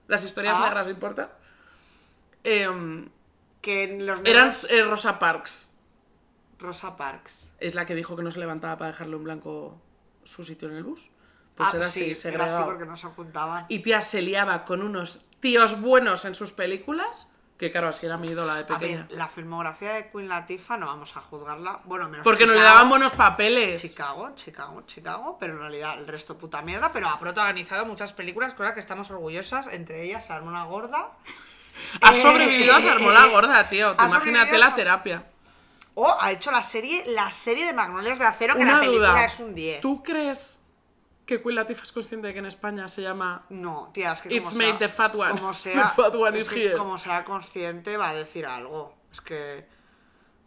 [SPEAKER 2] las historias
[SPEAKER 3] Ah.
[SPEAKER 2] negras importan. Em,
[SPEAKER 3] Que en los
[SPEAKER 2] eran
[SPEAKER 3] negros-
[SPEAKER 2] eh, Rosa Parks,
[SPEAKER 3] Rosa Parks.
[SPEAKER 2] es la que dijo que no se levantaba para dejarle un blanco su sitio en el bus. Pues
[SPEAKER 3] Ah,
[SPEAKER 2] era
[SPEAKER 3] sí,
[SPEAKER 2] así,
[SPEAKER 3] era así
[SPEAKER 2] segregado.
[SPEAKER 3] porque no se juntaban.
[SPEAKER 2] y tía se liaba con unos tíos buenos en sus películas, que claro, así era mi ídola de
[SPEAKER 3] A
[SPEAKER 2] pequeña.
[SPEAKER 3] ver, la filmografía de Queen Latifah no vamos a juzgarla. Bueno, menos
[SPEAKER 2] Porque nos le
[SPEAKER 3] Chicago.
[SPEAKER 2] daban buenos papeles.
[SPEAKER 3] Chicago, Chicago, Chicago, pero en realidad el resto puta mierda, pero ha protagonizado muchas películas con las que estamos orgullosas, entre ellas Armona Gorda
[SPEAKER 2] Ha
[SPEAKER 3] Eh,
[SPEAKER 2] sobrevivido a Sarmola gorda, tío. Tú
[SPEAKER 3] ha
[SPEAKER 2] imagínate
[SPEAKER 3] sobrevivido a
[SPEAKER 2] la
[SPEAKER 3] Sar-
[SPEAKER 2] terapia.
[SPEAKER 3] o ha hecho la serie la serie de Magnolias de Acero, que
[SPEAKER 2] Una
[SPEAKER 3] la película
[SPEAKER 2] duda.
[SPEAKER 3] es un 10.
[SPEAKER 2] ¿Tú crees que Queen Latifah es consciente de que en España se llama
[SPEAKER 3] No, tía, es que
[SPEAKER 2] It's
[SPEAKER 3] como
[SPEAKER 2] made
[SPEAKER 3] sea,
[SPEAKER 2] the fat one.
[SPEAKER 3] como
[SPEAKER 2] The
[SPEAKER 3] sea,
[SPEAKER 2] fat one
[SPEAKER 3] es
[SPEAKER 2] is
[SPEAKER 3] que
[SPEAKER 2] here.
[SPEAKER 3] como sea consciente va a decir algo. Es que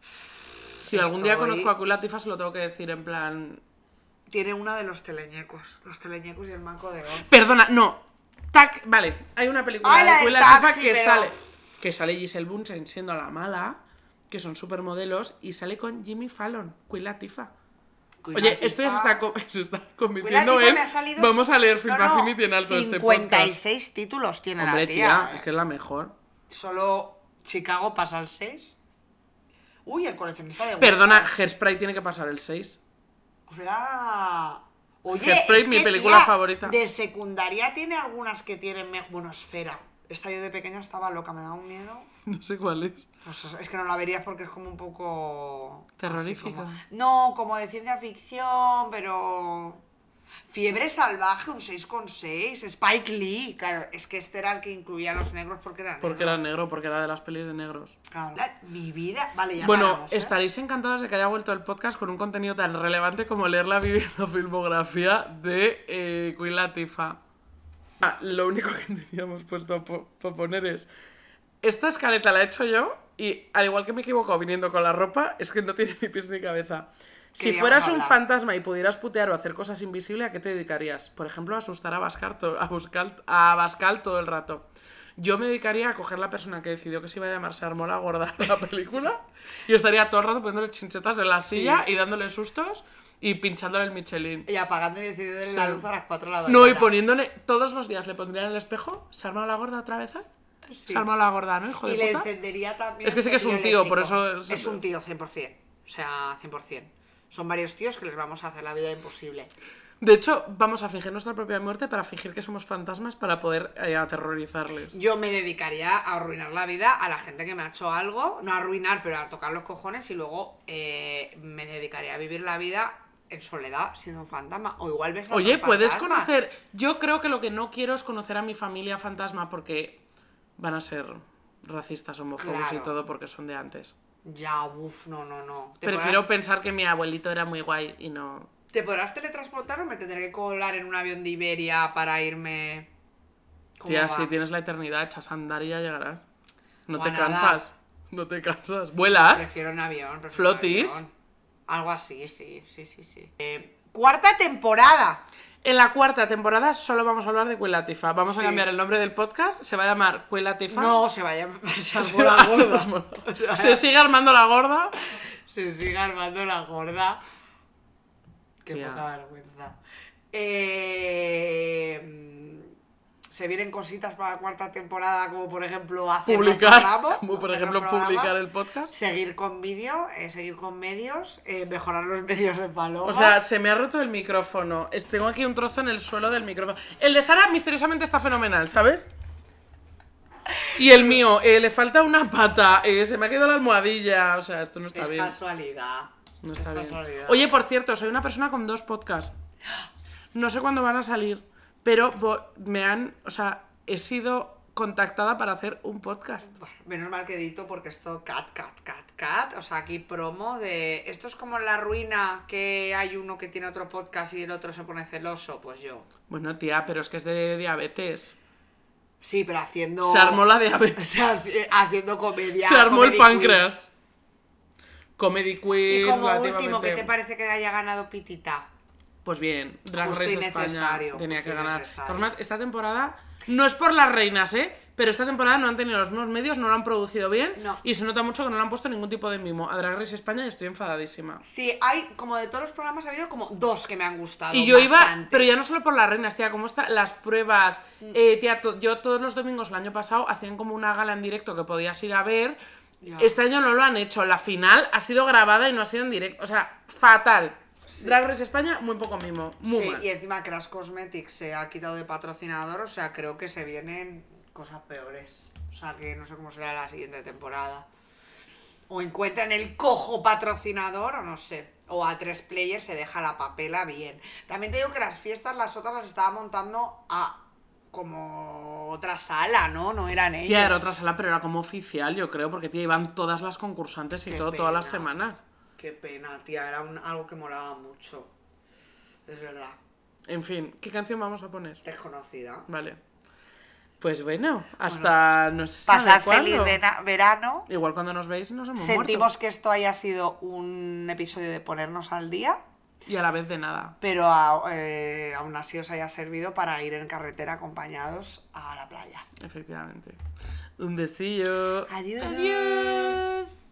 [SPEAKER 2] si algún día
[SPEAKER 3] estoy-
[SPEAKER 2] conozco a Queen Latifah se lo tengo que decir en plan
[SPEAKER 3] tiene una de los teleñecos, los teleñecos y el manco de oro.
[SPEAKER 2] Perdona, no. Tac, vale, hay una película
[SPEAKER 3] Ay, la
[SPEAKER 2] de
[SPEAKER 3] del
[SPEAKER 2] Queen Latifah
[SPEAKER 3] taxi,
[SPEAKER 2] que
[SPEAKER 3] pero-
[SPEAKER 2] sale que sale Giselle Bunchen siendo la mala, que son supermodelos y sale con Jimmy Fallon, Queen Latifah. Oye, esto ya se está, co- se está convirtiendo en vamos a leer Film Affinity en alto este podcast.
[SPEAKER 3] 56 títulos tiene
[SPEAKER 2] Hombre,
[SPEAKER 3] la tía.
[SPEAKER 2] tía, es que es la mejor.
[SPEAKER 3] Solo Chicago pasa al 6. Uy, el coleccionista de
[SPEAKER 2] Perdona,
[SPEAKER 3] Wilson.
[SPEAKER 2] Hairspray tiene que pasar el 6.
[SPEAKER 3] Pues era- Oye,
[SPEAKER 2] Hairspray,
[SPEAKER 3] es
[SPEAKER 2] mi
[SPEAKER 3] que,
[SPEAKER 2] película
[SPEAKER 3] tía,
[SPEAKER 2] favorita.
[SPEAKER 3] De secundaria tiene algunas que tienen me- bueno, esfera. Esta yo de pequeña estaba loca, me daba un miedo.
[SPEAKER 2] No sé cuál es.
[SPEAKER 3] Pues es- es que no la verías porque es como un poco
[SPEAKER 2] Terrorífica.
[SPEAKER 3] así como- no, como de ciencia ficción, pero Fiebre salvaje, un 6,6. Spike Lee. Claro, es que este era el que incluía a los negros porque eran.
[SPEAKER 2] Porque era negro, porque era de las pelis de negros.
[SPEAKER 3] Claro. La- Mi vida. Vale, ya
[SPEAKER 2] Bueno,
[SPEAKER 3] paramos, ¿eh?
[SPEAKER 2] estaréis encantados de que haya vuelto el podcast con un contenido tan relevante como leer la, bi- la filmografía de eh, Queen Latifah. Ah, lo único que teníamos puesto a po- pa poner es... Esta escaleta la he hecho yo y al igual que me equivoco viniendo con la ropa, es que no tiene ni pies ni cabeza. Si
[SPEAKER 3] Queríamos
[SPEAKER 2] fueras un
[SPEAKER 3] hablar.
[SPEAKER 2] fantasma y pudieras putear o hacer cosas invisibles, ¿a qué te dedicarías? Por ejemplo, a asustar a Bascal, to- a, Buscal- a Bascal todo el rato. Yo me dedicaría a coger la persona que decidió que se iba a llamarse Armola Gorda en la película y estaría todo el rato poniéndole chinchetas en la silla y dándole sustos y pinchándole el Michelin.
[SPEAKER 3] Y apagando y decidiendo la
[SPEAKER 2] Sí.
[SPEAKER 3] luz a las 4 de la mañana.
[SPEAKER 2] No, y poniéndole todos los días le pondrían en el espejo, ¿se ha armado la gorda otra vez? eh?
[SPEAKER 3] Sí.
[SPEAKER 2] Se ha armado la gorda, ¿no? Hijo
[SPEAKER 3] Y
[SPEAKER 2] de
[SPEAKER 3] le
[SPEAKER 2] puta.
[SPEAKER 3] encendería también.
[SPEAKER 2] Es que sí que es un
[SPEAKER 3] cerillo
[SPEAKER 2] tío, por
[SPEAKER 3] eléctrico.
[SPEAKER 2] eso es-
[SPEAKER 3] Es un tío, 100%. O sea, 100%. Son varios tíos que les vamos a hacer la vida imposible.
[SPEAKER 2] De hecho, vamos a fingir nuestra propia muerte para fingir que somos fantasmas para poder eh, aterrorizarles.
[SPEAKER 3] Yo me dedicaría a arruinar la vida a la gente que me ha hecho algo. No a arruinar, pero a tocar los cojones. Y luego eh, me dedicaría a vivir la vida en soledad, siendo un fantasma. O igual ves a
[SPEAKER 2] Oye,
[SPEAKER 3] otro
[SPEAKER 2] puedes
[SPEAKER 3] fantasma.
[SPEAKER 2] conocer. Yo creo que lo que no quiero es conocer a mi familia fantasma porque van a ser racistas, homófobos y
[SPEAKER 3] Claro.
[SPEAKER 2] todo porque son de antes.
[SPEAKER 3] Ya, uff, no, no, no. Te
[SPEAKER 2] Prefiero
[SPEAKER 3] podrás-
[SPEAKER 2] pensar que mi abuelito era muy guay y no.
[SPEAKER 3] ¿Te podrás teletransportar o me tendré que colar en un avión de Iberia para irme? ¿Cómo
[SPEAKER 2] Tía,
[SPEAKER 3] va?
[SPEAKER 2] si tienes la eternidad, echas a andar y ya llegarás. No te
[SPEAKER 3] Guanada.
[SPEAKER 2] cansas. No te cansas. ¿Vuelas?
[SPEAKER 3] Prefiero un avión. Prefiero
[SPEAKER 2] ¿Flotis?
[SPEAKER 3] un avión. Algo así, sí, sí, sí, sí. Eh, cuarta temporada.
[SPEAKER 2] En la cuarta temporada solo vamos a hablar de Cuelatifa. Vamos
[SPEAKER 3] Sí.
[SPEAKER 2] a cambiar el nombre del podcast. Se va a llamar Cuelatifa.
[SPEAKER 3] No, se vaya a pasar
[SPEAKER 2] Ah. Se,
[SPEAKER 3] por la
[SPEAKER 2] va- se
[SPEAKER 3] gorda.
[SPEAKER 2] va- se sigue armando la gorda.
[SPEAKER 3] Se sigue armando la gorda. Qué
[SPEAKER 2] Tía.
[SPEAKER 3] poca vergüenza. Eh, mm, se vienen cositas para la cuarta temporada, como por ejemplo hacer
[SPEAKER 2] Publicar,
[SPEAKER 3] un programa,
[SPEAKER 2] como por
[SPEAKER 3] hacer un
[SPEAKER 2] ejemplo
[SPEAKER 3] programa,
[SPEAKER 2] publicar el podcast.
[SPEAKER 3] seguir con vídeo, eh, seguir con medios, eh, mejorar los medios de Paloma.
[SPEAKER 2] O sea, se me ha roto el micrófono. Es- Tengo aquí un trozo en el suelo del micrófono. El de Sara misteriosamente está fenomenal, ¿sabes? Y el mío, eh, le falta una pata, eh, se me ha quedado la almohadilla. O sea, esto no está
[SPEAKER 3] es
[SPEAKER 2] bien.
[SPEAKER 3] casualidad.
[SPEAKER 2] No
[SPEAKER 3] Es
[SPEAKER 2] está bien.
[SPEAKER 3] casualidad.
[SPEAKER 2] Oye, por cierto, soy una persona con dos podcasts. No sé cuándo van a salir, pero vo- me han. O sea, he sido contactada para hacer un podcast.
[SPEAKER 3] Bueno, menos mal que edito porque esto cat, cat, cat, cat. O sea, aquí promo de. Esto es como en la ruina que hay uno que tiene otro podcast y el otro se pone celoso. Pues yo.
[SPEAKER 2] Bueno, tía, pero es que es de diabetes.
[SPEAKER 3] Sí, pero haciendo.
[SPEAKER 2] Se armó la
[SPEAKER 3] O
[SPEAKER 2] diabetes.
[SPEAKER 3] sea, haci- haciendo comedia.
[SPEAKER 2] Se armó el
[SPEAKER 3] comedy
[SPEAKER 2] páncreas. Comedy
[SPEAKER 3] queen.
[SPEAKER 2] Queen.
[SPEAKER 3] Y como último,
[SPEAKER 2] relativamente.
[SPEAKER 3] ¿qué te parece que haya ganado Pitita?
[SPEAKER 2] Pues bien, Drag
[SPEAKER 3] Justo
[SPEAKER 2] Race
[SPEAKER 3] y
[SPEAKER 2] España
[SPEAKER 3] necesario,
[SPEAKER 2] tenía
[SPEAKER 3] justo
[SPEAKER 2] que
[SPEAKER 3] y
[SPEAKER 2] ganar.
[SPEAKER 3] necesario.
[SPEAKER 2] Además, esta temporada no es por las reinas, ¿eh? Pero esta temporada no han tenido los mismos medios, no lo han producido bien
[SPEAKER 3] No.
[SPEAKER 2] y se nota mucho que no le han puesto ningún tipo de mimo. A Drag Race España y estoy enfadadísima.
[SPEAKER 3] Sí, hay como de todos los programas ha habido como dos que me han gustado.
[SPEAKER 2] Y yo iba,
[SPEAKER 3] bastante. Mm.
[SPEAKER 2] pero ya no solo por las reinas, tía, como está, las pruebas, eh, tía, to- yo todos los domingos el año pasado hacían como una gala en directo que podías ir a ver.
[SPEAKER 3] Ya.
[SPEAKER 2] Este año no lo han hecho, la final ha sido grabada y no ha sido en directo, o sea, fatal. Drag Race España, muy poco mimo, muy
[SPEAKER 3] Sí,
[SPEAKER 2] mal.
[SPEAKER 3] y encima Crash Cosmetics se ha quitado de patrocinador, o sea, creo que se vienen cosas peores. O sea, que no sé cómo será la siguiente temporada. O encuentran el cojo patrocinador, o no sé. O a tres players se deja la papela bien. También te digo que las fiestas, las otras las estaba montando a como otra sala, ¿no? No eran ellos.
[SPEAKER 2] Tía, era otra sala, pero era como oficial, yo creo, porque tía, iban todas las concursantes y
[SPEAKER 3] Qué
[SPEAKER 2] todo, todas las
[SPEAKER 3] pena.
[SPEAKER 2] semanas.
[SPEAKER 3] Qué pena, tía, era un- algo que molaba mucho. Es verdad,
[SPEAKER 2] En fin, ¿qué canción vamos a poner?
[SPEAKER 3] desconocida.
[SPEAKER 2] Vale. Pues bueno, hasta no sé sabe
[SPEAKER 3] Pasad feliz
[SPEAKER 2] cuándo.
[SPEAKER 3] vena- verano.
[SPEAKER 2] Igual cuando nos veis nos hemos
[SPEAKER 3] Sentimos
[SPEAKER 2] muerto.
[SPEAKER 3] que esto haya sido un episodio de ponernos al día,
[SPEAKER 2] Y a la vez de nada.
[SPEAKER 3] pero a- eh, aún así os haya servido para ir en carretera acompañados a la playa.
[SPEAKER 2] Efectivamente. Un besillo.
[SPEAKER 3] Adiós.
[SPEAKER 2] Adiós.